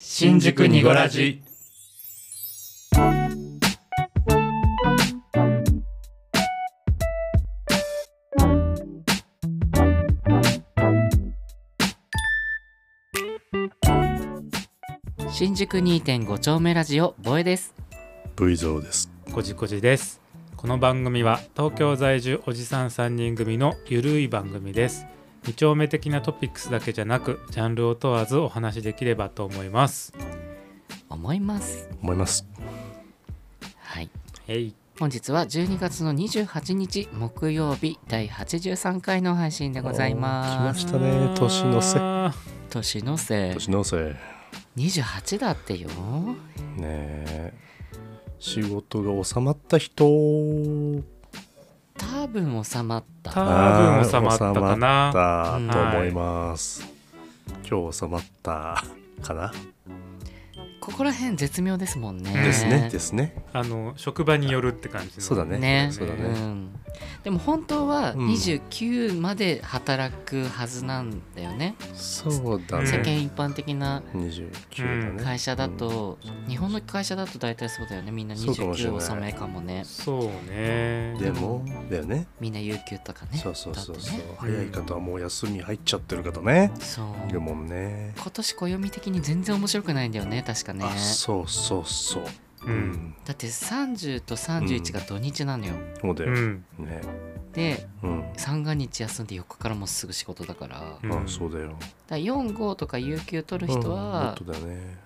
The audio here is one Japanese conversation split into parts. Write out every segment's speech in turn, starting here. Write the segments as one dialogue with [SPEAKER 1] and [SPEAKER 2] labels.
[SPEAKER 1] 新宿にごラジ
[SPEAKER 2] 新宿2.5丁目ラジオボエです
[SPEAKER 3] V ゾーです。
[SPEAKER 1] こじこじですこの番組は東京在住おじさん3人組のゆるい番組です二丁目的なトピックスだけじゃなくジャンルを問わずお話しできればと思います
[SPEAKER 2] 思います
[SPEAKER 3] 思います。
[SPEAKER 2] はい
[SPEAKER 1] えい
[SPEAKER 2] 本日は12月の28日木曜日第83回の配信でございま
[SPEAKER 3] 来
[SPEAKER 2] す
[SPEAKER 3] ましたね年の瀬
[SPEAKER 1] あ
[SPEAKER 2] 年の瀬
[SPEAKER 3] 年のせ
[SPEAKER 2] 28だってよ
[SPEAKER 3] いねえ仕事が収まった人
[SPEAKER 2] 多分収まった
[SPEAKER 1] ー多分収まったか
[SPEAKER 3] あ
[SPEAKER 1] な
[SPEAKER 2] うん
[SPEAKER 3] ー収まったと思います。今日収まったかな、
[SPEAKER 2] ここら辺絶妙ですもんね
[SPEAKER 1] うん
[SPEAKER 3] ですねですね。
[SPEAKER 1] あの職場によるって感じの
[SPEAKER 3] そうだね
[SPEAKER 2] ね
[SPEAKER 3] そうだね
[SPEAKER 2] ん、でも本当は
[SPEAKER 3] うん
[SPEAKER 2] 29まで働くはずなんだよね、
[SPEAKER 3] そうだ
[SPEAKER 1] うん
[SPEAKER 2] 世
[SPEAKER 3] ね。
[SPEAKER 2] 間一般的な
[SPEAKER 3] 二十九だね。
[SPEAKER 2] 会社だと、日本の会社だと大体そうだよねみんな
[SPEAKER 3] そうかもしれ
[SPEAKER 2] 29
[SPEAKER 3] ない
[SPEAKER 2] 遅めかもね
[SPEAKER 1] そうね
[SPEAKER 3] でもだよね。
[SPEAKER 2] みんな有給とかね
[SPEAKER 3] そうそうそ
[SPEAKER 2] だ
[SPEAKER 3] うそう、
[SPEAKER 2] とね
[SPEAKER 3] 早い方はもう休み入っちゃってる方ね。
[SPEAKER 2] そう
[SPEAKER 3] いるもんね。
[SPEAKER 2] 今年暦的に全然面白くないんだよね確かね
[SPEAKER 3] あそうそうそう。
[SPEAKER 1] う
[SPEAKER 3] うんん。
[SPEAKER 2] だって30と31が土日なのよ、
[SPEAKER 3] そうだ
[SPEAKER 1] う
[SPEAKER 3] よ。
[SPEAKER 1] ん
[SPEAKER 3] ね。
[SPEAKER 2] で
[SPEAKER 3] うん。
[SPEAKER 2] 三が日休んで4日からもうすぐ仕事だから,、だか
[SPEAKER 1] うん
[SPEAKER 3] あそうだよ。
[SPEAKER 2] ら45とか有給取る人は
[SPEAKER 3] うん、もっとだよね。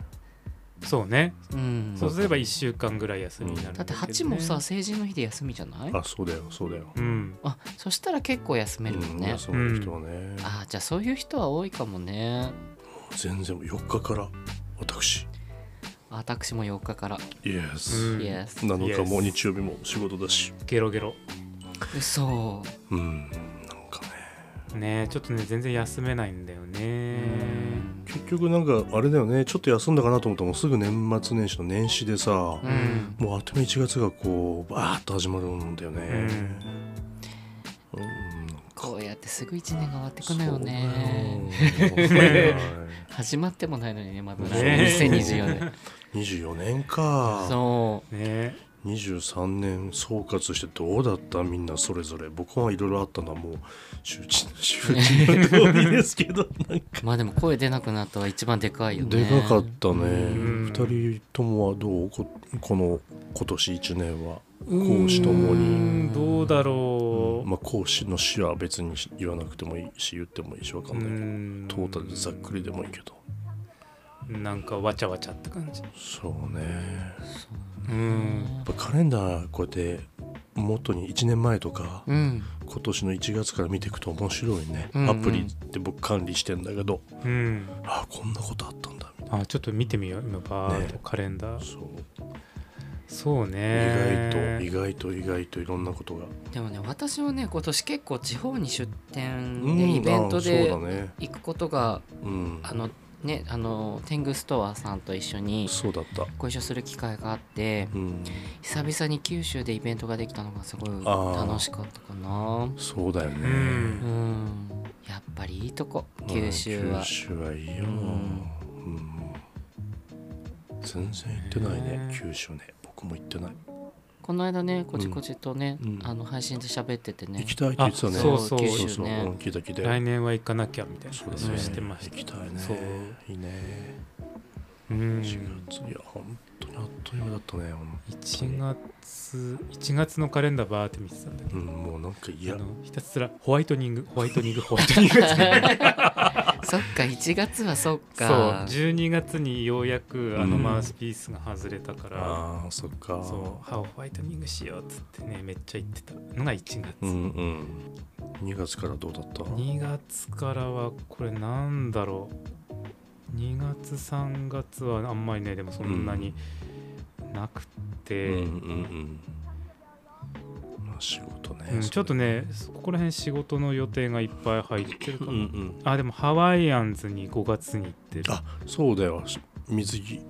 [SPEAKER 1] そうね
[SPEAKER 2] うん
[SPEAKER 1] そうすれば1週間ぐらい休みになるん
[SPEAKER 2] だ
[SPEAKER 1] だ
[SPEAKER 2] っ
[SPEAKER 1] け
[SPEAKER 2] て
[SPEAKER 1] どね
[SPEAKER 2] 8もさ成人の日で休みじゃない
[SPEAKER 3] あそうだよそうだよ。
[SPEAKER 1] うん
[SPEAKER 2] あそしたら結構休めるもんね、
[SPEAKER 3] うんそういう人はね、
[SPEAKER 2] あじゃあそういう人は多いかもね
[SPEAKER 3] 全然4日から私
[SPEAKER 2] 私も4日から
[SPEAKER 3] イエ
[SPEAKER 1] う
[SPEAKER 3] ス、
[SPEAKER 1] ん
[SPEAKER 2] イエス
[SPEAKER 3] 7日も
[SPEAKER 1] Yes
[SPEAKER 3] 日曜日も仕事だし
[SPEAKER 1] ゲロゲロ
[SPEAKER 2] 嘘
[SPEAKER 3] うんなんかね
[SPEAKER 1] ねちょっとね全然休めないんだよ
[SPEAKER 2] う
[SPEAKER 1] ね
[SPEAKER 2] ん
[SPEAKER 3] 結局なんかあれだよねちょっと休んだかなと思ったらもうすぐ年末年始の年始でさ、
[SPEAKER 2] うん
[SPEAKER 3] もうあっという間に1月がこうバーッと始まるんだよね、うん
[SPEAKER 2] こうやってすぐ1年が終わってくのよね
[SPEAKER 3] そうだよ
[SPEAKER 2] 始まってもないのにねまだ来
[SPEAKER 1] ね
[SPEAKER 2] 年2024年
[SPEAKER 3] 24年か
[SPEAKER 2] そ
[SPEAKER 1] ね
[SPEAKER 3] 23年総括してどうだったみんなそれぞれ僕はいろいろあったのはもう周知周知の通りですけ どなんか
[SPEAKER 2] うまあでも声出なくなったは一番でかいよね
[SPEAKER 3] でかかったね、
[SPEAKER 1] ん
[SPEAKER 3] 二人ともはどうここの今年1年は公私とも
[SPEAKER 1] う
[SPEAKER 3] に、
[SPEAKER 1] んどうだろ
[SPEAKER 3] まあ、講師の死は別に言わなくてもいいし言ってもいいしわか
[SPEAKER 1] う、うん
[SPEAKER 3] ないけど、
[SPEAKER 1] ん、
[SPEAKER 3] トータルでざっくりでもいいけど
[SPEAKER 1] なんかわちゃわちゃって感じ
[SPEAKER 3] そうね
[SPEAKER 1] うん
[SPEAKER 3] やっぱカレンダーこうやって元に1年前とか
[SPEAKER 2] うん
[SPEAKER 3] 今年の1月から見ていくと面白いね、
[SPEAKER 2] うんうん
[SPEAKER 3] アプリって僕管理してんだけど
[SPEAKER 1] うん
[SPEAKER 3] あこんなことあったんだみたい
[SPEAKER 1] あちょっと見てみよう今バーッと
[SPEAKER 3] ね
[SPEAKER 1] カレンダー、
[SPEAKER 3] なそう、
[SPEAKER 1] そうね
[SPEAKER 3] 意外と意外と意外といろんなことが、
[SPEAKER 2] でもね私はね今年結構地方に出
[SPEAKER 3] う
[SPEAKER 2] 店
[SPEAKER 3] ん
[SPEAKER 2] でイベント
[SPEAKER 3] あ
[SPEAKER 2] で
[SPEAKER 3] そうだね
[SPEAKER 2] 行くことが
[SPEAKER 3] うん
[SPEAKER 2] あのねあの天狗ストアさんと一緒に
[SPEAKER 3] そうだった
[SPEAKER 2] ご一緒する機会があって
[SPEAKER 3] うん
[SPEAKER 2] 久々に九州でイベントができたのがすごい
[SPEAKER 3] あー
[SPEAKER 2] 楽しかったかな
[SPEAKER 3] そうだよね、
[SPEAKER 1] うん
[SPEAKER 2] うんやっぱりいいとこ九州
[SPEAKER 3] うん
[SPEAKER 2] は
[SPEAKER 3] 九州はいいよ、
[SPEAKER 2] う
[SPEAKER 3] うんん全然行ってないね
[SPEAKER 1] ね
[SPEAKER 3] 九州ね僕も行ってない
[SPEAKER 2] この間ねこじこじとね、
[SPEAKER 3] うん
[SPEAKER 2] あの配信で喋っててね
[SPEAKER 3] 行きたいって言ってたね
[SPEAKER 1] あそうそう
[SPEAKER 2] 九
[SPEAKER 3] そ
[SPEAKER 2] 州
[SPEAKER 3] うそう、
[SPEAKER 2] ね
[SPEAKER 3] うん、聞いた聞いた
[SPEAKER 1] 来年は行かなきゃみたいな
[SPEAKER 3] そうだ
[SPEAKER 1] 話を
[SPEAKER 3] ね
[SPEAKER 1] してました
[SPEAKER 3] 行きたいね
[SPEAKER 1] そう
[SPEAKER 3] いいね
[SPEAKER 1] うん
[SPEAKER 3] 4月、いや本当にあっという間だったね本当に
[SPEAKER 1] 1月1月のカレンダーバーって見てたんだけ
[SPEAKER 3] うんもうなんかい
[SPEAKER 1] ど
[SPEAKER 3] や
[SPEAKER 1] あのひたすらホワイトニン グホワイトニングホワイトニング
[SPEAKER 2] そっか1月はそっ
[SPEAKER 1] そう
[SPEAKER 2] か
[SPEAKER 1] 12月にようやくあの
[SPEAKER 3] うん
[SPEAKER 1] マウスピースが外れたから、
[SPEAKER 3] あーそっか
[SPEAKER 1] そう歯をホワイトニングしようっつってねめっちゃ言ってたのが1月、
[SPEAKER 3] うんうん2月からどうだった
[SPEAKER 1] 2月からはこれなんだろう2月3月はあんまりねでもそんなになくて、
[SPEAKER 3] うんうんうんまあ仕事ね、
[SPEAKER 1] うんちょっとねここら辺仕事の予定がいっぱい入ってるか
[SPEAKER 3] うん
[SPEAKER 1] ら、
[SPEAKER 3] うん
[SPEAKER 1] あでもハワイアンズに5月に行ってる
[SPEAKER 3] あそうだよし水着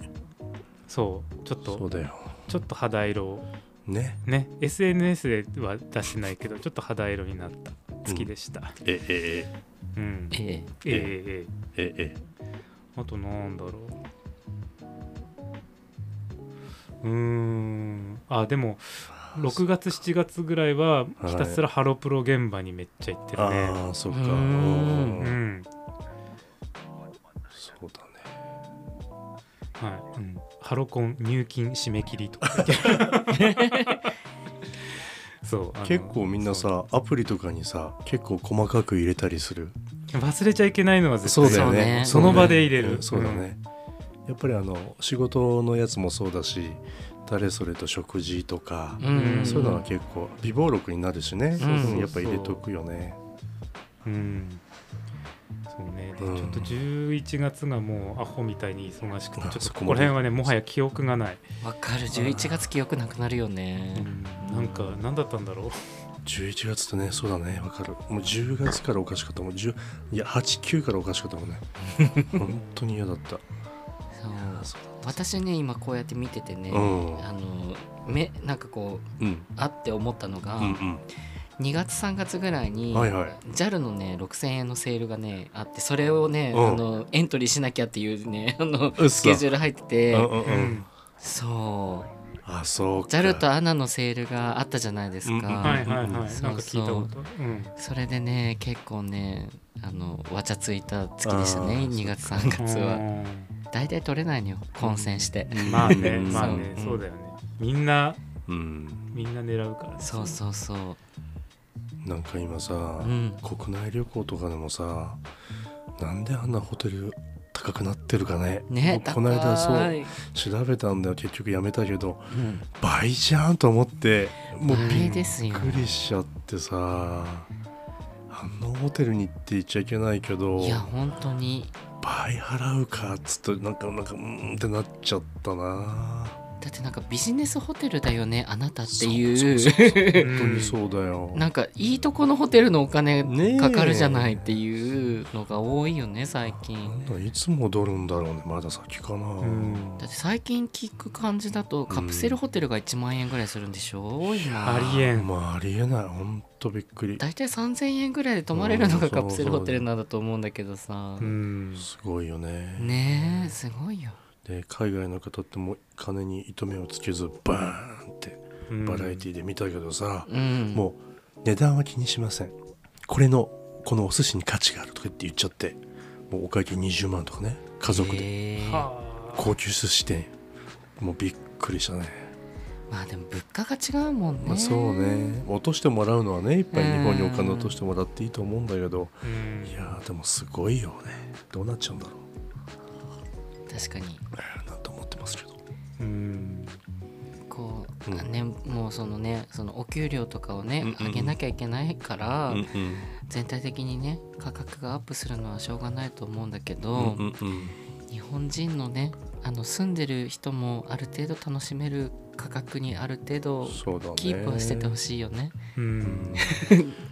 [SPEAKER 1] そうちょっ
[SPEAKER 3] そ
[SPEAKER 1] と
[SPEAKER 3] うだよ
[SPEAKER 1] ちょっと肌色を
[SPEAKER 3] ね
[SPEAKER 1] ね SNS では出してないけどちょっと肌色になった月でした、
[SPEAKER 3] ええ
[SPEAKER 1] うん、
[SPEAKER 2] え
[SPEAKER 1] え
[SPEAKER 2] え
[SPEAKER 1] えええ
[SPEAKER 3] えええ
[SPEAKER 1] あとなんだろううーんあでも6月7月ぐらいはひたすらハロプロ現場にめっちゃ行ってるね、
[SPEAKER 3] ああそっか
[SPEAKER 2] うーん
[SPEAKER 3] うん
[SPEAKER 1] うん
[SPEAKER 3] そうだね
[SPEAKER 1] はいうん、ハロコン入金締め切りとか そうあの
[SPEAKER 3] 結構みんなさアプリとかにさ結構細かく入れたりする
[SPEAKER 1] そう忘れちゃいけないのは絶
[SPEAKER 3] そ
[SPEAKER 1] 対
[SPEAKER 3] うだよね
[SPEAKER 2] そう
[SPEAKER 1] ねその場で入れる
[SPEAKER 3] うんそうだね、やっぱりあの仕事のやつもそうだし誰それと食事とか、
[SPEAKER 1] うん
[SPEAKER 3] そういうのは結構備忘録になるし
[SPEAKER 2] そ
[SPEAKER 3] ね、
[SPEAKER 2] うそうそう
[SPEAKER 3] うんやっぱ入れとくよね
[SPEAKER 1] うんそうねで
[SPEAKER 3] うん
[SPEAKER 1] ちょっと11月がもうアホみたいに忙しくてちょ
[SPEAKER 3] あ
[SPEAKER 1] っと
[SPEAKER 3] そ
[SPEAKER 1] こ
[SPEAKER 3] こ
[SPEAKER 1] こ
[SPEAKER 3] ま
[SPEAKER 1] ら
[SPEAKER 3] で
[SPEAKER 1] 辺はねもはや記憶がない、
[SPEAKER 2] わかる11月記憶なくなるよね
[SPEAKER 1] うん、なんか何だったんだろう
[SPEAKER 3] 11月ってねそうだねわかるもう10月からおかしかったもん10いや89からおかしかった もんね本当に嫌だった
[SPEAKER 2] そう
[SPEAKER 3] そう
[SPEAKER 2] 私ね今こうやって見ててね、
[SPEAKER 3] うん
[SPEAKER 2] あの目なんかこう
[SPEAKER 3] うん
[SPEAKER 2] あって思ったのが、
[SPEAKER 3] うん
[SPEAKER 2] 2月3月ぐらいに、
[SPEAKER 3] はいはい
[SPEAKER 2] JAL のね6000円のセールがねあってそれをね、
[SPEAKER 3] うん
[SPEAKER 2] あのエントリーしなきゃっていうねあの
[SPEAKER 3] うっ
[SPEAKER 2] ス
[SPEAKER 3] そ
[SPEAKER 2] ケジュール入ってて、
[SPEAKER 3] うんうんう
[SPEAKER 1] うんん
[SPEAKER 2] そう
[SPEAKER 3] あそうか
[SPEAKER 2] JAL と ANA のセールがあったじゃないです
[SPEAKER 3] うん
[SPEAKER 2] か、
[SPEAKER 3] うん
[SPEAKER 1] はいはいはい、
[SPEAKER 2] そう
[SPEAKER 1] なんか聞いたことうん
[SPEAKER 2] それでね結構ねあのわちゃついた月でした
[SPEAKER 3] あ
[SPEAKER 2] ね
[SPEAKER 3] ー
[SPEAKER 2] 2月3月は
[SPEAKER 1] う
[SPEAKER 2] 大体取れないのよ混戦して、
[SPEAKER 1] んまあね
[SPEAKER 3] うん
[SPEAKER 1] まあね
[SPEAKER 2] そう
[SPEAKER 1] そうだよねみんな
[SPEAKER 3] うん
[SPEAKER 1] みんな狙うからね
[SPEAKER 2] そうそうそう
[SPEAKER 3] なんか今さ、
[SPEAKER 2] うん
[SPEAKER 3] 国内旅行とかでもさなんであんなホテル高くなってるかね
[SPEAKER 2] ね
[SPEAKER 3] 僕この間そ
[SPEAKER 2] 高
[SPEAKER 3] う
[SPEAKER 2] い
[SPEAKER 3] 調べたんだよ結局やめたけど
[SPEAKER 2] うん
[SPEAKER 3] 倍じゃんと思ってもうび
[SPEAKER 2] 倍
[SPEAKER 3] っ
[SPEAKER 2] ですよ
[SPEAKER 3] くりしちゃってさあのホテルに行って言っちゃいけないけど
[SPEAKER 2] いや本当に
[SPEAKER 3] 倍払うかっつってなんかなんかうーんってなっちゃったな
[SPEAKER 2] だってなんかビジネスホテルだよねあなたっていう
[SPEAKER 3] そうそうそうそう
[SPEAKER 1] う
[SPEAKER 3] 本
[SPEAKER 1] ん
[SPEAKER 3] 当にそうだ よ、
[SPEAKER 2] なんかいいとこのホテルのお金
[SPEAKER 3] ねえ
[SPEAKER 2] かかるじゃないっていうのが多いよね最近
[SPEAKER 3] なんだいつ戻るんだろうねまだ先かな、
[SPEAKER 1] ん
[SPEAKER 2] だって最近聞く感じだとカプセルホテルが1万円ぐらいするんでしょ今
[SPEAKER 1] ありえん
[SPEAKER 3] まあありえないほんとびっくり
[SPEAKER 2] 大体3000円ぐらいで泊まれるの
[SPEAKER 3] う
[SPEAKER 2] が
[SPEAKER 3] んそ
[SPEAKER 2] カ
[SPEAKER 3] う
[SPEAKER 2] プセルホテルなんだと思うんだけどさ
[SPEAKER 1] うん
[SPEAKER 3] すごいよね
[SPEAKER 2] ねえすごいよ
[SPEAKER 3] で海外の方ってもう金に糸目をつけずバーンって
[SPEAKER 1] うん
[SPEAKER 3] バラエティで見たけどさ、
[SPEAKER 2] うん
[SPEAKER 3] もう値段は気にしませんこれのこのお寿司に価値があるとかって言っちゃってもうお会計20万とかね家族で
[SPEAKER 2] へえ
[SPEAKER 1] はあ
[SPEAKER 3] 高級寿司店もうびっくりしたね
[SPEAKER 2] まあでも物価が違うもんね
[SPEAKER 3] まあそうね落としてもらうのはねいっぱい日本にお金
[SPEAKER 2] うん
[SPEAKER 3] 落としてもらっていいと思うんだけど
[SPEAKER 1] うん
[SPEAKER 3] いやーでもすごいよねどうなっちゃうんだろう
[SPEAKER 2] 確かに
[SPEAKER 3] えーなんて思ってますけど
[SPEAKER 1] うん
[SPEAKER 2] こう、
[SPEAKER 3] うん
[SPEAKER 2] ねもうそのねそのお給料とかをね、
[SPEAKER 3] うんうんうん
[SPEAKER 2] 上げなきゃいけないから、
[SPEAKER 3] うん
[SPEAKER 2] 全体的にね価格がアップするのはしょうがないと思うんだけど、
[SPEAKER 3] うんうんうん
[SPEAKER 2] 日本人のねあの住んでる人もある程度楽しめる価格にある程度
[SPEAKER 3] そうだね
[SPEAKER 2] キープはしててほしいよね。
[SPEAKER 1] う
[SPEAKER 3] うんん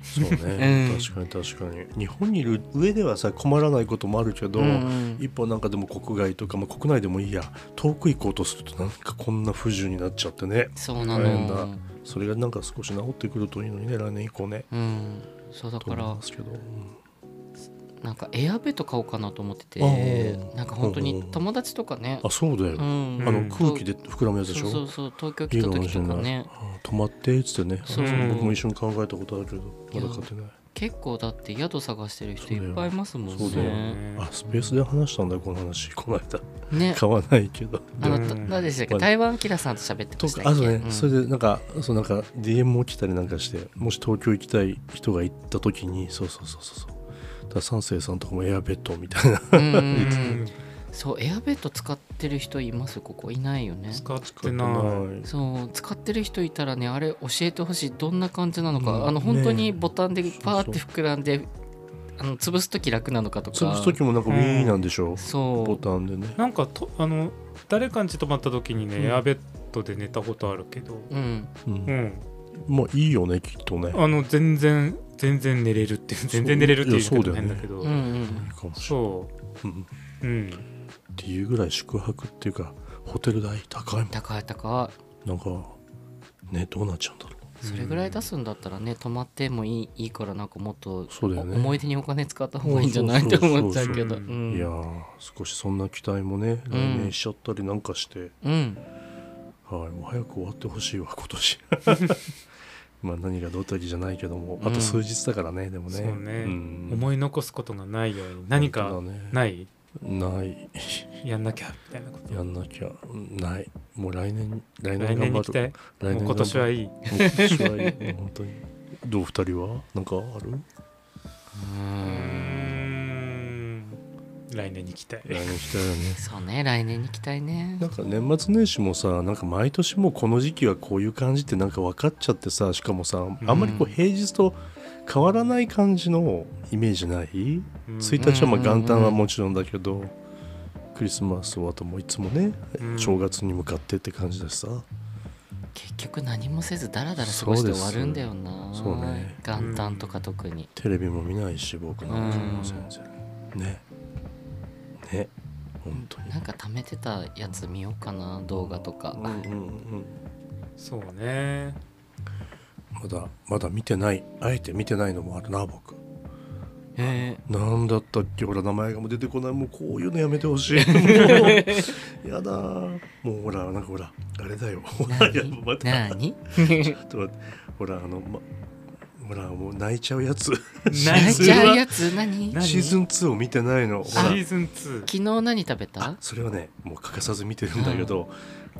[SPEAKER 3] そうね、
[SPEAKER 2] うん
[SPEAKER 3] 確かに確かに日本にいる上ではさ困らないこともあるけど、
[SPEAKER 2] うんうん
[SPEAKER 3] 一歩なんかでも国外とか、まあ、国内でもいいや遠く行こうとするとなんかこんな不自由になっちゃってね
[SPEAKER 2] そうな
[SPEAKER 3] 大変だ
[SPEAKER 2] の、
[SPEAKER 3] それがなんか少し治ってくるといいのにね来年以降ね
[SPEAKER 2] うん、そうだ
[SPEAKER 3] と
[SPEAKER 2] か
[SPEAKER 3] 思い
[SPEAKER 2] ら
[SPEAKER 3] ますけど、うん
[SPEAKER 2] なんかエアベッド買おうかなと思って
[SPEAKER 3] あ
[SPEAKER 2] て
[SPEAKER 3] ー
[SPEAKER 2] なんか本当
[SPEAKER 3] ほう
[SPEAKER 2] に
[SPEAKER 3] ほう
[SPEAKER 2] 友達とかね
[SPEAKER 3] あ、そうだよ、
[SPEAKER 2] うん、
[SPEAKER 3] あ
[SPEAKER 1] う
[SPEAKER 3] の
[SPEAKER 1] ん
[SPEAKER 3] 空気で膨らむやつでし
[SPEAKER 2] そう
[SPEAKER 3] ょ、
[SPEAKER 2] そうそう東京来た時とかね
[SPEAKER 3] あ止まってっつってね
[SPEAKER 2] そう
[SPEAKER 1] そう
[SPEAKER 3] 僕も一緒に考えたことあるけどまだ買ってない
[SPEAKER 2] 結構だって宿探してる人いっぱいいますもん
[SPEAKER 3] そうだよ
[SPEAKER 2] ね。
[SPEAKER 3] あスペースで話したんだよこの話この間
[SPEAKER 2] ね、
[SPEAKER 3] 買わないけ ど
[SPEAKER 2] あの
[SPEAKER 1] うん
[SPEAKER 2] た何でしたっけ
[SPEAKER 3] まあ
[SPEAKER 2] 台湾キラさんと喋って
[SPEAKER 3] と
[SPEAKER 2] ましたっ
[SPEAKER 3] か
[SPEAKER 2] け
[SPEAKER 3] あとね、
[SPEAKER 2] うん
[SPEAKER 3] それでなんかそうなんか DM も来たりなんかしてもし東京行きたい人が行った時にそうそうそうそうそうだから三世さんとかもエアベッドみたいな
[SPEAKER 2] うんうんう
[SPEAKER 1] うんん
[SPEAKER 2] そうエアベッド使ってる人いますここいないよね
[SPEAKER 1] 使ってない
[SPEAKER 2] そう使ってる人いたらねあれ教えてほしいどんな感じなのか、
[SPEAKER 3] うん
[SPEAKER 2] あの本当にボタンで
[SPEAKER 3] ねえ
[SPEAKER 2] パーって膨らんで、あの潰す時楽なのかとか
[SPEAKER 3] 潰す時もなんかウィーなんでしょ、ボ
[SPEAKER 2] そ
[SPEAKER 3] タンでね
[SPEAKER 1] なんかとあの誰かに泊まった時にね、
[SPEAKER 2] うん
[SPEAKER 1] エアベッドで寝たことあるけど、
[SPEAKER 2] ううん
[SPEAKER 3] う
[SPEAKER 1] うんん、
[SPEAKER 3] まあいいよねきっとね
[SPEAKER 1] あの全然全然寝れるっていう全然寝れるっていう
[SPEAKER 3] そういや
[SPEAKER 1] 言
[SPEAKER 3] そうだよ
[SPEAKER 1] い方変
[SPEAKER 3] ね
[SPEAKER 1] だけど、
[SPEAKER 2] うんうん
[SPEAKER 3] いいかもしれ
[SPEAKER 1] そ
[SPEAKER 3] ない、うん、
[SPEAKER 1] う、うん、
[SPEAKER 3] っていうぐらい宿泊っていうかホテル代高いもん
[SPEAKER 2] 高い高
[SPEAKER 3] なんかねどうなっちゃうんだろ
[SPEAKER 2] いそれぐらい出すんだったらね泊まってもいいいいからなんかもっと
[SPEAKER 3] そうだよね
[SPEAKER 2] お思い出にお金使った方がいいんじゃないっ
[SPEAKER 3] そう
[SPEAKER 2] て
[SPEAKER 3] そうそうそう
[SPEAKER 2] 思っちゃうけど
[SPEAKER 1] うん
[SPEAKER 3] う、
[SPEAKER 2] ん
[SPEAKER 3] いやー少しそんな期待もね来年しちゃったりなんかして、
[SPEAKER 2] うん
[SPEAKER 3] はい、もう早く終わってほし いわ今年 まあ何がどうってわけじゃないけどもあと数日だからね、でもね
[SPEAKER 1] そうね
[SPEAKER 3] ん
[SPEAKER 1] 思い残すことがないように何か
[SPEAKER 3] 本当だね
[SPEAKER 1] ない
[SPEAKER 3] ない
[SPEAKER 1] やんなきゃみたいなこと
[SPEAKER 3] やんなきゃないもう来年来
[SPEAKER 1] 来
[SPEAKER 3] 年頑
[SPEAKER 1] 年
[SPEAKER 3] 張
[SPEAKER 1] に期
[SPEAKER 3] る
[SPEAKER 1] 待
[SPEAKER 3] 来
[SPEAKER 1] もう今年はい
[SPEAKER 3] い
[SPEAKER 1] い
[SPEAKER 3] 今年はいい 本当にどう二人はなんかある
[SPEAKER 1] うー
[SPEAKER 2] うん
[SPEAKER 1] ん来年に期待
[SPEAKER 3] 来年したよね
[SPEAKER 2] そうね来年に期待ね
[SPEAKER 3] なんか年末年始もさなんか毎年もうこの時期はこういう感じってなんか分かっちゃってさしかもさあんまりこう
[SPEAKER 2] うん
[SPEAKER 3] 平日と変わらない感じのイメージない、
[SPEAKER 1] うん
[SPEAKER 3] 1日はまあ
[SPEAKER 2] うんうんうん
[SPEAKER 3] 元旦はもちろんだけど、クリスマスはあともういつもね、
[SPEAKER 1] うん
[SPEAKER 3] 正月に向かってって感じでさ
[SPEAKER 2] 結局何もせずダラダラ過ごして終わるんだよな
[SPEAKER 3] そうですそうね
[SPEAKER 2] 元旦とか特に
[SPEAKER 3] テレビも見ないし僕なんかもう全然ねね本当に
[SPEAKER 2] なんか貯めてたやつ見ようかな動画とか
[SPEAKER 3] うんうんうん
[SPEAKER 1] そう ね
[SPEAKER 3] まだまだ見てないあえて見てないのもあるな僕
[SPEAKER 2] へえ
[SPEAKER 3] なんだったっけほら名前がもう出てこないもうこういうのやめてほ しいもうやだーもうほらなんかほらあれだよほらい やま
[SPEAKER 2] 何
[SPEAKER 3] た
[SPEAKER 2] 何
[SPEAKER 3] ちょっと待ってほらあの、ま、ほらもう泣いちゃうやつ
[SPEAKER 2] 泣
[SPEAKER 1] 泣
[SPEAKER 2] い
[SPEAKER 1] い
[SPEAKER 2] ち
[SPEAKER 1] ち
[SPEAKER 2] ゃ
[SPEAKER 1] ゃ
[SPEAKER 2] う
[SPEAKER 1] う
[SPEAKER 2] やつ何
[SPEAKER 1] な
[SPEAKER 2] 昨
[SPEAKER 1] 何
[SPEAKER 3] シーズン2を見てないのほ
[SPEAKER 1] シ
[SPEAKER 3] ら
[SPEAKER 1] ーズン2
[SPEAKER 2] 日何食べ
[SPEAKER 3] あ
[SPEAKER 2] た
[SPEAKER 3] それはねもう欠かさず見てるんだけど、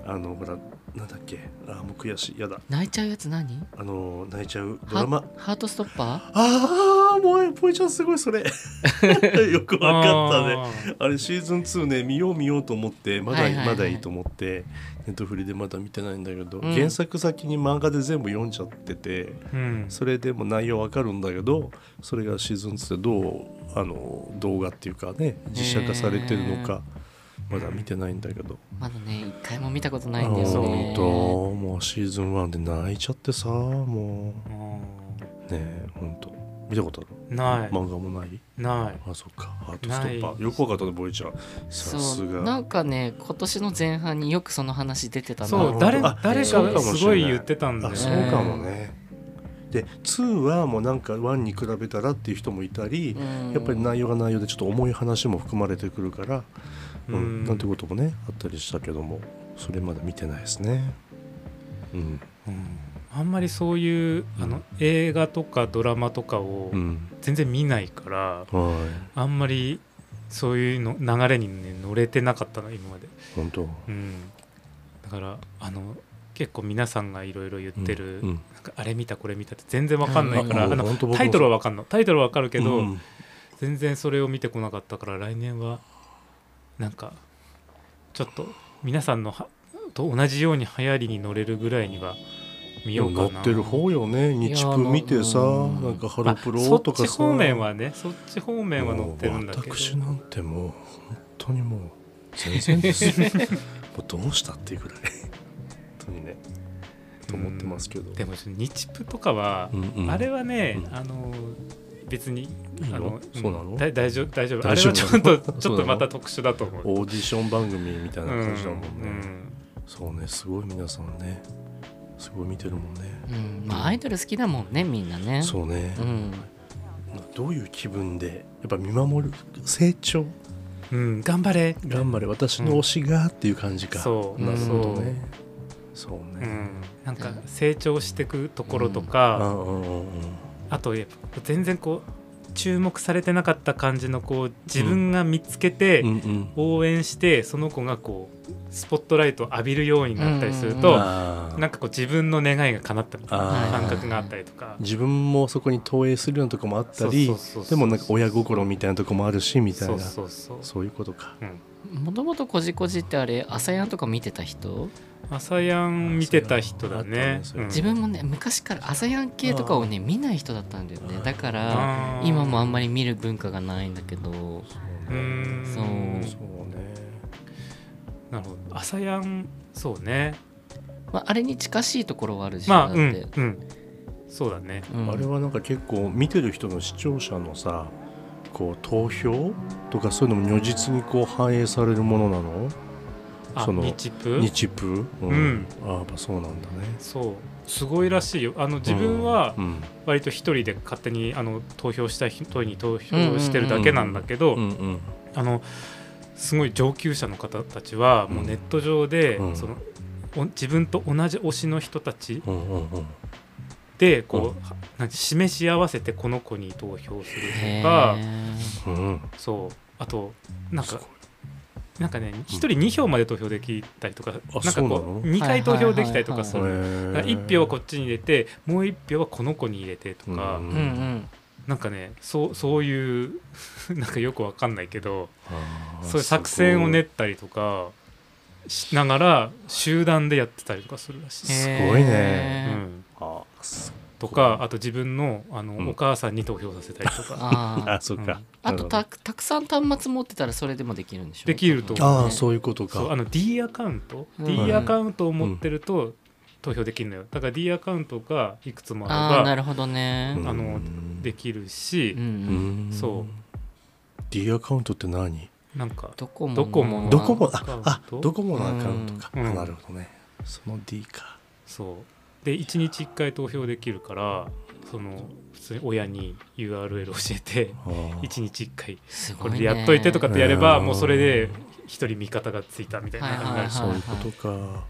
[SPEAKER 3] あのほらなんだっけあもう悔しいやだ
[SPEAKER 2] 泣いちゃうやつ何
[SPEAKER 3] あの泣いちゃうドラマ
[SPEAKER 2] ハハートストッパ
[SPEAKER 3] ああもうぽいちゃんすごいそ れよくわかったね
[SPEAKER 1] あー
[SPEAKER 3] あれシーズン2ね見よう見ようと思ってまだ、
[SPEAKER 2] はいはいはい
[SPEAKER 3] まだいいと思ってネットフリでまだ見てないんだけど、
[SPEAKER 2] うん
[SPEAKER 3] 原作先に漫画で全部読んじゃってて
[SPEAKER 1] うん
[SPEAKER 3] それでも内容わかるんだけどそれがシーズン2でどうあの動画っていうかね実写化されてるのかまだ見てないんだけ
[SPEAKER 2] ー
[SPEAKER 3] ど、
[SPEAKER 2] まだね一回も見たこと
[SPEAKER 3] あ
[SPEAKER 2] ないんだ
[SPEAKER 1] そ
[SPEAKER 2] よ
[SPEAKER 1] う
[SPEAKER 2] ね
[SPEAKER 3] 本当もうシーズン1で泣いちゃってさも
[SPEAKER 1] あ
[SPEAKER 3] うねえ本当見たこと
[SPEAKER 1] ー
[SPEAKER 3] あ
[SPEAKER 1] な
[SPEAKER 3] る、
[SPEAKER 1] い
[SPEAKER 3] 漫画もない
[SPEAKER 1] ない
[SPEAKER 3] あそっかハートストッパーよくわかったねボイちゃんさ
[SPEAKER 2] そ
[SPEAKER 3] す
[SPEAKER 2] う
[SPEAKER 3] が
[SPEAKER 2] なんかね今年の前半によくその話出てたな
[SPEAKER 1] そ
[SPEAKER 3] なる
[SPEAKER 1] う
[SPEAKER 3] ほど
[SPEAKER 1] 誰
[SPEAKER 3] あ
[SPEAKER 1] 誰
[SPEAKER 2] そう
[SPEAKER 1] か
[SPEAKER 2] かも
[SPEAKER 1] が
[SPEAKER 2] しれ
[SPEAKER 3] ない
[SPEAKER 1] すごい言ってたんだよ
[SPEAKER 3] あ
[SPEAKER 1] ね
[SPEAKER 3] そうかもね。で2はもうなんか1に比べたらっていう人もいたり、
[SPEAKER 2] うん
[SPEAKER 3] やっぱり内容が内容でちょっと重い話も含まれてくるから、うん
[SPEAKER 1] うん
[SPEAKER 3] なんてこともねあったりしたけどもそれまだ見てないですね。うん
[SPEAKER 1] うんあんまりそういうあの映画とかドラマとかを
[SPEAKER 3] うん
[SPEAKER 1] 全然見ないから
[SPEAKER 3] はい
[SPEAKER 1] あんまりそういうの流れにね乗れてなかったの今まで、
[SPEAKER 3] 本当
[SPEAKER 1] うん、だからあの結構皆さんがいろいろ言ってる、
[SPEAKER 3] うん
[SPEAKER 1] なんかあれ見たこれ見たって全然わかんないから、
[SPEAKER 3] うん
[SPEAKER 1] あの
[SPEAKER 3] 本当僕も
[SPEAKER 1] タイトルはわかんのタイトルはわかるけど、
[SPEAKER 3] うん
[SPEAKER 1] 全然それを見てこなかったから来年はなんかちょっと皆さんのはと同じように流行りに乗れるぐらいには
[SPEAKER 3] で
[SPEAKER 1] 見よ
[SPEAKER 3] も
[SPEAKER 1] うかな
[SPEAKER 3] 乗ってる方よね日プ見てさ
[SPEAKER 2] うん
[SPEAKER 3] なんかハ
[SPEAKER 1] まあ
[SPEAKER 3] ロプロとか
[SPEAKER 1] そっ
[SPEAKER 3] さ
[SPEAKER 1] ち方面はねそっち方面は乗ってるんだけ
[SPEAKER 3] も
[SPEAKER 1] ど
[SPEAKER 3] う私なんてもう本当にもう全然です よもうどうしたっていうぐらい本当にねと思ってますけど、
[SPEAKER 1] でも日プとかは、
[SPEAKER 3] うんうん
[SPEAKER 1] あれはね、
[SPEAKER 3] うん
[SPEAKER 1] あの別
[SPEAKER 3] い
[SPEAKER 1] に
[SPEAKER 3] いの
[SPEAKER 1] あの
[SPEAKER 3] そうなの
[SPEAKER 1] だ大丈夫大丈夫あ
[SPEAKER 3] 大
[SPEAKER 1] れ
[SPEAKER 3] 丈夫
[SPEAKER 1] はち
[SPEAKER 3] なの
[SPEAKER 1] ょっと ち
[SPEAKER 3] そうな
[SPEAKER 1] ょっと
[SPEAKER 3] の
[SPEAKER 1] また特殊だと思う。
[SPEAKER 3] オーディション番組みたいな感じだもんね、
[SPEAKER 1] うん
[SPEAKER 3] そうねすごい皆さんねすごい見てるもんね、
[SPEAKER 2] うんまあアイドル好きだもんねみんなね
[SPEAKER 3] そうね
[SPEAKER 2] う、ん
[SPEAKER 3] どういう気分でやっぱ見守る成長
[SPEAKER 1] うんうん頑張れ、
[SPEAKER 3] 頑張れ私の推しがっていう感じか、
[SPEAKER 1] そう
[SPEAKER 3] なるほどね、そう
[SPEAKER 1] う
[SPEAKER 3] ね、
[SPEAKER 1] ん、なんか成長していくところとか、
[SPEAKER 3] うんうんうんうん
[SPEAKER 1] あとやっぱ全然こう注目されてなかった感じのこう自分が見つけて、
[SPEAKER 3] うんうん
[SPEAKER 1] 応援してその子がこうスポットライトを浴びるようになったりすると、
[SPEAKER 3] あー
[SPEAKER 1] なんかこう自分の願いが叶ったみたいな
[SPEAKER 3] あー
[SPEAKER 1] 感覚があったりとか。
[SPEAKER 3] 自分もそこに投影するようなとこもあったり
[SPEAKER 1] そうそうそうそう
[SPEAKER 3] でもなんか親心みたいなとこもあるしみたい
[SPEAKER 1] そ
[SPEAKER 3] な
[SPEAKER 1] う
[SPEAKER 3] そう
[SPEAKER 1] そうそう。
[SPEAKER 3] いうことか
[SPEAKER 1] うん。
[SPEAKER 2] もともとこじこじってあれ朝やんとか見てた人
[SPEAKER 1] 朝やん見てた人だね。
[SPEAKER 3] そうだね
[SPEAKER 1] うん
[SPEAKER 2] 自分もね昔から朝やん系とかをね見ない人だったんだよねだから
[SPEAKER 1] あー
[SPEAKER 2] 今もあんまり見る文化がないんだけど
[SPEAKER 1] うーん
[SPEAKER 2] そう
[SPEAKER 3] そうね
[SPEAKER 1] なるほど。朝やんそうね。
[SPEAKER 2] まああれに近しいところはあるし
[SPEAKER 1] まあう
[SPEAKER 2] だっ
[SPEAKER 1] ん
[SPEAKER 2] て
[SPEAKER 1] うん。そうだね。
[SPEAKER 2] うん
[SPEAKER 3] あれはなんか結構見てる人の視聴者のさこう投票とかそういうのも如実にこう反映されるものなの
[SPEAKER 1] あ
[SPEAKER 3] その
[SPEAKER 1] 日プ
[SPEAKER 3] 日プうん、
[SPEAKER 1] うん
[SPEAKER 3] ああやっぱそうなんだね
[SPEAKER 1] そうすごいらしいよ。あの自分は
[SPEAKER 3] うん
[SPEAKER 1] 割と一人で勝手にあの投票した人に投票してるだけなんだけ
[SPEAKER 3] う
[SPEAKER 1] ど、
[SPEAKER 3] んうん
[SPEAKER 1] あのすごい上級者の方たちはもうネット上で、
[SPEAKER 3] うん
[SPEAKER 1] そのお自分と同じ推しの人たち
[SPEAKER 3] うんうんうん
[SPEAKER 1] でこう、
[SPEAKER 3] うん
[SPEAKER 1] なんて示し合わせてこの子に投票する
[SPEAKER 2] へ
[SPEAKER 1] とか
[SPEAKER 2] ー
[SPEAKER 3] うん
[SPEAKER 1] そうあとなん
[SPEAKER 3] す
[SPEAKER 1] か
[SPEAKER 3] ごい
[SPEAKER 1] なんかね1人2票まで投票できたりとか
[SPEAKER 3] あ
[SPEAKER 1] なんか
[SPEAKER 3] そうな
[SPEAKER 1] こ
[SPEAKER 3] の
[SPEAKER 1] う2回投票できたりとかす
[SPEAKER 3] へ
[SPEAKER 1] るのよだから
[SPEAKER 3] ー
[SPEAKER 1] 1票はこっちに入れてもう1票はこの子に入れてとか、
[SPEAKER 3] うん
[SPEAKER 2] うんうん
[SPEAKER 1] なんかねそうそういう なんかよくわかんないけど
[SPEAKER 3] あー
[SPEAKER 1] そういう作戦を練
[SPEAKER 3] す
[SPEAKER 1] ったりとかしながら集団でやってたりとかするらしい。
[SPEAKER 3] すごい
[SPEAKER 1] う
[SPEAKER 3] ね
[SPEAKER 1] ん
[SPEAKER 3] ごいあーす
[SPEAKER 1] とかあと自分のあの、
[SPEAKER 3] うん
[SPEAKER 1] お母さんに投票させたりと か
[SPEAKER 2] あー
[SPEAKER 3] あそっか、
[SPEAKER 1] うん
[SPEAKER 2] あとたたくさん端末持ってたらそれでもできるんでしょ
[SPEAKER 1] できると
[SPEAKER 3] ああ
[SPEAKER 2] ね
[SPEAKER 3] そういうこと
[SPEAKER 1] そう
[SPEAKER 3] か
[SPEAKER 1] あの D アカウント、
[SPEAKER 2] うん
[SPEAKER 1] D アカウントを持ってると投票できるのよだから D アカウントがいくつも
[SPEAKER 2] あ
[SPEAKER 1] あ
[SPEAKER 2] あ
[SPEAKER 1] れ
[SPEAKER 2] な
[SPEAKER 1] ば
[SPEAKER 2] るほどね
[SPEAKER 3] うん
[SPEAKER 1] あのできるし
[SPEAKER 2] うんう、
[SPEAKER 3] うんん
[SPEAKER 1] そう
[SPEAKER 3] D アカウントって何
[SPEAKER 1] なんか
[SPEAKER 2] ドコモ
[SPEAKER 1] ドコモの
[SPEAKER 3] ドコモ
[SPEAKER 1] アカウン
[SPEAKER 3] あ
[SPEAKER 1] ト
[SPEAKER 3] あドコモのアカウントか、
[SPEAKER 1] うん
[SPEAKER 3] あなるほどねその D か
[SPEAKER 1] そうで1日1回投票できるからその普通に親に URL 教えて
[SPEAKER 3] あー
[SPEAKER 1] 1日1回
[SPEAKER 2] すご
[SPEAKER 1] こ
[SPEAKER 2] いね
[SPEAKER 1] れでやっといてとかってやれば
[SPEAKER 3] うん
[SPEAKER 1] もうそれで1人味方がついたみたいな感じになるし
[SPEAKER 3] そういうことか、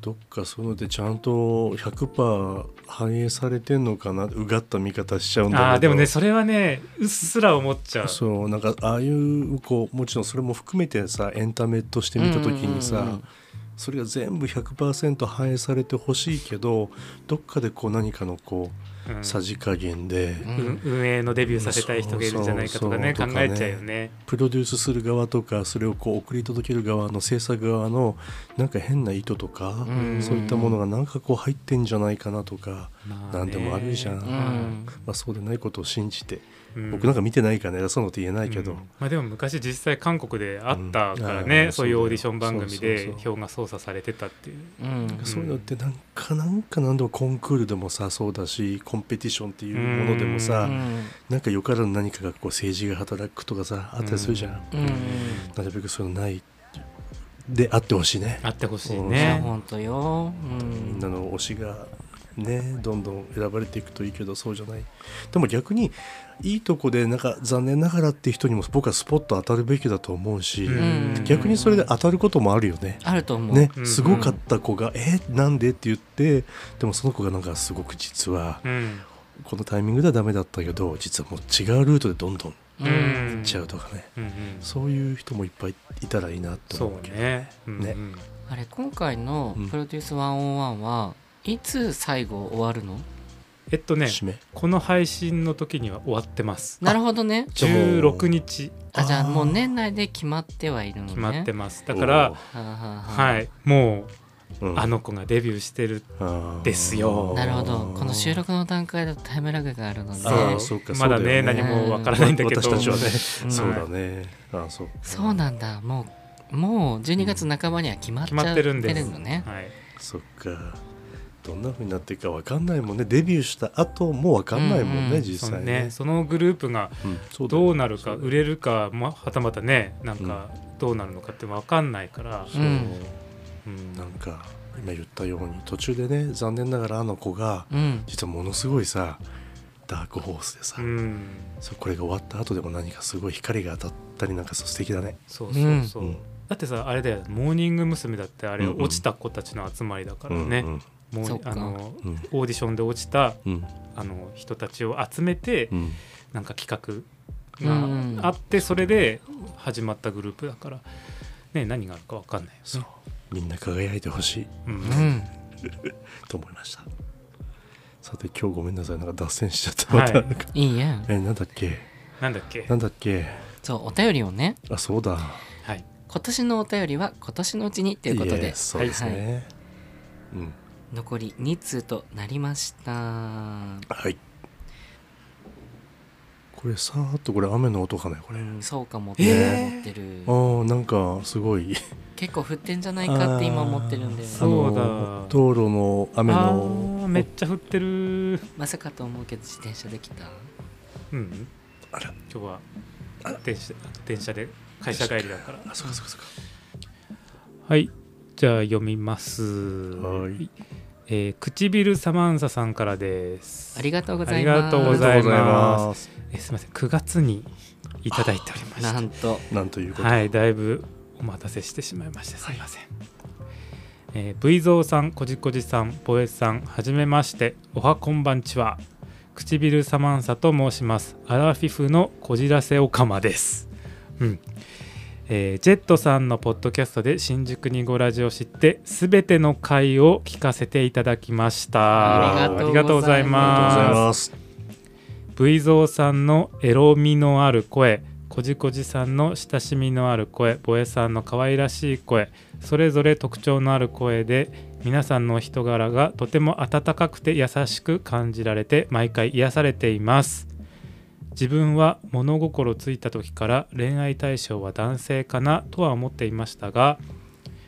[SPEAKER 3] どっかそういうのでちゃんと100%反映されてんのかなうがった見方しちゃうんだけど
[SPEAKER 1] あーでもねそれはねうっすら思っちゃう
[SPEAKER 3] そうなんかああいうこうもちろんそれも含めてさエンタメとして見た時にさ、
[SPEAKER 2] うんうんうん
[SPEAKER 3] それが全部100%反映されてほしいけどどっかでこう何かのこ
[SPEAKER 1] うん
[SPEAKER 3] うさじ加減で、
[SPEAKER 2] うん
[SPEAKER 1] うん運営のデビューさせたい人がいるんじゃないかとかね
[SPEAKER 3] そう
[SPEAKER 1] 考
[SPEAKER 3] そうそう
[SPEAKER 1] えちゃうよね。
[SPEAKER 3] プロデュースする側とかそれをこう送り届ける側の制作側のなんか変な意図とか、
[SPEAKER 2] うん
[SPEAKER 3] そういったものがなんかこう入ってんじゃないかなとか、
[SPEAKER 1] ま
[SPEAKER 3] なんでもあるじゃん
[SPEAKER 2] うん
[SPEAKER 3] まあ、そうでないことを信じて、
[SPEAKER 1] うん
[SPEAKER 3] 僕なんか見てないから偉そうなこと言えないけど、
[SPEAKER 1] うんまあ、でも昔実際韓国であったからね、
[SPEAKER 3] うん
[SPEAKER 1] そういうオーディション番組
[SPEAKER 3] そう
[SPEAKER 1] で
[SPEAKER 3] そうそ
[SPEAKER 1] 票が操作されてたっていう。
[SPEAKER 2] うん
[SPEAKER 3] なんかそういうのってなんかなんか何でもコンクールでもさそうだしコンペティションっていうものでもさ、
[SPEAKER 2] うん
[SPEAKER 3] なんかよからぬ何かがこう政治が働くとかさあったりするじゃん、
[SPEAKER 2] うんうん
[SPEAKER 3] なるべくそういうのないであってほしいね、
[SPEAKER 1] あってほしい
[SPEAKER 3] うん
[SPEAKER 2] いや
[SPEAKER 1] ね。
[SPEAKER 2] 本当よう
[SPEAKER 3] みん
[SPEAKER 2] ん
[SPEAKER 3] なの推しがねどんどん選ばれていくといいけどそうじゃないでも逆にいいとこでなんか残念ながらって人にも僕はスポット当たるべきだと思うし、
[SPEAKER 1] うん
[SPEAKER 3] 逆にそれで当たることもあるよね、
[SPEAKER 2] あると思う
[SPEAKER 3] ね
[SPEAKER 1] う、ん
[SPEAKER 3] すごかった子が「えなんで?」って言ってでもその子がなんかすごく実は
[SPEAKER 1] うん
[SPEAKER 3] このタイミングではダメだったけど実はもう違うルートでどんどん
[SPEAKER 1] うん
[SPEAKER 2] うん
[SPEAKER 3] 行っちゃうとかね、
[SPEAKER 1] うんうん
[SPEAKER 3] そういう人もいっぱいいたらいいなって
[SPEAKER 1] そ
[SPEAKER 3] 思う
[SPEAKER 1] う
[SPEAKER 3] けど
[SPEAKER 1] ね。うんうん
[SPEAKER 3] ね
[SPEAKER 2] あれ今回の
[SPEAKER 3] うん
[SPEAKER 2] プロデュース101はいつ最後終わるの
[SPEAKER 1] えっとね
[SPEAKER 3] 締め
[SPEAKER 1] この配信の時には終わってます。
[SPEAKER 2] なるほどね
[SPEAKER 3] じゃあもう
[SPEAKER 1] 16日
[SPEAKER 2] あじゃあもう
[SPEAKER 3] あー
[SPEAKER 2] 年内で決まってはいるのね
[SPEAKER 1] 決まってます。だか
[SPEAKER 3] お
[SPEAKER 1] ら
[SPEAKER 3] ー、
[SPEAKER 2] はあはあはあ
[SPEAKER 1] はい、も
[SPEAKER 3] う
[SPEAKER 1] うんあの子がデビューしてる。
[SPEAKER 3] あー
[SPEAKER 1] ですよ
[SPEAKER 2] なるほどこの収録の段階だとタイムラグがあるので
[SPEAKER 3] あーそうか
[SPEAKER 1] ま
[SPEAKER 3] そ
[SPEAKER 1] だね
[SPEAKER 3] うだよね
[SPEAKER 1] 何もわからないんだけど、
[SPEAKER 3] 私たちはね、
[SPEAKER 2] うん
[SPEAKER 3] そうだねあーそう
[SPEAKER 2] そうなんだもうもう12月半ばには決まっちゃ
[SPEAKER 1] 決ま
[SPEAKER 2] っ
[SPEAKER 1] ってて
[SPEAKER 2] るの
[SPEAKER 1] るん
[SPEAKER 2] ね
[SPEAKER 1] ですはい、
[SPEAKER 3] そっかどんな風になっていくかわかんないもんねデビューした後もわかんないもんね、
[SPEAKER 2] うん
[SPEAKER 3] 実
[SPEAKER 1] その
[SPEAKER 3] 際
[SPEAKER 1] ね
[SPEAKER 3] ね
[SPEAKER 1] そのグループが
[SPEAKER 3] うんそうだよ
[SPEAKER 1] どうなるか
[SPEAKER 3] そうだよ
[SPEAKER 1] 売れるか、ま、はたまたねなんかどうなるのかって分かんないから、
[SPEAKER 3] そう
[SPEAKER 2] うん
[SPEAKER 1] うん
[SPEAKER 3] なんか今言ったように途中でね残念ながらあの子が
[SPEAKER 2] うん
[SPEAKER 3] 実はものすごいさダークホースでさ、
[SPEAKER 1] うん
[SPEAKER 3] そうこれが終わった後でも何かすごい光が当たったりなんかそう素敵だね
[SPEAKER 1] そうそうそう、
[SPEAKER 3] うん
[SPEAKER 1] だってさあれだよモーニング娘。だってあれ
[SPEAKER 3] うんうん
[SPEAKER 1] 落ちた子たちの集まりだからね、
[SPEAKER 3] うん
[SPEAKER 1] も
[SPEAKER 2] そうっか
[SPEAKER 1] あの
[SPEAKER 3] うん
[SPEAKER 1] オーディションで落ちた
[SPEAKER 3] うん
[SPEAKER 1] あの人たちを集めて、
[SPEAKER 3] うん
[SPEAKER 1] なんか企
[SPEAKER 2] うん
[SPEAKER 1] 画があってそれで始まったグループだから、ね、何があるか分かんないよね
[SPEAKER 3] そうみんな輝いてほしい
[SPEAKER 1] うん
[SPEAKER 2] うん
[SPEAKER 3] と思いましたさて今日ごめんなさいなんか脱線しちゃったまた、
[SPEAKER 1] はい
[SPEAKER 3] なんか
[SPEAKER 2] いいやん
[SPEAKER 3] えなんだっけ
[SPEAKER 1] なんだっけ
[SPEAKER 3] なんだっけ
[SPEAKER 2] そうお便りをね
[SPEAKER 3] あそうだ
[SPEAKER 1] はい
[SPEAKER 2] 今年のお便りは今年のうちにということ
[SPEAKER 3] イ
[SPEAKER 2] で
[SPEAKER 3] エスそうですね、うん
[SPEAKER 2] 残り2通となりました
[SPEAKER 3] はいこれさーっとこれ雨の音かねこれ
[SPEAKER 2] うんそうかもって思ってる
[SPEAKER 3] あーなんかすごい
[SPEAKER 2] 結構振ってんじゃないかって今思ってるんだよね
[SPEAKER 1] あーそうだ
[SPEAKER 3] あの道路の雨
[SPEAKER 1] あ
[SPEAKER 3] の
[SPEAKER 1] ーめっちゃ降ってる
[SPEAKER 2] まさかと思うけど自転車できた
[SPEAKER 1] うん
[SPEAKER 3] あら
[SPEAKER 1] 今日は電車電車で会社帰りだから
[SPEAKER 3] あそうかそうかそうか
[SPEAKER 1] はいじゃあ読みます
[SPEAKER 3] はい、
[SPEAKER 1] えー唇サマンサさんからです
[SPEAKER 2] ありがとうございます
[SPEAKER 1] ありがとうご
[SPEAKER 3] あ
[SPEAKER 1] ざ
[SPEAKER 3] りがとう
[SPEAKER 1] い
[SPEAKER 3] ござい
[SPEAKER 1] ま
[SPEAKER 3] ます
[SPEAKER 1] すえーすみません9月にいただいておりま
[SPEAKER 2] な
[SPEAKER 1] し
[SPEAKER 2] んと
[SPEAKER 3] なんというこ
[SPEAKER 1] た
[SPEAKER 3] と、
[SPEAKER 1] はいだいぶお待たせしてしまいましたすみません、えー、V ゾウさんこじこじさんぼえさんはじめましておはこんばんちは唇サマンサと申しますアラフィフのこじらせおかまですうんえージェットさんのポッドキャストで新宿にごラジを知ってすべての回を聞かせていただきました
[SPEAKER 3] ありがとうございます
[SPEAKER 1] あり
[SPEAKER 3] ありがとうご
[SPEAKER 1] がとうござい
[SPEAKER 3] ざい
[SPEAKER 1] ます
[SPEAKER 3] ます。
[SPEAKER 1] V ゾウさんのエロみのある声こじこじさんの親しみのある声ボエさんの可愛らしい声それぞれ特徴のある声で皆さんのお人柄がとても温かくて優しく感じられて毎回癒されています自分は物心ついた時から恋愛対象は男性かなとは思っていましたが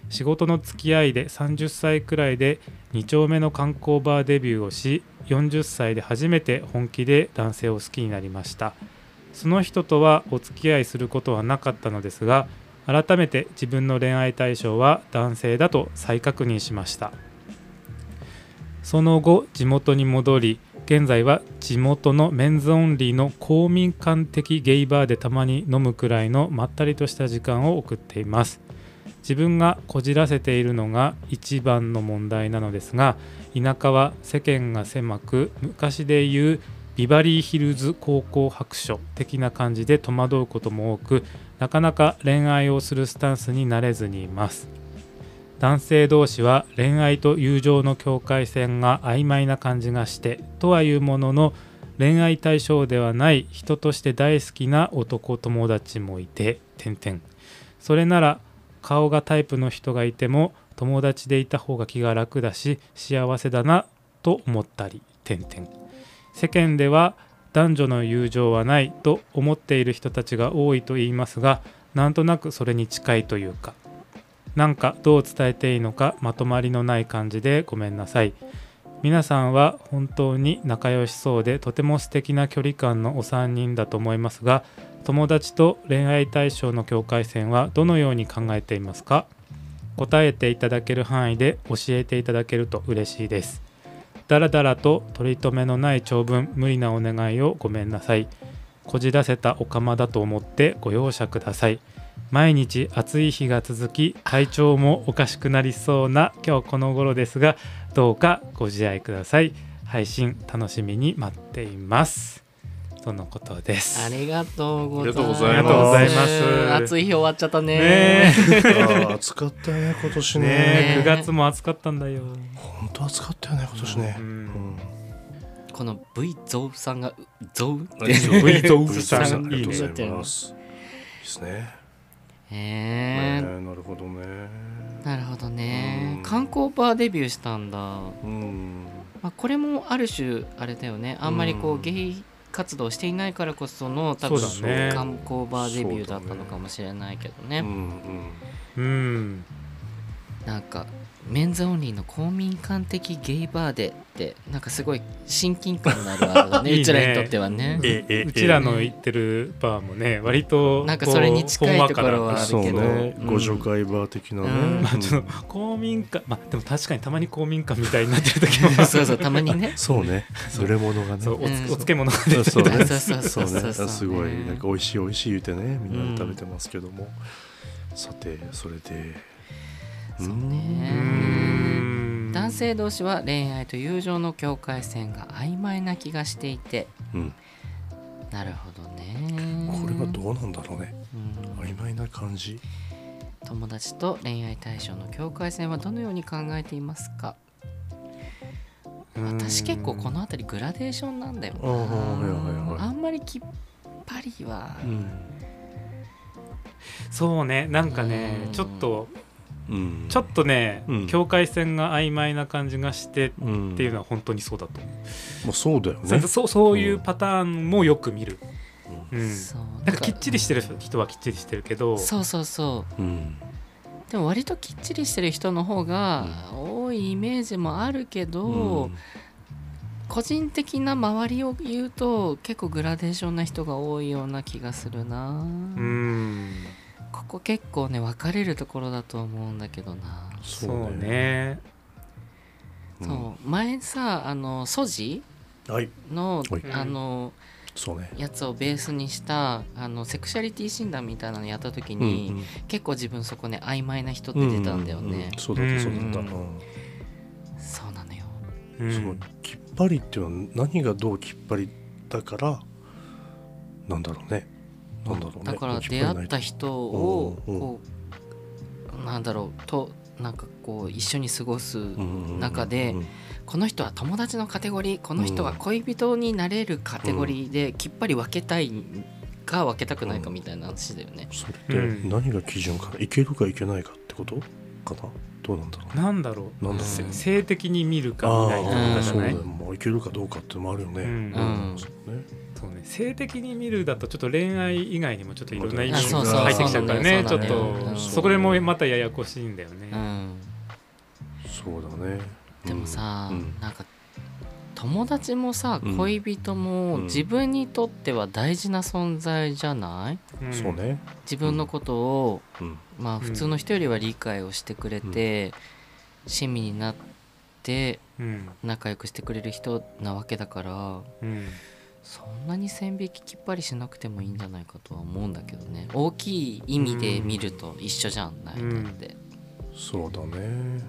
[SPEAKER 1] 仕事の付き合いで30歳くらいで2丁目の観光バーデビューをし40歳で初めて本気で男性を好きになりましたその人とはお付き合いすることはなかったのですが改めて自分の恋愛対象は男性だと再確認しましたその後地元に戻り現在は地元のメンズオンリーの公民館的ゲイバーでたまに飲むくらいのまったりとした時間を送っています自分がこじらせているのが一番の問題なのですが田舎は世間が狭く昔で言うビバリーヒルズ高校白書的な感じで戸惑うことも多くなかなか恋愛をするスタンスになれずにいます男性同士は恋愛と友情の境界線が曖昧な感じがしてとはいうものの恋愛対象ではない人として大好きな男友達もいて点々それなら顔がタイプの人がいても友達でいた方が気が楽だし幸せだなと思ったり点々世間では男女の友情はないと思っている人たちが多いと言いますがなんとなくそれに近いというかなんかどう伝えていいのかまとまりのない感じでごめんなさい皆さんは本当に仲良しそうでとても素敵な距離感のお三人だと思いますが友達と恋愛対象の境界線はどのように考えていますか答えていただける範囲で教えていただけると嬉しいですだらだらと取り留めのない長文無理なお願いをごめんなさいこじらせたおかまだと思ってご容赦ください毎日暑い日が続き体調もおかしくなりそうな今日この頃ですがどうかご自愛ください配信楽しみに待っていますとのことです
[SPEAKER 2] ありがとうございます。
[SPEAKER 1] ありがとうございます
[SPEAKER 2] 暑い日終わっちゃったね。
[SPEAKER 1] ねえ
[SPEAKER 3] あー暑かったね今年ね
[SPEAKER 1] ねえ
[SPEAKER 2] ね
[SPEAKER 1] 9月も暑かったんだよ。
[SPEAKER 3] 本当暑かったよね今年ね。
[SPEAKER 1] う
[SPEAKER 3] うんん
[SPEAKER 2] この V ゾウさんがゾウ
[SPEAKER 3] ありがとうございます
[SPEAKER 1] さん
[SPEAKER 3] ありがとうございます。ですね。
[SPEAKER 2] へえ
[SPEAKER 3] ねなるほどね。
[SPEAKER 2] なるほどね
[SPEAKER 3] うん
[SPEAKER 2] 観光バーデビューしたんだ、ま
[SPEAKER 3] うん。
[SPEAKER 2] あ、これもある種あれだよねあんまりこ
[SPEAKER 3] う
[SPEAKER 2] うんゲイ活動していないからこその多
[SPEAKER 1] そう
[SPEAKER 2] 分
[SPEAKER 1] だね
[SPEAKER 2] 観光バーデビューだったのかもしれないけどね
[SPEAKER 3] うんうん。
[SPEAKER 1] うん。
[SPEAKER 2] なんかメンズオンリーの公民館的ゲイバーでってなんかすごい親近感のあるワードだね
[SPEAKER 1] いいね
[SPEAKER 2] うちらにとってはね
[SPEAKER 3] ええ
[SPEAKER 1] うちらの行ってるバーもね、割と
[SPEAKER 2] なんかそれに近いところは
[SPEAKER 1] こうほんわかな
[SPEAKER 3] そうね
[SPEAKER 2] うん。
[SPEAKER 3] ご助会バー的なね
[SPEAKER 2] うん。
[SPEAKER 1] まあちょっと公民館、まあでも確かにたまに公民館みたいになってる 時も
[SPEAKER 2] そうそうたまにね
[SPEAKER 3] そうね。売れ物がね。
[SPEAKER 1] そうお
[SPEAKER 2] う
[SPEAKER 1] つ
[SPEAKER 2] ん
[SPEAKER 1] お漬物が
[SPEAKER 3] そうそ
[SPEAKER 1] 出て
[SPEAKER 3] う
[SPEAKER 1] る。
[SPEAKER 3] ね
[SPEAKER 2] そうそうそ
[SPEAKER 3] そうう
[SPEAKER 2] そう
[SPEAKER 3] ね。あすごいなんか美味しい美味しい言うてねみんなで食べてますけども。さてそれで。
[SPEAKER 2] そう
[SPEAKER 1] う
[SPEAKER 2] ね
[SPEAKER 1] ーん
[SPEAKER 2] 男性同士は恋愛と友情の境界線が曖昧な気がしていて
[SPEAKER 3] うん。うん
[SPEAKER 2] なるほどね
[SPEAKER 3] これはどうなんだろうね。
[SPEAKER 2] うん
[SPEAKER 3] 曖昧な感じ。
[SPEAKER 2] 友達と恋愛対象の境界線はどのように考えていますか私結構この辺りグラデーションなんだよ
[SPEAKER 3] ああはいはいはい
[SPEAKER 2] あんまりきっぱりは
[SPEAKER 3] うん。
[SPEAKER 1] そうね、なんかね
[SPEAKER 2] う、ん
[SPEAKER 1] ちょっと
[SPEAKER 3] うん
[SPEAKER 1] ちょっとね
[SPEAKER 3] う、ん
[SPEAKER 1] 境界線が曖昧な感じがして。
[SPEAKER 3] っ
[SPEAKER 1] っていうの
[SPEAKER 3] は、
[SPEAKER 1] は本当にそうだと思
[SPEAKER 3] まあ、そうだよ
[SPEAKER 1] う、そ
[SPEAKER 3] ね
[SPEAKER 1] うそうそういうパターンもよく見る、うん
[SPEAKER 2] そう
[SPEAKER 1] なんかきっちりしてる人はきっちりしてるけど
[SPEAKER 2] そうそうそう
[SPEAKER 3] うん
[SPEAKER 2] でも割ときっちりしてる人の方が多いイメージもあるけど、
[SPEAKER 3] うん
[SPEAKER 2] 個人的な周りを言うと結構グラデーションな人が多いような気がするな、
[SPEAKER 1] うん
[SPEAKER 2] ここ結構ね分かれるところだと思うんだけどな、
[SPEAKER 1] そうね
[SPEAKER 3] うん
[SPEAKER 2] そう前さあのソジ
[SPEAKER 3] はい
[SPEAKER 2] の、
[SPEAKER 3] はい
[SPEAKER 2] あの
[SPEAKER 3] そうね
[SPEAKER 2] やつをベースにしたあのセクシャリティ診断みたいなのやった時
[SPEAKER 3] うん
[SPEAKER 2] に、
[SPEAKER 3] うん
[SPEAKER 2] 結構自分そこね曖昧な人って出たんだよね、
[SPEAKER 3] うううそうだったそうだった、
[SPEAKER 1] う
[SPEAKER 3] うんん
[SPEAKER 2] そうなのよ
[SPEAKER 1] うん
[SPEAKER 3] そのきっぱりっていうのは何がどうきっぱりだからなんだろうねなんだろうね
[SPEAKER 2] だから
[SPEAKER 3] きぱり
[SPEAKER 2] 出
[SPEAKER 3] ないと
[SPEAKER 2] 会った人を
[SPEAKER 3] うんうん
[SPEAKER 2] こうなんだろうとなんかこう一緒に過ごす中で
[SPEAKER 3] うんうん
[SPEAKER 2] この人は友達のカテゴリーこの人は恋人になれるカテゴリーできっぱり分けたいか分けたくないかみたいな話だよね。
[SPEAKER 3] それっ
[SPEAKER 1] う
[SPEAKER 3] て
[SPEAKER 1] ん
[SPEAKER 3] 何が基準かな、いけるかいけないかってことかなどうなんだろうね
[SPEAKER 1] なんだろう
[SPEAKER 3] なんだろう
[SPEAKER 1] せ性的に見るか見ない
[SPEAKER 2] ん
[SPEAKER 1] か
[SPEAKER 3] あー
[SPEAKER 1] じゃ
[SPEAKER 3] そう
[SPEAKER 1] な
[SPEAKER 3] だ
[SPEAKER 1] い
[SPEAKER 3] よもういけるかどうかってのもあるよね、
[SPEAKER 1] うん
[SPEAKER 2] うん
[SPEAKER 3] そうね
[SPEAKER 1] そうね性的に見るだとちょっと恋愛以外にもちょっといろんな意味
[SPEAKER 3] あそうそう
[SPEAKER 1] が入ってきちゃうからねち
[SPEAKER 2] そう
[SPEAKER 1] ょっ
[SPEAKER 2] なんだよそうなんだよ
[SPEAKER 1] とそこでもまたややこしいんだよね、
[SPEAKER 2] うん
[SPEAKER 3] そうだね
[SPEAKER 2] でもさ、
[SPEAKER 3] うん
[SPEAKER 2] なんか友達もさ
[SPEAKER 3] うん
[SPEAKER 2] 恋人も
[SPEAKER 3] うん
[SPEAKER 2] 自分にとっては大事な存在じゃない
[SPEAKER 1] うん
[SPEAKER 3] そうね、
[SPEAKER 2] 自分のことを、
[SPEAKER 3] うん
[SPEAKER 2] まあ、普通の人よりは理解をしてくれて、親身になって
[SPEAKER 1] うん
[SPEAKER 2] 仲良くしてくれる人なわけだから
[SPEAKER 1] うん
[SPEAKER 2] そんなに線引ききっぱりしなくてもいいんじゃないかとは思うんだけどね大きい意味で見ると一緒じゃんない
[SPEAKER 1] うん
[SPEAKER 2] だって、
[SPEAKER 3] そうだね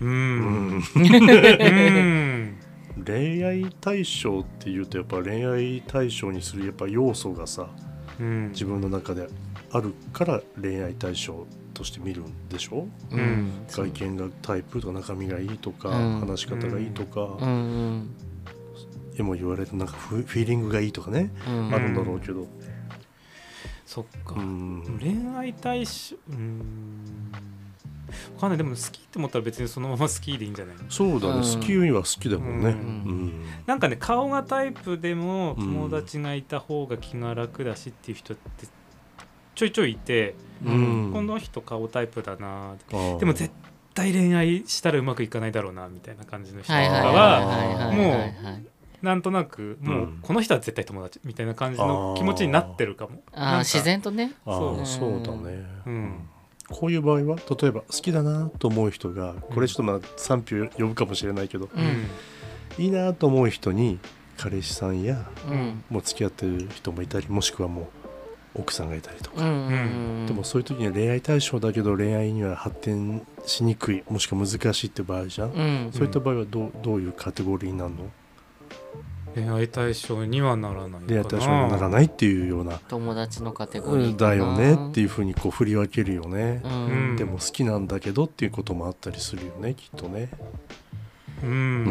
[SPEAKER 1] う
[SPEAKER 3] うんん
[SPEAKER 1] うん
[SPEAKER 3] 恋愛対象っていうとやっぱ恋愛対象にするやっぱ要素がさ
[SPEAKER 1] うん
[SPEAKER 3] 自分の中であるから恋愛対象として見るんでしょ
[SPEAKER 1] うん
[SPEAKER 3] 外見がタイプとか中身がいいとか、
[SPEAKER 2] うん
[SPEAKER 3] 話し方がいいと
[SPEAKER 2] う
[SPEAKER 3] か、
[SPEAKER 2] んうん
[SPEAKER 3] 今言われたなんかフフィーリングがいいとかね、
[SPEAKER 2] うん
[SPEAKER 3] あるんだろうけど、
[SPEAKER 1] そっか、
[SPEAKER 3] うん
[SPEAKER 1] 恋愛対象うんわかんないでも好きって思ったら別にそのまま好きでいいんじゃない
[SPEAKER 3] そうだ
[SPEAKER 2] う
[SPEAKER 3] ね、
[SPEAKER 2] ん
[SPEAKER 3] 好きには好きだもんね、
[SPEAKER 1] う
[SPEAKER 3] う
[SPEAKER 1] ん
[SPEAKER 3] ん
[SPEAKER 1] なんかね顔がタイプでも
[SPEAKER 3] うん
[SPEAKER 1] 友達がいた方が気が楽だしっていう人ってちょいちょいいて、
[SPEAKER 3] うん
[SPEAKER 1] この人顔タイプだなって
[SPEAKER 3] あー
[SPEAKER 1] でも絶対恋愛したらうまくいかないだろうなみたいな感じの人とか
[SPEAKER 2] はいはいはい
[SPEAKER 1] は
[SPEAKER 2] はいはいはいはい
[SPEAKER 1] なんとなくもう
[SPEAKER 3] うん
[SPEAKER 1] この人は絶対友達みたいな感じの気持ちになってるかも。
[SPEAKER 2] あー自然とね
[SPEAKER 3] あー
[SPEAKER 2] そう
[SPEAKER 3] そうだね、
[SPEAKER 1] うん
[SPEAKER 3] こういう場合は例えば好きだなと思う人がこれちょっとまあ賛否を呼ぶかもしれないけど、
[SPEAKER 2] うん
[SPEAKER 3] いいなと思う人に彼氏さんや
[SPEAKER 2] うん
[SPEAKER 3] もう付き合ってる人もいたりもしくはもう奥さんがいたりと
[SPEAKER 2] うん
[SPEAKER 3] か、
[SPEAKER 2] うんうん
[SPEAKER 3] でもそういう時には恋愛対象だけど恋愛には発展しにくいもしくは難しいって場合じゃん、
[SPEAKER 2] うん
[SPEAKER 3] そういった場合はどうどういうカテゴリーになるの
[SPEAKER 1] 恋愛対象にはならないかな。
[SPEAKER 3] 恋愛対象にならないっていうような
[SPEAKER 2] 友達のカテゴリ
[SPEAKER 3] う
[SPEAKER 2] ー
[SPEAKER 3] ん
[SPEAKER 2] かな
[SPEAKER 3] だよねっていうふうにこう振り分けるよね
[SPEAKER 2] う、
[SPEAKER 1] うんん
[SPEAKER 3] でも好きなんだけどっていうこともあったりするよねきっとね、
[SPEAKER 1] うん。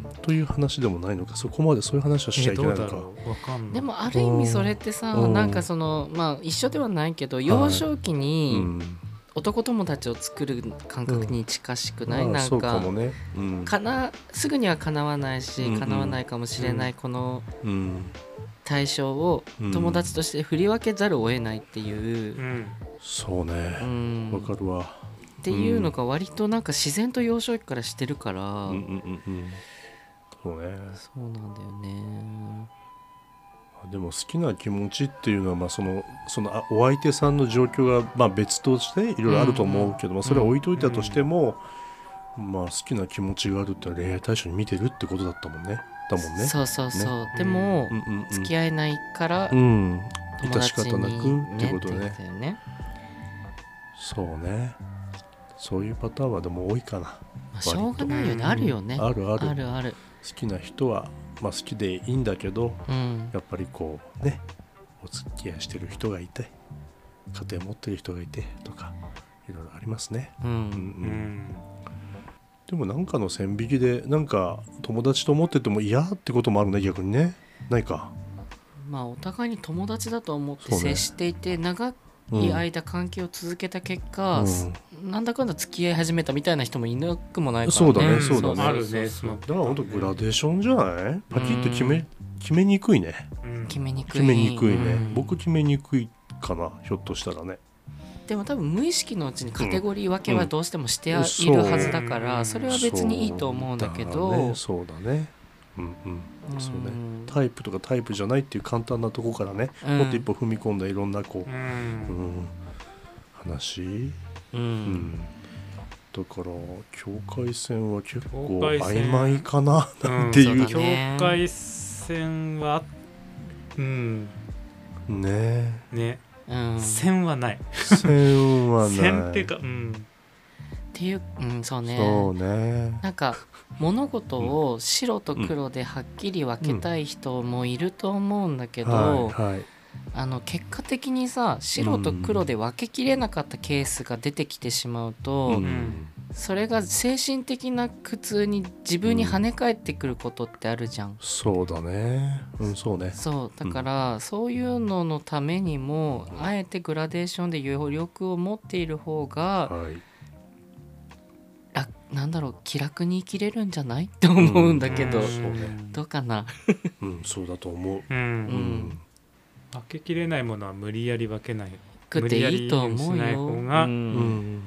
[SPEAKER 2] ん
[SPEAKER 3] という話でもないのかそこまでそういう話はしちゃ
[SPEAKER 1] え
[SPEAKER 3] いけ
[SPEAKER 1] ど
[SPEAKER 3] な
[SPEAKER 1] う
[SPEAKER 3] いの
[SPEAKER 1] だ
[SPEAKER 3] か
[SPEAKER 1] ろうわかんない。
[SPEAKER 2] でもある意味それってさ
[SPEAKER 3] うん
[SPEAKER 2] なんかそのまあ一緒ではないけど幼少期
[SPEAKER 3] う
[SPEAKER 2] に
[SPEAKER 3] ん
[SPEAKER 2] 男友達を作る感覚に近しくない
[SPEAKER 3] まあ
[SPEAKER 2] な
[SPEAKER 3] そ
[SPEAKER 2] ん
[SPEAKER 3] うかも
[SPEAKER 2] か
[SPEAKER 3] ね、うん
[SPEAKER 2] かなすぐにはかなわない
[SPEAKER 3] うんう
[SPEAKER 2] し
[SPEAKER 3] ん
[SPEAKER 2] かなわないかもしれないこの
[SPEAKER 3] うん
[SPEAKER 2] 対象を友達として振り分けざるを得ないっていう
[SPEAKER 1] う、ん。
[SPEAKER 3] そう
[SPEAKER 2] う
[SPEAKER 3] ね
[SPEAKER 2] ん
[SPEAKER 3] わ、かるわ、
[SPEAKER 2] っていうのが割となんか自然と幼少期からしてるから、
[SPEAKER 3] うんうんうんうんそうね
[SPEAKER 2] そうなんだよね
[SPEAKER 3] でも好きな気持ちっていうのは、まあ、そのそのあお相手さんの状況が、まあ、別としていろいろあると思うけど、まあ、それは置いといたとしても、まあ、好きな気持ちがあるってのは恋愛対象に見てるってことだったもんねだもんね。
[SPEAKER 2] そうそうそう、
[SPEAKER 3] ね
[SPEAKER 2] でも、
[SPEAKER 3] うんうんうん
[SPEAKER 2] 付き合えないから
[SPEAKER 3] うん、
[SPEAKER 2] 友
[SPEAKER 3] 致し
[SPEAKER 2] 達
[SPEAKER 3] 方な
[SPEAKER 2] に、
[SPEAKER 3] くっ
[SPEAKER 2] ね、
[SPEAKER 3] てこと
[SPEAKER 2] って
[SPEAKER 3] ね
[SPEAKER 2] 言ってたよね
[SPEAKER 3] そうねそういうパターンはでも多いかな
[SPEAKER 2] まあ、しょうがないよねあるよね、
[SPEAKER 3] あるある
[SPEAKER 2] あるある
[SPEAKER 3] 好きな人は、まあ、好きでいいんだけど
[SPEAKER 2] うん
[SPEAKER 3] やっぱりこうねお付き合いしてる人がいて家庭持ってる人がいてとかいろいろありますね。
[SPEAKER 2] う
[SPEAKER 3] うん
[SPEAKER 2] ん
[SPEAKER 1] う
[SPEAKER 3] うん
[SPEAKER 1] ん。
[SPEAKER 3] でもなんかの線引きでなんか友達と思ってても嫌ってこともあるね逆にねないか
[SPEAKER 2] まあお互いに友達だと思って
[SPEAKER 3] そうね
[SPEAKER 2] 接していて、長い間関係を続けた結果、なんだかんだ付き合い始めたみたいな人もいなくもないからね
[SPEAKER 3] そうだね
[SPEAKER 1] ん
[SPEAKER 3] そうだね
[SPEAKER 1] あるね。その
[SPEAKER 3] だから本当グラデーションじゃないパキッと決め決めにくいね
[SPEAKER 1] うん
[SPEAKER 2] 決めにくい
[SPEAKER 3] 決めにくいね、
[SPEAKER 2] うん
[SPEAKER 3] 僕決めにくいかなひょっとしたらね
[SPEAKER 2] でも多分無意識のうちにカテゴリー分けはどうしてもして
[SPEAKER 3] う
[SPEAKER 2] あ
[SPEAKER 3] ん
[SPEAKER 2] いるはずだから、
[SPEAKER 1] うん
[SPEAKER 2] それは別にいいと思うんだけ
[SPEAKER 3] そうね
[SPEAKER 2] ど
[SPEAKER 3] そうだねうんうん
[SPEAKER 2] うん
[SPEAKER 3] そうねタイプとかタイプじゃないっていう簡単なとこからね、
[SPEAKER 2] うん
[SPEAKER 3] もっと一歩踏み込んだいろんなこ
[SPEAKER 1] う。
[SPEAKER 3] う、うんん、話
[SPEAKER 2] う
[SPEAKER 3] うんんだから境界線は結構
[SPEAKER 1] 境界
[SPEAKER 3] 曖
[SPEAKER 1] 線
[SPEAKER 3] 昧かな
[SPEAKER 1] うん
[SPEAKER 3] っていう
[SPEAKER 2] そうだね
[SPEAKER 1] 境界線はうん
[SPEAKER 3] ね
[SPEAKER 1] ね、
[SPEAKER 2] うん、
[SPEAKER 1] 線はない
[SPEAKER 3] え線はない
[SPEAKER 1] 線っていうかうん
[SPEAKER 2] っていう、うん、そうね
[SPEAKER 3] そうね
[SPEAKER 2] なんか物事を白と黒ではっきり分けたい人もいると思うんだけど、
[SPEAKER 3] はいはい
[SPEAKER 2] あの結果的にさ白と黒で分けきれなかったケースが出てきてしまうと、
[SPEAKER 3] うん
[SPEAKER 1] ん
[SPEAKER 2] それが精神的な苦痛に自分に跳ね返ってくることってあるじゃん。
[SPEAKER 3] そうだねうんそうね
[SPEAKER 2] そうだから、そういうののためにもあえてグラデーションで余力を持っている方が
[SPEAKER 3] はい
[SPEAKER 2] 楽なんだろう気楽に生きれるんじゃないって思うんだけど、
[SPEAKER 3] うんそうね
[SPEAKER 2] どうかな
[SPEAKER 3] うんそうだと思う
[SPEAKER 1] うん、
[SPEAKER 2] うん
[SPEAKER 1] 分けきれないものは無理やり分けない
[SPEAKER 2] くていいと思う
[SPEAKER 1] 無理やりしない
[SPEAKER 2] よ。
[SPEAKER 1] 方が
[SPEAKER 2] う
[SPEAKER 3] うんん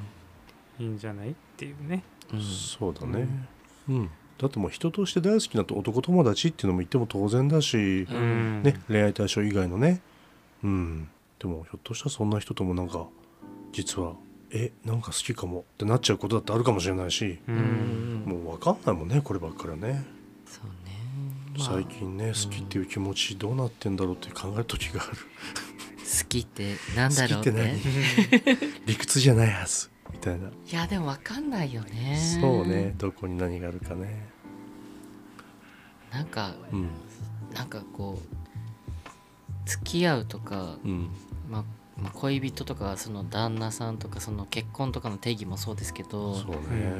[SPEAKER 1] いいんじゃないっていうね
[SPEAKER 2] うん
[SPEAKER 3] そうだねうんだってもう人として大好きなと男友達っていうのも言っても当然だし
[SPEAKER 2] うん
[SPEAKER 3] ね恋愛対象以外のねうんでもひょっとしたらそんな人ともなんか実はえなんか好きかもってなっちゃうことだってあるかもしれないし
[SPEAKER 1] う
[SPEAKER 2] うんん
[SPEAKER 3] もう分かんないもんねこればっかりはね
[SPEAKER 2] そうね、まあ
[SPEAKER 3] 最近ね好きっていう気持ちどうなってんだろうって考える時がある
[SPEAKER 2] 好きってなんだ
[SPEAKER 3] 好き
[SPEAKER 2] ろ
[SPEAKER 3] っ
[SPEAKER 2] う
[SPEAKER 3] て
[SPEAKER 2] ね
[SPEAKER 3] 何理屈じゃないはずみたいない
[SPEAKER 2] やでもわかんないよね
[SPEAKER 3] そうねどこに何があるかね
[SPEAKER 2] なんか
[SPEAKER 3] うん
[SPEAKER 2] なんかこう付き合うとか、
[SPEAKER 3] うん
[SPEAKER 2] まあまあ、恋人とかその旦那さんとかその結婚とかの定義もそうですけど
[SPEAKER 3] そうね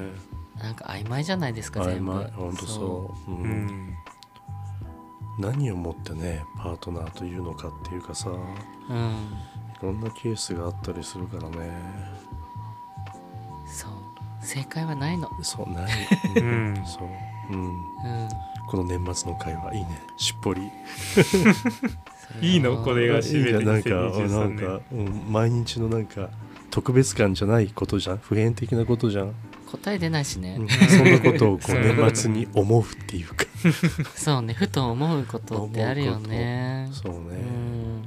[SPEAKER 2] なんか曖昧じゃないですか
[SPEAKER 3] 曖
[SPEAKER 2] 全部
[SPEAKER 3] 昧ほんとそうう
[SPEAKER 1] うんん
[SPEAKER 3] 何をもってねパートナーというのかっていうかさ
[SPEAKER 2] ううん
[SPEAKER 3] いろんなケースがあったりするからね
[SPEAKER 2] そう正解はないの
[SPEAKER 3] そうない
[SPEAKER 1] う
[SPEAKER 3] うん
[SPEAKER 1] ん
[SPEAKER 3] そううん
[SPEAKER 2] うん
[SPEAKER 3] この年末の会はいいねしっぽり
[SPEAKER 2] それはい
[SPEAKER 1] いのこれが
[SPEAKER 3] いいね
[SPEAKER 1] 締
[SPEAKER 3] な
[SPEAKER 1] め
[SPEAKER 3] ん
[SPEAKER 1] て
[SPEAKER 3] かな
[SPEAKER 1] 2023
[SPEAKER 3] んか
[SPEAKER 1] 年、
[SPEAKER 3] うん毎日のなんか特別感じゃないことじゃん普遍的なことじゃん、
[SPEAKER 2] 答え出ないしね、
[SPEAKER 3] うんそんなことをこう
[SPEAKER 1] うん
[SPEAKER 3] 年末に思うっていうか
[SPEAKER 2] そうねふと思うことってあるよね
[SPEAKER 3] そう
[SPEAKER 2] う
[SPEAKER 3] ね、
[SPEAKER 2] ん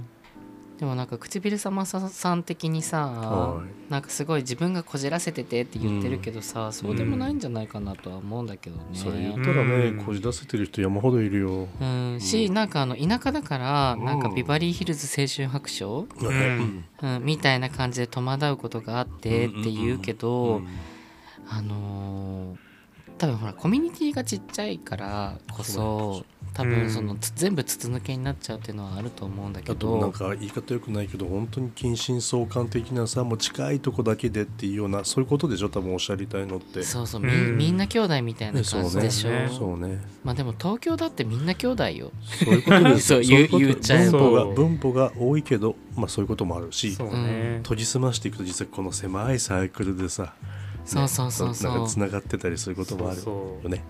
[SPEAKER 2] でもなんか唇さまささん的にさ、
[SPEAKER 3] はい
[SPEAKER 2] なんかすごい自分がこじらせててって言ってるけどさ、そうでもないんじゃないかなとは思うんだけどね。
[SPEAKER 3] それ言ったらね、
[SPEAKER 1] うん
[SPEAKER 3] こじ出せてる人山ほどいるよ、
[SPEAKER 2] うん、しなんかあの田舎だから、なんかビバリーヒルズ青春白書、
[SPEAKER 3] うん
[SPEAKER 2] うん、みたいな感じで戸惑うことがあってって言うけど、あのー多分ほらコミュニティがちっちゃいからこそ多分その、
[SPEAKER 1] うん
[SPEAKER 2] つ全部筒抜けになっちゃうっていうのはあると思うんだけ
[SPEAKER 3] あとな
[SPEAKER 2] ど
[SPEAKER 3] んか言い方よくないけど本当に近親相関的なさもう近いとこだけでっていうようなそういうことでしょ多分おっしゃりたいのって
[SPEAKER 2] そうそうみ,、
[SPEAKER 1] うん
[SPEAKER 2] ん、みんな兄弟みたいな
[SPEAKER 3] そう
[SPEAKER 2] 感
[SPEAKER 3] ね
[SPEAKER 2] じでしょ、
[SPEAKER 3] そうね
[SPEAKER 2] まあでも東京だってみんな兄弟よ。
[SPEAKER 3] そういうことです
[SPEAKER 2] そう言う言っちゃえ
[SPEAKER 1] ば
[SPEAKER 3] 文法が文法が多いけど、まあ、そういうこともあるし
[SPEAKER 1] そうね
[SPEAKER 3] 研ぎ澄ましていくと実はこの狭いサークルでさ、
[SPEAKER 2] そうそうそうそう
[SPEAKER 3] なんかつながってたりすることもある
[SPEAKER 1] そうそう
[SPEAKER 3] よね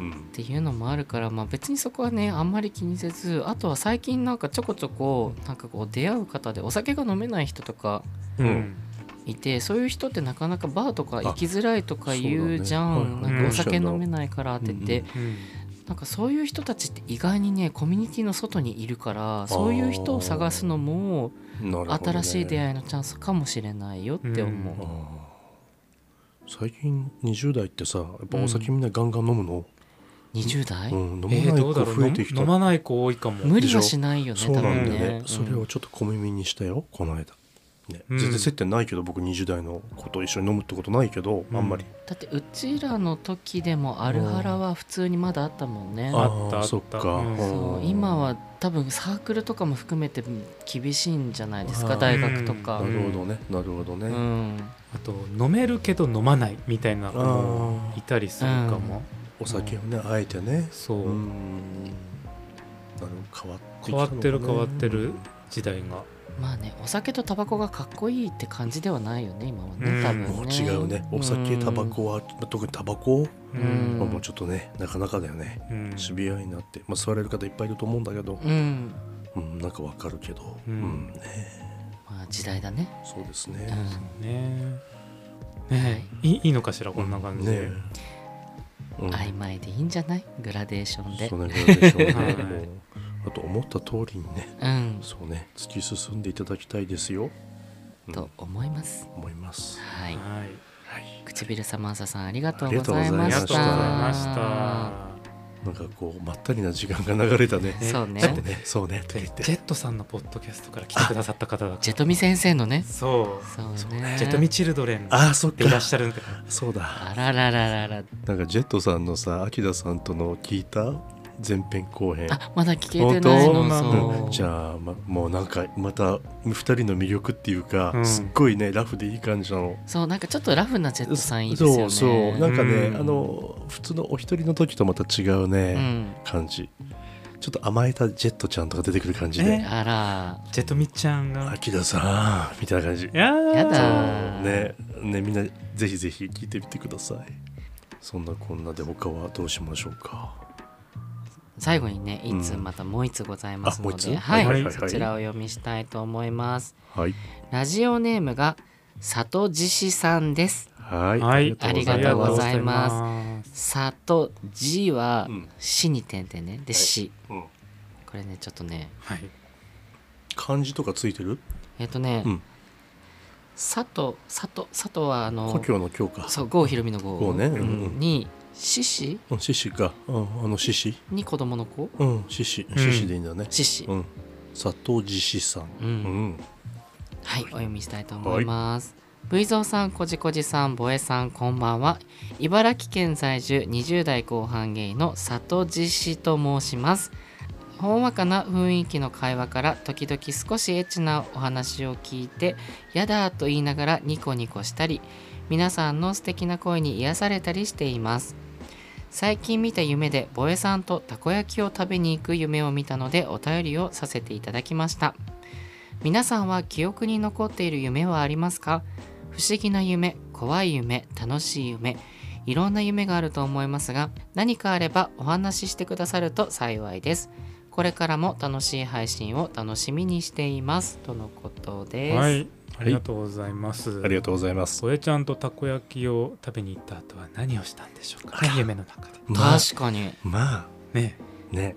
[SPEAKER 3] うん
[SPEAKER 2] っていうのもあるから、まあ、別にそこはねあんまり気にせずあとは最近なんかちょこちょこなんかこう出会う方でお酒が飲めない人とか
[SPEAKER 1] う
[SPEAKER 3] うん
[SPEAKER 1] ん
[SPEAKER 2] いてそういう人ってなかなかバーとか行きづらいとか言うじゃ
[SPEAKER 3] あそ
[SPEAKER 2] んな
[SPEAKER 3] うだね
[SPEAKER 1] はい
[SPEAKER 2] ん
[SPEAKER 1] はい
[SPEAKER 2] かお酒飲めないからって言って、
[SPEAKER 1] うん
[SPEAKER 2] なんかそういう人たちって意外にねコミュニティの外にいるからそういう人を探すのも
[SPEAKER 3] なるほどね
[SPEAKER 2] 新しい出会いのチャンスかもしれないよって思う。
[SPEAKER 3] あー最近20代ってさやっぱお酒みんなガンガン飲むの、
[SPEAKER 2] 20代、
[SPEAKER 3] うん飲
[SPEAKER 1] え
[SPEAKER 3] ま
[SPEAKER 1] ー
[SPEAKER 3] ない
[SPEAKER 1] どう
[SPEAKER 3] 子
[SPEAKER 1] だろう
[SPEAKER 3] 増えてきた、
[SPEAKER 1] 飲まない子多いかも
[SPEAKER 2] 無理はしないよね
[SPEAKER 3] そう
[SPEAKER 2] 多
[SPEAKER 3] なんだ
[SPEAKER 2] 分
[SPEAKER 3] よね
[SPEAKER 2] ね
[SPEAKER 3] それをちょっと小耳にしたよこの間、ね
[SPEAKER 1] うん
[SPEAKER 3] 全然接点ないけど僕20代の子と一緒に飲むってことないけど、
[SPEAKER 1] うん
[SPEAKER 3] あんまり
[SPEAKER 2] だってうちらの時でもアルハラは普通にまだあったもんね
[SPEAKER 1] あ
[SPEAKER 3] ー
[SPEAKER 1] ったあった
[SPEAKER 3] そっか、
[SPEAKER 1] うん
[SPEAKER 2] そう今は多分サークルとかも含めて厳しいんじゃないです
[SPEAKER 3] あ
[SPEAKER 2] か
[SPEAKER 3] ー
[SPEAKER 2] 大学とか
[SPEAKER 3] なるほどねなるほどね、
[SPEAKER 2] うん、
[SPEAKER 1] あと飲めるけど飲まないみたいな子もいたりするかも
[SPEAKER 3] お酒をねあえてね
[SPEAKER 1] そう
[SPEAKER 3] うんなるほど
[SPEAKER 1] 変わってる変わってる
[SPEAKER 3] 変わって
[SPEAKER 1] 時代が
[SPEAKER 2] まあねお酒とタバコがかっこいいって感じではないよね今はね、
[SPEAKER 1] うん
[SPEAKER 2] 多
[SPEAKER 3] きたのかな
[SPEAKER 2] 分
[SPEAKER 3] も
[SPEAKER 2] ね
[SPEAKER 3] う違うねお酒タバコは特にタバコ、
[SPEAKER 1] うん
[SPEAKER 3] まあもうちょっとねなかなかだよね
[SPEAKER 1] うん
[SPEAKER 3] シビアになって、まあ、座れる方いっぱいいると思うんだけど
[SPEAKER 2] う、ん
[SPEAKER 3] うん、なんかわかるけど、
[SPEAKER 1] うん
[SPEAKER 3] ね、
[SPEAKER 2] まあ時代だね、
[SPEAKER 3] そうです
[SPEAKER 2] う
[SPEAKER 3] ね、
[SPEAKER 2] ん、
[SPEAKER 1] ねえねえいいいいのかしらこんな感じで、
[SPEAKER 3] ねえうん
[SPEAKER 2] 曖昧でいいんじゃないグラデーションで
[SPEAKER 3] そんなぐらいでしょ うね
[SPEAKER 1] はい
[SPEAKER 3] もうあと思った通りにね
[SPEAKER 2] うん
[SPEAKER 3] そうね突き進んでいただきたいですよ、うん
[SPEAKER 2] と思います
[SPEAKER 3] 思います
[SPEAKER 2] はい
[SPEAKER 1] はい
[SPEAKER 2] 唇サマンサさんありがと
[SPEAKER 3] あ
[SPEAKER 2] う
[SPEAKER 3] り
[SPEAKER 2] ご
[SPEAKER 3] がとうご
[SPEAKER 2] ざ
[SPEAKER 3] ざい
[SPEAKER 2] い
[SPEAKER 1] あ
[SPEAKER 2] ま
[SPEAKER 1] り
[SPEAKER 2] した
[SPEAKER 1] がとうございました
[SPEAKER 3] なんかこうまったりな時間が流れたね
[SPEAKER 1] ね
[SPEAKER 2] そうね
[SPEAKER 3] そうねそうねとか言って
[SPEAKER 1] ジェットさんのポッドキャストから来てくださった方だ
[SPEAKER 2] ジェトミ先生のね
[SPEAKER 1] そ
[SPEAKER 2] そうね
[SPEAKER 1] うジェットミチルドレン
[SPEAKER 3] ああそっ
[SPEAKER 1] でいらっ
[SPEAKER 3] か
[SPEAKER 1] しゃるんだ
[SPEAKER 3] そうだ
[SPEAKER 2] あららららら
[SPEAKER 3] なんかジェットさんのさアキラさんとの聞いた前編後編
[SPEAKER 2] あまだ聞けてない
[SPEAKER 1] 本当
[SPEAKER 2] の
[SPEAKER 1] な
[SPEAKER 2] そ
[SPEAKER 1] の
[SPEAKER 2] う
[SPEAKER 3] じゃあ、ま、もうなんかまた2人の魅力っていうか、
[SPEAKER 1] うん
[SPEAKER 3] すっごいねラフでいい感じなの。
[SPEAKER 2] そうなんかちょっとラフなジェットさんいいですよね
[SPEAKER 3] そうそうなんかね、
[SPEAKER 1] うん
[SPEAKER 3] あの普通のお一人の時とまた違うね、
[SPEAKER 2] うん
[SPEAKER 3] 感じちょっと甘えたジェットちゃんとか出てくる感じ
[SPEAKER 1] え
[SPEAKER 3] で
[SPEAKER 2] あら
[SPEAKER 1] ジェットミちゃ
[SPEAKER 3] 「
[SPEAKER 1] んが
[SPEAKER 3] 秋田さん」みたいな感じ
[SPEAKER 1] いやー
[SPEAKER 2] や
[SPEAKER 3] そう
[SPEAKER 2] だ
[SPEAKER 3] ねねみんなぜひぜひ聞いてみてくださいそんなこんなで他はどうしましょうか
[SPEAKER 2] 最後にね
[SPEAKER 3] うん
[SPEAKER 2] いつまたもう一つございますの
[SPEAKER 3] あもう一
[SPEAKER 2] で、
[SPEAKER 3] つ
[SPEAKER 2] はい
[SPEAKER 1] はいはい
[SPEAKER 3] はい
[SPEAKER 2] そちらをお読みしたいと思います
[SPEAKER 3] はい
[SPEAKER 2] ラジオネームが里地子さんです
[SPEAKER 3] はい、
[SPEAKER 1] はい
[SPEAKER 2] ありがとうございます
[SPEAKER 1] す
[SPEAKER 2] 里地は
[SPEAKER 3] うん
[SPEAKER 2] 死に点々ねで死
[SPEAKER 3] うん
[SPEAKER 2] これねちょっとね
[SPEAKER 1] はい
[SPEAKER 3] 漢字とかついてる
[SPEAKER 2] えっとね
[SPEAKER 3] うん
[SPEAKER 2] 佐藤佐藤佐藤はあ
[SPEAKER 3] 故
[SPEAKER 2] の
[SPEAKER 3] 郷の郷か
[SPEAKER 2] そう郷ひろみの
[SPEAKER 3] 郷
[SPEAKER 2] 郷
[SPEAKER 3] ねうん
[SPEAKER 2] うんに獅子
[SPEAKER 3] うん獅子か、うん、あの獅子
[SPEAKER 2] に子供の子
[SPEAKER 3] うん獅子
[SPEAKER 1] ん
[SPEAKER 3] 獅子でいいんだね
[SPEAKER 2] 獅子
[SPEAKER 3] うん佐藤獅子さん
[SPEAKER 2] う
[SPEAKER 3] うんん
[SPEAKER 2] はい、お読みしたいと思います。V ゾウさん、こじこじさん、ぼえさん、こんばんは。茨城県在住20代後半ゲイの里地氏と申します。ほんわかな雰囲気の会話から時々少しエッチなお話を聞いて「やだ」と言いながらニコニコしたり皆さんの素敵な声に癒されたりしています最近見た夢でボエさんとたこ焼きを食べに行く夢を見たのでお便りをさせていただきました皆さんは記憶に残っている夢はありますか不思議な夢怖い夢楽しい夢いろんな夢があると思いますが何かあればお話ししてくださると幸いですこれからも楽しい配信を楽しみにしていますとのことです、
[SPEAKER 1] はいありがとうございます
[SPEAKER 3] ありがとうございます
[SPEAKER 1] 小江ちゃんとたこ焼きを食べに行った後は何をしたんでしょうか、
[SPEAKER 3] あら
[SPEAKER 1] 夢の中で
[SPEAKER 3] まあ
[SPEAKER 2] 確かに
[SPEAKER 3] ま
[SPEAKER 1] ね
[SPEAKER 3] あね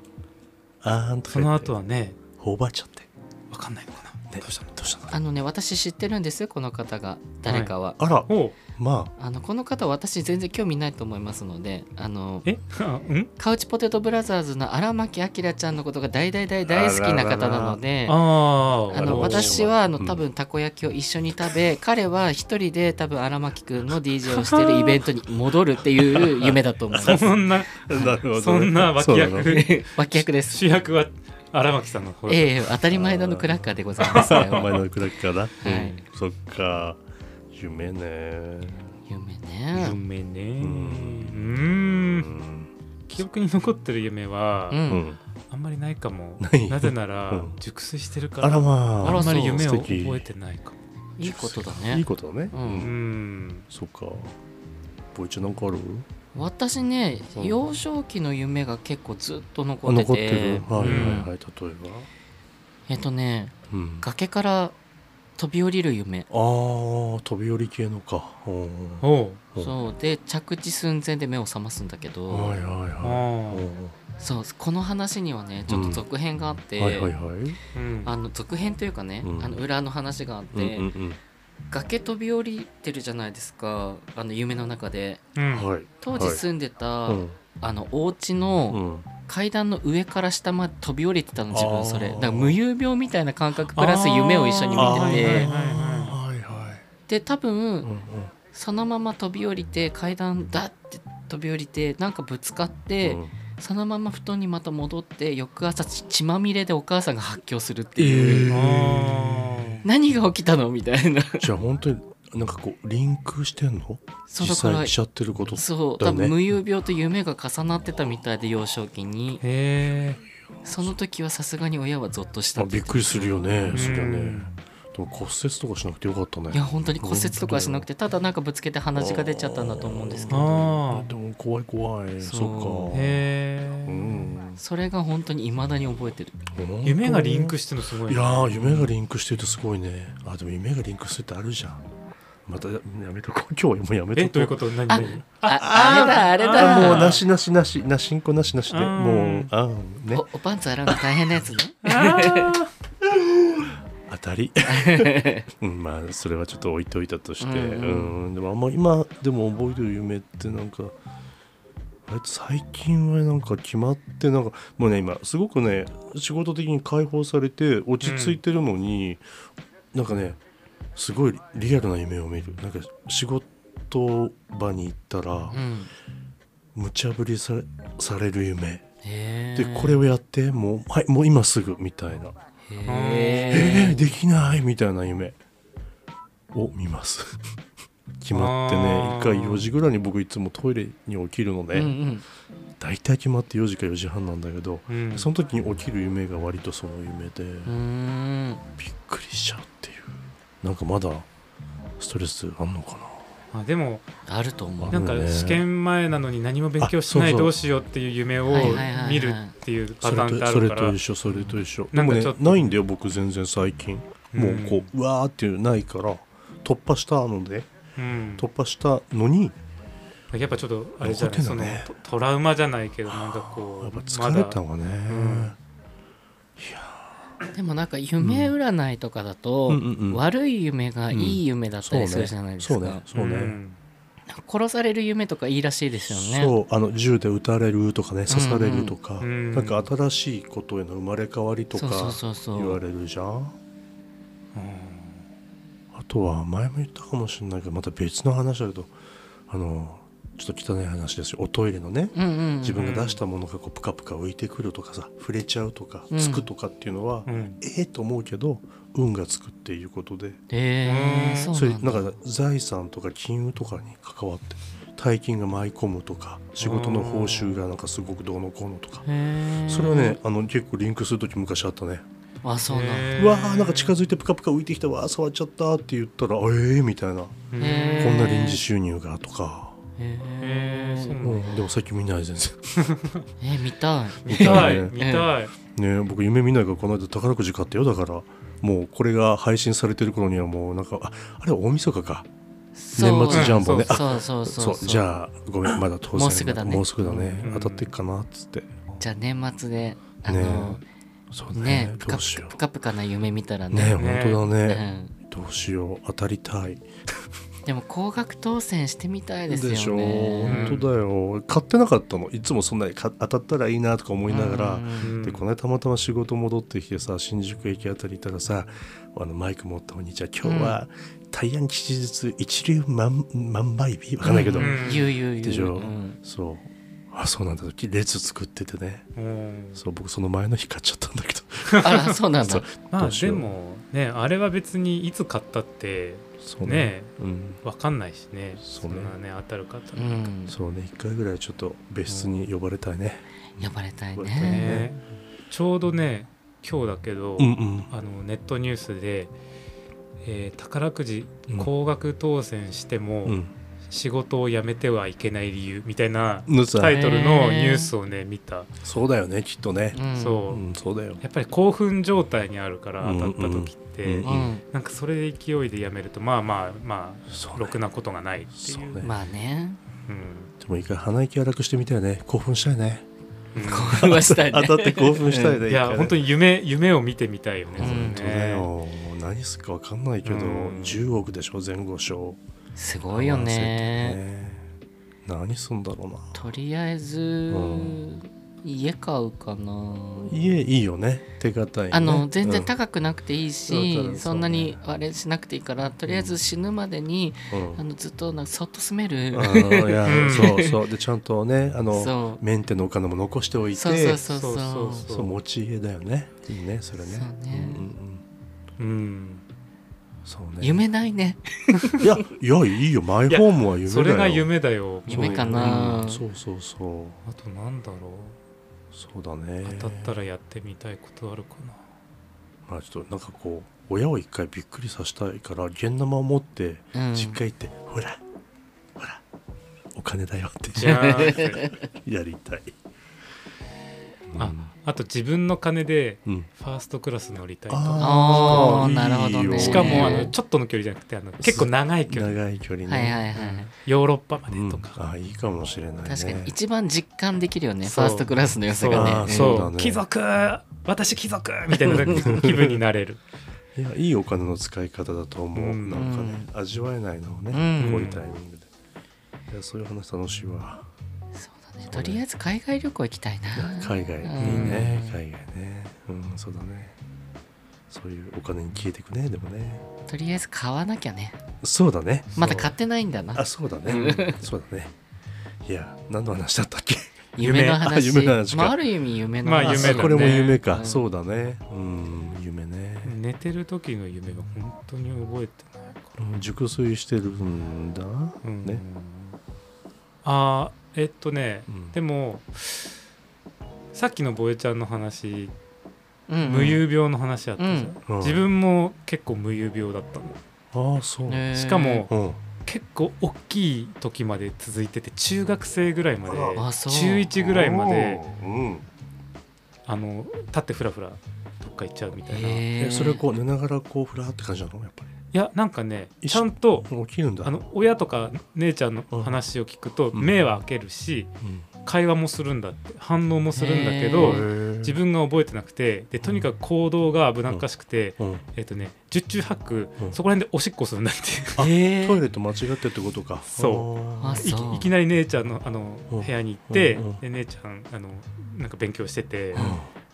[SPEAKER 3] あーんとか
[SPEAKER 1] そ
[SPEAKER 3] 言
[SPEAKER 1] の
[SPEAKER 3] って
[SPEAKER 1] 後はね
[SPEAKER 3] 頬張っちゃって
[SPEAKER 1] わかんないのかな、
[SPEAKER 3] ね
[SPEAKER 1] どうしたの
[SPEAKER 3] どうしたの
[SPEAKER 2] あのね私知ってるんですよこの方が誰かは、
[SPEAKER 3] あら
[SPEAKER 1] おう
[SPEAKER 3] ま
[SPEAKER 2] あのこの方私全然興味ないと思いますのであの
[SPEAKER 1] え あうん
[SPEAKER 2] カウチポテトブラザーズの荒牧明ちゃんのことが大大大大好きな方なのであ
[SPEAKER 1] あー
[SPEAKER 2] の
[SPEAKER 3] なるほど
[SPEAKER 2] 私はあの
[SPEAKER 3] うん
[SPEAKER 2] 多分たこ焼きを一緒に食 べ、彼は一人で多分荒牧くんの DJ をしてるイベントに戻るっていう夢だと思い ます
[SPEAKER 1] そんな
[SPEAKER 3] あなるほどね
[SPEAKER 1] そんな脇
[SPEAKER 3] そうな
[SPEAKER 1] 役
[SPEAKER 3] の
[SPEAKER 2] 脇役です
[SPEAKER 1] 主役は荒牧さんの方だ
[SPEAKER 2] ええ当たり前だのクラッカーでございますこれ
[SPEAKER 3] お前
[SPEAKER 2] は
[SPEAKER 3] のクラッカーだ、
[SPEAKER 2] い
[SPEAKER 3] うんそっか夢ね
[SPEAKER 2] 夢ね
[SPEAKER 1] 夢ね
[SPEAKER 3] うう
[SPEAKER 1] うんうん
[SPEAKER 3] ん
[SPEAKER 1] 記憶に残ってる夢は、
[SPEAKER 2] う
[SPEAKER 3] うんん
[SPEAKER 1] あんまりないかも
[SPEAKER 3] ない
[SPEAKER 1] なぜなら
[SPEAKER 3] うん
[SPEAKER 1] 熟睡してるか
[SPEAKER 3] あ
[SPEAKER 1] ら、
[SPEAKER 3] らま
[SPEAKER 1] あ
[SPEAKER 3] あ
[SPEAKER 1] んまり夢を
[SPEAKER 3] 素
[SPEAKER 1] 覚
[SPEAKER 3] 敵
[SPEAKER 1] えてないかも
[SPEAKER 2] いいことだ
[SPEAKER 3] いい
[SPEAKER 2] ね
[SPEAKER 3] ことだね
[SPEAKER 2] うん
[SPEAKER 1] うん
[SPEAKER 3] そっかボイチなんかある
[SPEAKER 2] 私ね
[SPEAKER 3] うん
[SPEAKER 2] 幼少期の夢が結構ずっと残
[SPEAKER 3] あ
[SPEAKER 2] ってて
[SPEAKER 3] 残ってるはいはいはい例えば
[SPEAKER 2] えっとね
[SPEAKER 3] うん
[SPEAKER 2] 崖から飛び降りる夢
[SPEAKER 3] あー飛び降り系のかうん
[SPEAKER 1] おう
[SPEAKER 3] うん
[SPEAKER 2] そうで着地寸前で目を覚ますんだけど、
[SPEAKER 3] はいはい
[SPEAKER 1] あ
[SPEAKER 3] は
[SPEAKER 1] あ
[SPEAKER 3] いうん
[SPEAKER 2] そうこの話にはねちょっと続編があって、
[SPEAKER 3] はいはいはい
[SPEAKER 1] うん
[SPEAKER 2] あの続編というかね、
[SPEAKER 3] うん
[SPEAKER 2] あの裏の話があって、
[SPEAKER 3] うんうん
[SPEAKER 2] 崖飛び降りてるじゃないですかあの夢の中で
[SPEAKER 1] うん
[SPEAKER 3] うんはい
[SPEAKER 2] 当時住んでた、
[SPEAKER 3] はいうん
[SPEAKER 2] あのお家の
[SPEAKER 3] うん
[SPEAKER 2] 階段の上から下まで飛び降りてたの自
[SPEAKER 3] あ
[SPEAKER 2] 分
[SPEAKER 3] ー
[SPEAKER 2] それだから無遊病みたいな感覚プラス夢を一緒に
[SPEAKER 3] あー
[SPEAKER 2] 見てて、
[SPEAKER 1] はい
[SPEAKER 3] はいはい
[SPEAKER 2] で多分、
[SPEAKER 3] うんうん
[SPEAKER 2] そのまま飛び降りて階段だって飛び降りてなんかぶつかって、
[SPEAKER 3] うん
[SPEAKER 2] そのまま布団にまた戻って翌朝血血まみれでお母さんが発狂するっていう、
[SPEAKER 3] えー
[SPEAKER 1] あー
[SPEAKER 2] 何が起きたのみた いな
[SPEAKER 3] じゃあ本当になんかこうリンクしてんの
[SPEAKER 2] そう
[SPEAKER 3] 実
[SPEAKER 2] だから
[SPEAKER 3] 際しちゃってること
[SPEAKER 2] そう
[SPEAKER 3] だ
[SPEAKER 2] 多
[SPEAKER 3] ね
[SPEAKER 2] 分無遊病と夢が重なってたみたいで幼少期に
[SPEAKER 1] へえ
[SPEAKER 2] その時はさすがに親はゾッとした
[SPEAKER 3] あびっくりするよね
[SPEAKER 1] うん
[SPEAKER 3] そりゃねでも骨折とかしなくてよかったね
[SPEAKER 2] いや本当に骨折とかはしなくてただなんかぶつけて鼻血が出ちゃったんだと思うんですけど
[SPEAKER 1] あ
[SPEAKER 3] でも怖い怖い
[SPEAKER 2] そ
[SPEAKER 3] そう
[SPEAKER 1] あ
[SPEAKER 3] っか
[SPEAKER 1] へ
[SPEAKER 3] う
[SPEAKER 1] え
[SPEAKER 3] ん
[SPEAKER 2] それが本当に未だに覚えてる
[SPEAKER 1] 夢がリンク
[SPEAKER 3] し
[SPEAKER 1] してるのすごい
[SPEAKER 3] い
[SPEAKER 1] ね
[SPEAKER 3] やー夢がリンクしてるってすごいねあでも夢がリンクするってあるじゃんまたやめとこう今日はもうやめとこ
[SPEAKER 1] えどういうこと何
[SPEAKER 2] あ
[SPEAKER 1] 何
[SPEAKER 2] ああれだあれ
[SPEAKER 1] あ
[SPEAKER 2] だ
[SPEAKER 3] もうなしなしなしなしんこなしなしで
[SPEAKER 1] うん
[SPEAKER 3] もうあんね
[SPEAKER 2] おおパンツ洗うの大変なやつね
[SPEAKER 1] あ
[SPEAKER 3] 当たりうんまあそれはちょっと置いといたとしてう
[SPEAKER 2] うんん,、うん
[SPEAKER 3] でもあんま今でも覚えてる夢ってなんかうれ最近はなんか決まってなんかもうね今すごくね仕事的に解放されて落ち着いてるのに、なんかねすごいリアルな夢を見るなんか仕事場に行ったら
[SPEAKER 2] うん
[SPEAKER 3] 無茶ぶりされされる夢
[SPEAKER 2] へ
[SPEAKER 3] でこれをやってもう,、はい、もう今すぐみたいな「
[SPEAKER 2] へ
[SPEAKER 3] えー、
[SPEAKER 2] え
[SPEAKER 3] できない」みたいな夢を見ます 決まってね
[SPEAKER 1] あー
[SPEAKER 3] 1回4時ぐらいに僕いつもトイレに起きるので、
[SPEAKER 2] うんうん
[SPEAKER 3] 大体決まって4時か4時半なんだけど
[SPEAKER 1] うん
[SPEAKER 3] その時に起きる夢が割とその夢で、
[SPEAKER 2] うーん
[SPEAKER 3] びっくりしちゃうっていうなんかまだストレスあんのかな
[SPEAKER 1] あでも
[SPEAKER 2] あると思う
[SPEAKER 1] なんか
[SPEAKER 3] あるね
[SPEAKER 1] 試験前なのに何も勉強しな
[SPEAKER 3] あそう
[SPEAKER 1] い
[SPEAKER 3] そう
[SPEAKER 1] どうしようっていう夢を
[SPEAKER 2] はいはいはいはい
[SPEAKER 1] 見るっていうパ
[SPEAKER 3] それ
[SPEAKER 1] ターンって
[SPEAKER 3] と
[SPEAKER 1] あ
[SPEAKER 3] そ
[SPEAKER 1] る
[SPEAKER 3] れ
[SPEAKER 1] から
[SPEAKER 3] と一緒それと一緒で
[SPEAKER 1] なん
[SPEAKER 3] も
[SPEAKER 1] か
[SPEAKER 3] ね
[SPEAKER 1] ちょっと
[SPEAKER 3] ないんだよ僕全然最近、もうこううわーっていうないから突破したので
[SPEAKER 1] うん
[SPEAKER 3] 突破したのに
[SPEAKER 1] やっぱちょっとあれじゃない、
[SPEAKER 3] 残
[SPEAKER 1] そ
[SPEAKER 3] ってん
[SPEAKER 1] の
[SPEAKER 3] だね
[SPEAKER 1] トトラウマじゃないけどなんか
[SPEAKER 3] や
[SPEAKER 1] こ
[SPEAKER 3] っぱ
[SPEAKER 1] う
[SPEAKER 3] 疲れたわね、
[SPEAKER 1] ん
[SPEAKER 2] でもなんか夢占いとかだと、
[SPEAKER 3] うんうんうん
[SPEAKER 2] 悪い夢がいい夢だったりするじゃないですか、
[SPEAKER 3] そうねそうね、
[SPEAKER 1] ん
[SPEAKER 2] なんか殺される夢とかいいらしいですよね
[SPEAKER 3] そうあの銃で撃たれるとかね刺されるとか、
[SPEAKER 1] うんうん
[SPEAKER 3] なんか新しいことへの生まれ変わりとか
[SPEAKER 2] そうそうそう
[SPEAKER 3] 言
[SPEAKER 2] そう
[SPEAKER 3] われるじゃん
[SPEAKER 1] うん
[SPEAKER 3] あとは前も言ったかもしれないけどまた別の話だけどあのちょっと汚い話ですよおトイレのね
[SPEAKER 2] うんうん
[SPEAKER 3] 自分が出したものがこうプカプカ浮いてくるとかさ触れちゃうとか
[SPEAKER 2] うん
[SPEAKER 3] つくとかっていうのは、
[SPEAKER 1] うん
[SPEAKER 3] ええと思うけど運がつくっていうことで
[SPEAKER 2] えー、そ
[SPEAKER 1] う
[SPEAKER 3] そうれ
[SPEAKER 2] な
[SPEAKER 3] なん
[SPEAKER 2] だ
[SPEAKER 3] んか財産とか金融とかに関わって大金が舞い込むとか仕事の報酬がなんかすごくどうのこうのとか
[SPEAKER 2] へー
[SPEAKER 3] それはねあの結構リンクする時昔あったね
[SPEAKER 2] あそうなんだへ
[SPEAKER 1] へ
[SPEAKER 3] うわーなんか近づいてプカプカ浮いてきたわー触っちゃったって言ったらあえーみたいな
[SPEAKER 1] うん
[SPEAKER 2] へー
[SPEAKER 3] こんな臨時収入がとか、
[SPEAKER 1] へーそう
[SPEAKER 2] ー
[SPEAKER 1] なん
[SPEAKER 3] う
[SPEAKER 1] だ
[SPEAKER 3] ん、でも最近見ない全然
[SPEAKER 2] えー見たい
[SPEAKER 1] 見たい
[SPEAKER 3] うん
[SPEAKER 1] 見たい、
[SPEAKER 3] ね僕夢見ないからこの間宝くじ買ったよだからもうこれが配信されてる頃にはもうなんかああれは大晦日か
[SPEAKER 2] そう
[SPEAKER 3] 年末ジャンボねあ
[SPEAKER 2] そうそうそうそう
[SPEAKER 3] じゃあごめんまだ当選
[SPEAKER 2] もうすぐだね
[SPEAKER 3] もうすぐだね
[SPEAKER 1] うん
[SPEAKER 3] 当たってっかなっつって
[SPEAKER 2] じゃあ年末であの
[SPEAKER 3] そうね
[SPEAKER 2] ねぷ
[SPEAKER 3] ど
[SPEAKER 2] か
[SPEAKER 3] うしよ
[SPEAKER 2] ぷかぷかな夢見たら
[SPEAKER 3] うね
[SPEAKER 2] ね
[SPEAKER 1] ね
[SPEAKER 3] 本当だね
[SPEAKER 2] うん
[SPEAKER 3] どうしよう当たりたい
[SPEAKER 2] でも高額当選してみたいですよね
[SPEAKER 3] でしょ
[SPEAKER 1] ん
[SPEAKER 3] 本当だよ買ってなかったのいつもそんなにか当たったらいいなとか思いながら
[SPEAKER 2] うん
[SPEAKER 1] うん
[SPEAKER 3] でこの間たまたま仕事戻ってきてさ新宿駅あたりいたらさあのマイク持ったお兄ちゃん今日は大安吉日一流万万倍日わかんないけど、
[SPEAKER 1] うん
[SPEAKER 2] 言う言う言う
[SPEAKER 3] でしょ
[SPEAKER 2] うん
[SPEAKER 3] そうあそうなんだ列作っててね
[SPEAKER 1] うん
[SPEAKER 3] そう僕その前の日買っちゃったんだけど
[SPEAKER 2] あ らそうなん
[SPEAKER 3] そ
[SPEAKER 2] だ
[SPEAKER 3] う
[SPEAKER 1] ま
[SPEAKER 3] ど
[SPEAKER 1] あ
[SPEAKER 3] うし
[SPEAKER 1] で
[SPEAKER 3] よう
[SPEAKER 1] もねあれは別にいつ買ったって
[SPEAKER 3] そう
[SPEAKER 1] ね
[SPEAKER 3] うん
[SPEAKER 1] わかんないしね
[SPEAKER 3] そうね
[SPEAKER 1] んなね当たるかと、
[SPEAKER 2] うん
[SPEAKER 3] そうね一回ぐらいちょっと別室に呼ばれたいね
[SPEAKER 2] 呼ばれたい
[SPEAKER 3] 呼ばれたい
[SPEAKER 2] ね
[SPEAKER 1] ねちょうどね今日だけど、
[SPEAKER 3] うんうん
[SPEAKER 1] あのネットニュースで、えー宝くじ
[SPEAKER 3] うん
[SPEAKER 1] 高額当選しても、
[SPEAKER 3] うん
[SPEAKER 1] 仕事を辞めてはいけない理由みたいな
[SPEAKER 3] のさ
[SPEAKER 1] タイトルのニュースをね見た、
[SPEAKER 3] そうだよねきっとね
[SPEAKER 2] うん
[SPEAKER 1] そうう、
[SPEAKER 3] んそうだよ
[SPEAKER 1] やっぱり興奮状態にあるから当たった時って、
[SPEAKER 3] うんうん
[SPEAKER 2] うん
[SPEAKER 1] なんかそれで勢いで辞めるとまあまあま
[SPEAKER 3] そ
[SPEAKER 1] あ
[SPEAKER 3] う
[SPEAKER 1] ろく
[SPEAKER 3] ね
[SPEAKER 1] なことがないって
[SPEAKER 3] そ
[SPEAKER 1] いうう
[SPEAKER 3] ね
[SPEAKER 2] まあね
[SPEAKER 1] うん
[SPEAKER 3] でも一回鼻息荒くしてみたいね興奮したいね
[SPEAKER 1] うん
[SPEAKER 2] 興奮はしたいね
[SPEAKER 3] 当たって興奮したいね
[SPEAKER 1] いや本当
[SPEAKER 3] に
[SPEAKER 1] に夢夢を見てみたいよね。
[SPEAKER 2] 本当
[SPEAKER 3] そう
[SPEAKER 1] それ
[SPEAKER 3] だ
[SPEAKER 1] ね
[SPEAKER 3] よ何すっか分かんないけど
[SPEAKER 1] うん
[SPEAKER 3] 10億でしょ前後賞
[SPEAKER 2] すごいよね
[SPEAKER 3] 合わせてね何すんだろうな
[SPEAKER 2] とりあえず、
[SPEAKER 3] ん
[SPEAKER 2] 家買うかな
[SPEAKER 3] 家いいよね手堅いね
[SPEAKER 2] あの全
[SPEAKER 3] う
[SPEAKER 2] 然
[SPEAKER 3] ん
[SPEAKER 2] 高くなくていいし、
[SPEAKER 3] わかる
[SPEAKER 2] そんなに
[SPEAKER 3] そう
[SPEAKER 2] あれしなくていいからとりあえず死ぬまでに、
[SPEAKER 3] うん
[SPEAKER 2] あのずっとなんかそっと住める、
[SPEAKER 3] あのいや
[SPEAKER 1] うん
[SPEAKER 3] そうそうでちゃんとねあの
[SPEAKER 2] そ
[SPEAKER 3] メンテのお金も残してお
[SPEAKER 2] う
[SPEAKER 3] いて
[SPEAKER 2] そうそうそうそう
[SPEAKER 1] そうそ
[SPEAKER 3] そ
[SPEAKER 1] う
[SPEAKER 3] う持ち家だよねいいねそれね
[SPEAKER 2] そうね
[SPEAKER 3] うんうんうん
[SPEAKER 1] うん
[SPEAKER 3] そうね
[SPEAKER 2] 夢ないね
[SPEAKER 3] いやいやいいよマイホームは夢だよ
[SPEAKER 1] それが夢だよ。
[SPEAKER 2] 夢かな
[SPEAKER 3] うんそうそうそう
[SPEAKER 1] あとなんだろ
[SPEAKER 3] そうだね
[SPEAKER 1] う当たったらやってみたいことあるかな。
[SPEAKER 3] まあちょっとなんかこう親を一回びっくりさせたいから現生を持って
[SPEAKER 2] うん
[SPEAKER 3] 実家行って、ほらほらお金だよって
[SPEAKER 1] じゃあって
[SPEAKER 3] やりたい
[SPEAKER 1] ああと自分の金で
[SPEAKER 3] うん、うん
[SPEAKER 1] ファーストクラス乗りたいと。
[SPEAKER 3] あ
[SPEAKER 2] あー
[SPEAKER 3] ーいいよ
[SPEAKER 2] なるほどね
[SPEAKER 1] しかもあ
[SPEAKER 2] え
[SPEAKER 1] の
[SPEAKER 2] ー
[SPEAKER 1] ちょっとの距離じゃなくてあの結構長い距離、
[SPEAKER 3] 長い距離ね、
[SPEAKER 2] はいはいはい、
[SPEAKER 1] ヨーロッパまで
[SPEAKER 3] うん
[SPEAKER 1] とか、
[SPEAKER 3] あーいいかもしれないね
[SPEAKER 2] 確かに一番実感できるよねフ
[SPEAKER 1] そう
[SPEAKER 2] ァーストクラスの良さ
[SPEAKER 3] あ
[SPEAKER 2] が
[SPEAKER 3] ー
[SPEAKER 2] ね
[SPEAKER 3] そう
[SPEAKER 1] そ
[SPEAKER 3] だ
[SPEAKER 1] う
[SPEAKER 3] ね
[SPEAKER 1] 貴族私貴族みたいな気分になれる
[SPEAKER 3] いやいいお金の使い方だと思う、
[SPEAKER 1] うん
[SPEAKER 3] なんかね味わえないのをね、
[SPEAKER 2] うん
[SPEAKER 3] こういうタイミングでいやそういう話楽しいわ
[SPEAKER 2] そうねとりあえず海外旅行行きたいな
[SPEAKER 3] 海外いい
[SPEAKER 2] うん
[SPEAKER 3] ね海外ねうんそうだねそういうお金に消えていくねでもね
[SPEAKER 2] とりあえず買わなきゃね
[SPEAKER 3] そうだね
[SPEAKER 2] まだ買ってないんだな
[SPEAKER 3] あそうだねそうだねいや何の話だったっけ
[SPEAKER 2] 夢の話
[SPEAKER 3] 夢あ夢の話か
[SPEAKER 2] まあ、ある意味夢の
[SPEAKER 1] まあ
[SPEAKER 2] 話、
[SPEAKER 1] 夢だね
[SPEAKER 3] これも夢か、
[SPEAKER 2] うん
[SPEAKER 3] そうだねうん夢ね、
[SPEAKER 1] 寝てる時の夢は本当に覚えてないから
[SPEAKER 3] うん熟睡してるんだ、
[SPEAKER 1] うん
[SPEAKER 3] ね、
[SPEAKER 1] あーえっとね、
[SPEAKER 3] うん
[SPEAKER 1] でもさっきのボエちゃんの話、
[SPEAKER 2] うんうん
[SPEAKER 1] 無遊病の話あったじゃん、
[SPEAKER 3] うん
[SPEAKER 1] 自分も結構無遊病だったの、
[SPEAKER 3] ああそう、
[SPEAKER 2] へー
[SPEAKER 1] しかも
[SPEAKER 3] うん
[SPEAKER 1] 結構大きい時まで続いてて中学生ぐらいまで
[SPEAKER 2] あそう
[SPEAKER 1] 中1ぐらいまで
[SPEAKER 3] うん
[SPEAKER 1] あの立ってフラフラどっか行っちゃうみたいな、
[SPEAKER 2] へー
[SPEAKER 3] えそれこう寝ながらこうフラーって感じなのやっぱ
[SPEAKER 1] いやなんかね
[SPEAKER 3] 一緒
[SPEAKER 1] ちゃんと
[SPEAKER 3] り起きるんだ
[SPEAKER 1] あの親とか姉ちゃんの話を聞くと
[SPEAKER 3] うん
[SPEAKER 1] 目は開けるし
[SPEAKER 3] うん
[SPEAKER 1] 会話もするんだって反応もするんだけ
[SPEAKER 2] へ
[SPEAKER 1] ど
[SPEAKER 2] ー
[SPEAKER 1] 自分が覚えてなくてでとにかく行動が危なっかしくて、
[SPEAKER 3] うん
[SPEAKER 1] えっとね十中八九、
[SPEAKER 3] うん
[SPEAKER 1] そこら辺でおしっこするんだっていう
[SPEAKER 3] あ
[SPEAKER 2] へー
[SPEAKER 3] トイレと間違ってってことか
[SPEAKER 1] そ
[SPEAKER 3] あ
[SPEAKER 2] あ
[SPEAKER 3] ー
[SPEAKER 2] そそう
[SPEAKER 1] いいきなり姉ちゃんのあの
[SPEAKER 3] うん
[SPEAKER 1] 部屋に行って、
[SPEAKER 3] うんうん
[SPEAKER 1] で姉ちゃんあのなんか勉強してて、
[SPEAKER 3] うん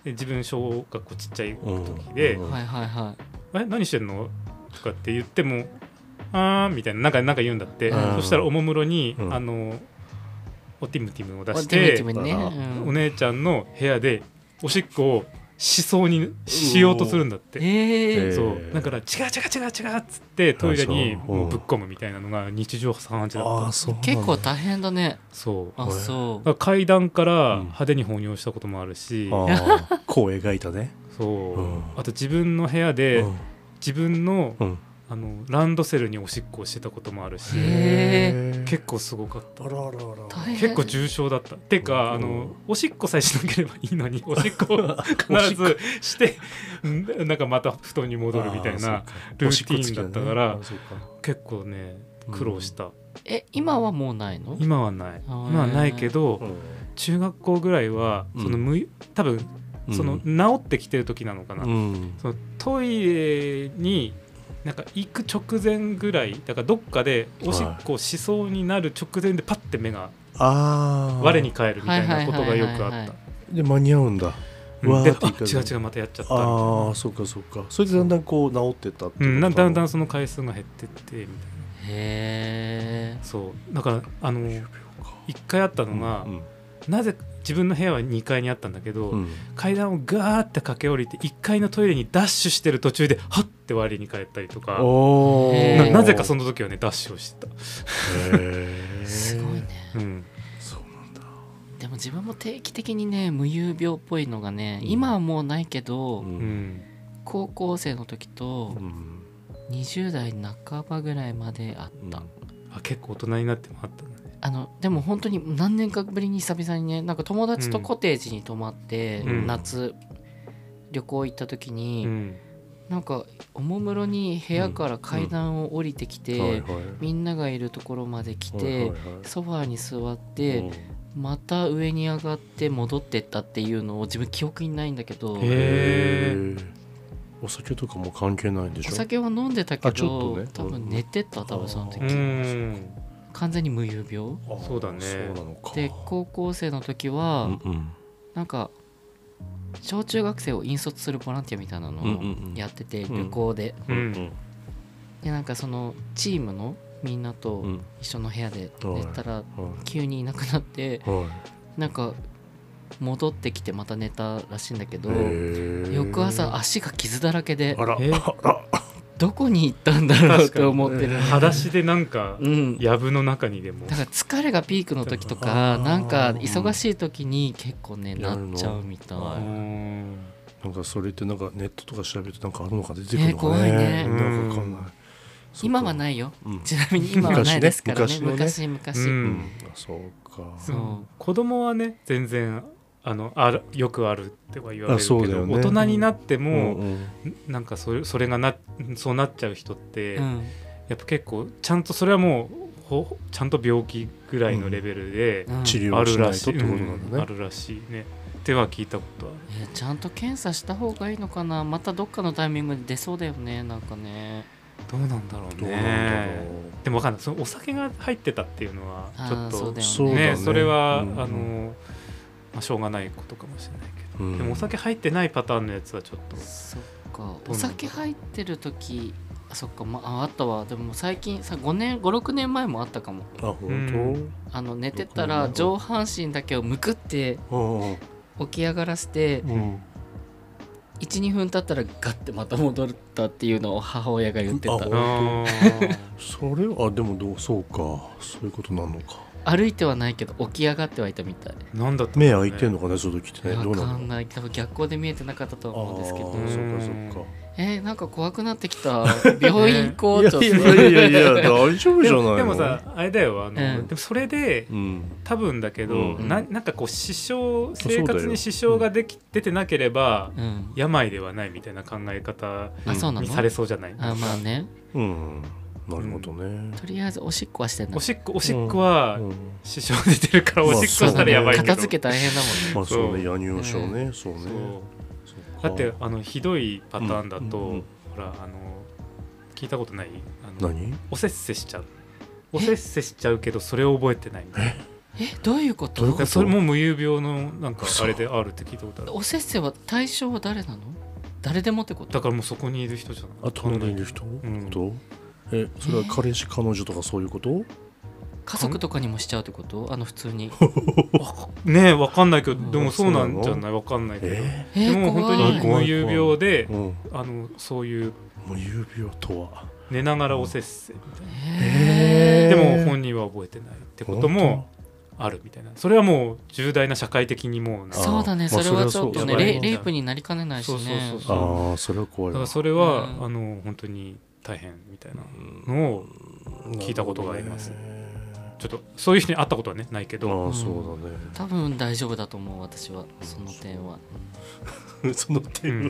[SPEAKER 1] で自分小学校ちっちゃい
[SPEAKER 3] うん
[SPEAKER 1] 時で
[SPEAKER 3] うん
[SPEAKER 2] はいはいはい
[SPEAKER 1] 「え何してんの?」とかって言っても「あー」みたいななんかなんか言うんだって、
[SPEAKER 3] うん
[SPEAKER 1] そしたらおもむろに、
[SPEAKER 3] うん
[SPEAKER 1] あのおティムティムを出
[SPEAKER 2] お
[SPEAKER 1] し
[SPEAKER 2] ティム
[SPEAKER 1] て
[SPEAKER 2] ティムね、うん
[SPEAKER 1] お姉ちゃんの部屋でおしっこをしそうにしようとするんだって。
[SPEAKER 2] え
[SPEAKER 3] え
[SPEAKER 2] ー、
[SPEAKER 1] そうだから違う違う違う違うっつってトイレに
[SPEAKER 3] あそう
[SPEAKER 1] もうぶっ込むみたいなのが日常茶飯事だ
[SPEAKER 3] あ
[SPEAKER 1] っ
[SPEAKER 3] あ
[SPEAKER 1] た
[SPEAKER 3] そうなんだ
[SPEAKER 2] 結構大変だね
[SPEAKER 1] そう
[SPEAKER 2] あ
[SPEAKER 3] これ
[SPEAKER 2] そ
[SPEAKER 1] だか
[SPEAKER 2] う
[SPEAKER 1] ら階段から
[SPEAKER 3] うん
[SPEAKER 1] 派手に放尿したこともあるし、
[SPEAKER 3] ああこう描いたね
[SPEAKER 1] そう、
[SPEAKER 3] うん
[SPEAKER 1] あと自分の部屋で
[SPEAKER 3] うん
[SPEAKER 1] 自分の,、
[SPEAKER 3] うん
[SPEAKER 1] あのランドセルにおしっこをしてたこともあるし
[SPEAKER 2] へー
[SPEAKER 1] 結構すごかった
[SPEAKER 3] あらあらあら
[SPEAKER 2] 大変
[SPEAKER 1] 結構重症だったてか、
[SPEAKER 3] うん
[SPEAKER 1] あのおしっこさえしなければいいのにおしっこを
[SPEAKER 3] おし
[SPEAKER 1] 必
[SPEAKER 3] っこ
[SPEAKER 1] ずして んなんかまた布団に戻るみたいなルーティーンだったから
[SPEAKER 3] おしっこつきだねあ
[SPEAKER 1] 結構ね苦労した、
[SPEAKER 2] え今はもうないの
[SPEAKER 1] 今はない
[SPEAKER 2] あー
[SPEAKER 1] 今はないけど、
[SPEAKER 3] そうか
[SPEAKER 1] 中学校ぐらいは
[SPEAKER 3] うん
[SPEAKER 1] その無、多分
[SPEAKER 3] うん
[SPEAKER 1] その治ってきてる時なのかな、
[SPEAKER 3] うん
[SPEAKER 1] そのトイレになんか行く直前ぐらいだからどっかでおしっこしそうになる直前でパッて目が
[SPEAKER 3] ああ
[SPEAKER 1] 我に返るみたいなことがよく
[SPEAKER 2] はいはいはいはい
[SPEAKER 1] あっ
[SPEAKER 2] は
[SPEAKER 1] た
[SPEAKER 2] い
[SPEAKER 3] で間に合うんだ
[SPEAKER 1] うん
[SPEAKER 3] わ
[SPEAKER 1] で
[SPEAKER 3] ーって
[SPEAKER 1] あ
[SPEAKER 3] 言った
[SPEAKER 1] 違う違うまたやっちゃったみたい
[SPEAKER 3] ああそうかそうかそれでだんだんこう治ってったってこと
[SPEAKER 1] なうん、なだんだ
[SPEAKER 3] ん
[SPEAKER 1] んその回数が減ってってみたいな
[SPEAKER 2] へえ
[SPEAKER 1] そうだからあの1回あったのが、
[SPEAKER 3] うん
[SPEAKER 1] なぜ自分の部屋は2階にあったんだけど、
[SPEAKER 3] うん
[SPEAKER 1] 階段をガーって駆け下りて1階のトイレにダッシュしてる途中でハッて割りに帰ったりとか
[SPEAKER 3] おー
[SPEAKER 1] な
[SPEAKER 2] へー
[SPEAKER 1] なぜかその時はねダッシュをしてた、
[SPEAKER 3] へー
[SPEAKER 2] すごいね
[SPEAKER 1] うん、
[SPEAKER 3] そうなんだ
[SPEAKER 2] でも自分も定期的にね無遊病っぽいのがね今はもうないけど、
[SPEAKER 1] う
[SPEAKER 3] うん
[SPEAKER 1] ん
[SPEAKER 2] 高校生の時と
[SPEAKER 3] うん
[SPEAKER 2] 20代半ばぐらいまであった、
[SPEAKER 1] あ結構大人になってもあったんだね
[SPEAKER 2] あのでも本当に何年かぶりに久々にねなんか友達とコテージに泊まって、
[SPEAKER 1] うん
[SPEAKER 2] 夏旅行行った時に、
[SPEAKER 1] うん
[SPEAKER 2] なんかおもむろに部屋から階段を降りてきて、
[SPEAKER 3] はいはい
[SPEAKER 2] みんながいるところまで来て、
[SPEAKER 3] はいはいはい
[SPEAKER 2] ソファーに座って、また上に上がって戻ってったっていうのを自分記憶にないんだけど、
[SPEAKER 1] へ
[SPEAKER 3] うん
[SPEAKER 1] えー
[SPEAKER 3] へーお酒とかも関係ないんでしょ
[SPEAKER 2] お酒は飲んでたけ
[SPEAKER 3] あち
[SPEAKER 2] ど、
[SPEAKER 3] ょっとね
[SPEAKER 2] 多分寝てた多分その時、
[SPEAKER 1] うーん
[SPEAKER 2] 完全に無遊病
[SPEAKER 3] あー
[SPEAKER 1] そうだね
[SPEAKER 3] そうなのか
[SPEAKER 2] で高校生の時は、
[SPEAKER 3] うんうん
[SPEAKER 2] なんか小中学生を引率するボランティアみたいなの
[SPEAKER 3] うんうんう
[SPEAKER 2] を
[SPEAKER 3] ん
[SPEAKER 2] やってて、
[SPEAKER 3] うん
[SPEAKER 2] 旅行で、
[SPEAKER 1] うん
[SPEAKER 2] でなんかそのチームのみんなと
[SPEAKER 3] うん
[SPEAKER 2] 一緒の部屋で寝たら
[SPEAKER 3] は
[SPEAKER 2] 急にいなくなって
[SPEAKER 3] いはい
[SPEAKER 2] なんか戻ってきてまた寝たらしいんだけど
[SPEAKER 3] へー
[SPEAKER 2] 翌朝足が傷だらけで
[SPEAKER 3] あら
[SPEAKER 1] え
[SPEAKER 3] あら
[SPEAKER 2] どこに行ったんだろう
[SPEAKER 1] 確かに
[SPEAKER 2] と思ってる
[SPEAKER 1] 裸足でなんか
[SPEAKER 2] うん
[SPEAKER 1] 藪の中にでも
[SPEAKER 2] だから疲れがピークの時とか
[SPEAKER 3] あー
[SPEAKER 2] なんか忙しい時に結構ねな
[SPEAKER 3] やる
[SPEAKER 2] っ
[SPEAKER 3] の
[SPEAKER 2] ちゃうみたいう
[SPEAKER 1] ーん
[SPEAKER 3] なんかそれってなんかネットとか調べるとなんかあるのか出てくる
[SPEAKER 2] えー
[SPEAKER 3] のかね。
[SPEAKER 2] 怖いね
[SPEAKER 3] なんかわかんない。
[SPEAKER 2] 今は
[SPEAKER 3] ない。
[SPEAKER 2] ないよ
[SPEAKER 3] うん。
[SPEAKER 2] ちなみに今はないですからね
[SPEAKER 3] 昔ね
[SPEAKER 2] 昔
[SPEAKER 3] 昔
[SPEAKER 2] 昔
[SPEAKER 3] う
[SPEAKER 1] う
[SPEAKER 3] んん。あそうか。
[SPEAKER 2] そう
[SPEAKER 1] 子供はね全然あのあるよくあるっては言われる
[SPEAKER 3] あそう
[SPEAKER 1] け
[SPEAKER 3] だ
[SPEAKER 1] ど、
[SPEAKER 3] よね
[SPEAKER 1] 大人になって
[SPEAKER 3] うん
[SPEAKER 1] も、
[SPEAKER 3] うん
[SPEAKER 1] なんかそれそれがなそうなっちゃう人って、
[SPEAKER 2] うん
[SPEAKER 1] やっぱ結構ちゃんとそれはもうほちゃんと病気ぐらいのレベルで
[SPEAKER 2] うん
[SPEAKER 3] 治療
[SPEAKER 1] あ
[SPEAKER 3] をし
[SPEAKER 1] る
[SPEAKER 3] な
[SPEAKER 1] ら
[SPEAKER 3] い
[SPEAKER 1] し
[SPEAKER 3] と
[SPEAKER 1] い、
[SPEAKER 3] ってことなん
[SPEAKER 1] う
[SPEAKER 3] だ
[SPEAKER 1] ん
[SPEAKER 3] ね。
[SPEAKER 1] あるらしいねっては聞いたことある
[SPEAKER 2] えーちゃんと検査した方がいいのかなまたどっかのタイミングで出そうだよねなんかね
[SPEAKER 1] どうなんだろう
[SPEAKER 3] どうなんだろ
[SPEAKER 1] ねでもわかんないそのお酒が入ってたっていうのはちょ
[SPEAKER 2] あー
[SPEAKER 1] っ
[SPEAKER 2] そう
[SPEAKER 1] と
[SPEAKER 2] だよね
[SPEAKER 3] そうだ
[SPEAKER 1] ね
[SPEAKER 3] ね
[SPEAKER 1] それは、
[SPEAKER 3] うん
[SPEAKER 1] あの、まあ、しょうがないことかもしれないけど、
[SPEAKER 3] う、うん
[SPEAKER 1] でもお酒入ってないパターンのやつはちょっと
[SPEAKER 2] そっかお酒入ってる時あそっか、まあ、あったわでも最近さ5年56年前もあったかも
[SPEAKER 3] あ本当、
[SPEAKER 1] うん
[SPEAKER 2] あの寝てたら上半身だけをむくって
[SPEAKER 3] うん
[SPEAKER 2] 起き上がらせて
[SPEAKER 3] うん、
[SPEAKER 2] 12分経ったらガッてまた戻ったっていうのを母親が言って
[SPEAKER 3] あ
[SPEAKER 2] た
[SPEAKER 3] ほ
[SPEAKER 1] あ
[SPEAKER 3] それはあでもどうそうかそういうことなのか
[SPEAKER 2] 歩いてはないけど起き上がってはいたみたい
[SPEAKER 1] ーなんだった
[SPEAKER 3] 目開いてんの
[SPEAKER 1] の
[SPEAKER 3] かねその時ってねど
[SPEAKER 2] わ
[SPEAKER 3] うな
[SPEAKER 2] か
[SPEAKER 3] の
[SPEAKER 2] んない多分逆光で見えてなかったとは思うんですけ
[SPEAKER 3] あ
[SPEAKER 2] ど
[SPEAKER 3] ーそうか
[SPEAKER 2] えー、なんか怖くなってき た病院行こうち
[SPEAKER 3] そ
[SPEAKER 2] ょっ
[SPEAKER 3] うか
[SPEAKER 2] と
[SPEAKER 3] いやいやいやいや大丈夫じ
[SPEAKER 1] で
[SPEAKER 3] ゃないの
[SPEAKER 1] もでもさあれだよあの、
[SPEAKER 2] うん
[SPEAKER 1] でもそれで
[SPEAKER 3] うん
[SPEAKER 1] 多分だけど、
[SPEAKER 3] うん
[SPEAKER 1] ななんかこう支
[SPEAKER 3] そう
[SPEAKER 1] 障
[SPEAKER 3] だ
[SPEAKER 1] 生
[SPEAKER 3] よ
[SPEAKER 1] 活に支障ができ出てなければ
[SPEAKER 2] うん、
[SPEAKER 1] 病ではないみたいな考え方
[SPEAKER 2] あそうな
[SPEAKER 1] に
[SPEAKER 2] の
[SPEAKER 1] されそうじゃない、
[SPEAKER 2] あまあね
[SPEAKER 3] うんなるほどね、
[SPEAKER 2] とりあえずおしっこはしてんだ
[SPEAKER 1] おしっこおしっこは、
[SPEAKER 3] うん
[SPEAKER 1] 支障出てるからおしっこしたらやばいけど、
[SPEAKER 2] 片付け大変だもんね
[SPEAKER 3] まあそうね
[SPEAKER 1] そ
[SPEAKER 3] 野乳症ね、そうねそ
[SPEAKER 1] そう
[SPEAKER 3] うか
[SPEAKER 1] だってあのひどいパターンだと、
[SPEAKER 3] うんうん
[SPEAKER 1] ほらあの聞いたことないあの
[SPEAKER 3] 何
[SPEAKER 1] おせっせしちゃうおせっせしちゃうけどそれを覚えてないみたいな
[SPEAKER 2] えどういうこと
[SPEAKER 3] どういう
[SPEAKER 1] だからそれも無遊病のなんかあれであるって聞いたことある
[SPEAKER 2] おせっせは対象は誰なの誰でもってこと
[SPEAKER 1] だからもうそこにいる人じゃない
[SPEAKER 3] あ隣にいる人、
[SPEAKER 1] ん
[SPEAKER 3] どうえそれは彼氏彼女とかそういうこと
[SPEAKER 2] 家族とかにもしちゃうってことあの普通に
[SPEAKER 1] ねえわかんないけどでも
[SPEAKER 3] あ
[SPEAKER 1] そうなんじゃないわかんないけど、
[SPEAKER 3] え
[SPEAKER 2] え
[SPEAKER 1] でも
[SPEAKER 2] ー、
[SPEAKER 1] 本当
[SPEAKER 2] 怖
[SPEAKER 1] に
[SPEAKER 2] い
[SPEAKER 1] 無遊病で
[SPEAKER 3] ー、うん
[SPEAKER 1] あのそういう
[SPEAKER 3] 無遊病とは
[SPEAKER 1] 寝ながらおせっせみたいな
[SPEAKER 2] え
[SPEAKER 1] でも本人は覚えてないってこともあるみたいなそれはもう重大な社会的にもうな
[SPEAKER 3] あー
[SPEAKER 2] そうだね
[SPEAKER 3] まあ
[SPEAKER 2] それはちょっと
[SPEAKER 1] それ
[SPEAKER 2] ね
[SPEAKER 1] はそう
[SPEAKER 2] レイレイプになりかねないしね
[SPEAKER 1] そうそうそう
[SPEAKER 3] ああそれは怖
[SPEAKER 1] だ
[SPEAKER 3] い
[SPEAKER 1] か
[SPEAKER 3] わ
[SPEAKER 1] らそれは、
[SPEAKER 2] うん
[SPEAKER 1] あの本当に大変みたいなのを聞いたことがあります
[SPEAKER 3] なる
[SPEAKER 1] ちょっとそういう人に会ったことはねないけ
[SPEAKER 3] ほ
[SPEAKER 1] ど
[SPEAKER 3] どねあ
[SPEAKER 2] うん
[SPEAKER 3] あそうだね、
[SPEAKER 2] 多分大丈夫だと思う私はその点は
[SPEAKER 3] その点
[SPEAKER 1] うん
[SPEAKER 2] うん
[SPEAKER 3] も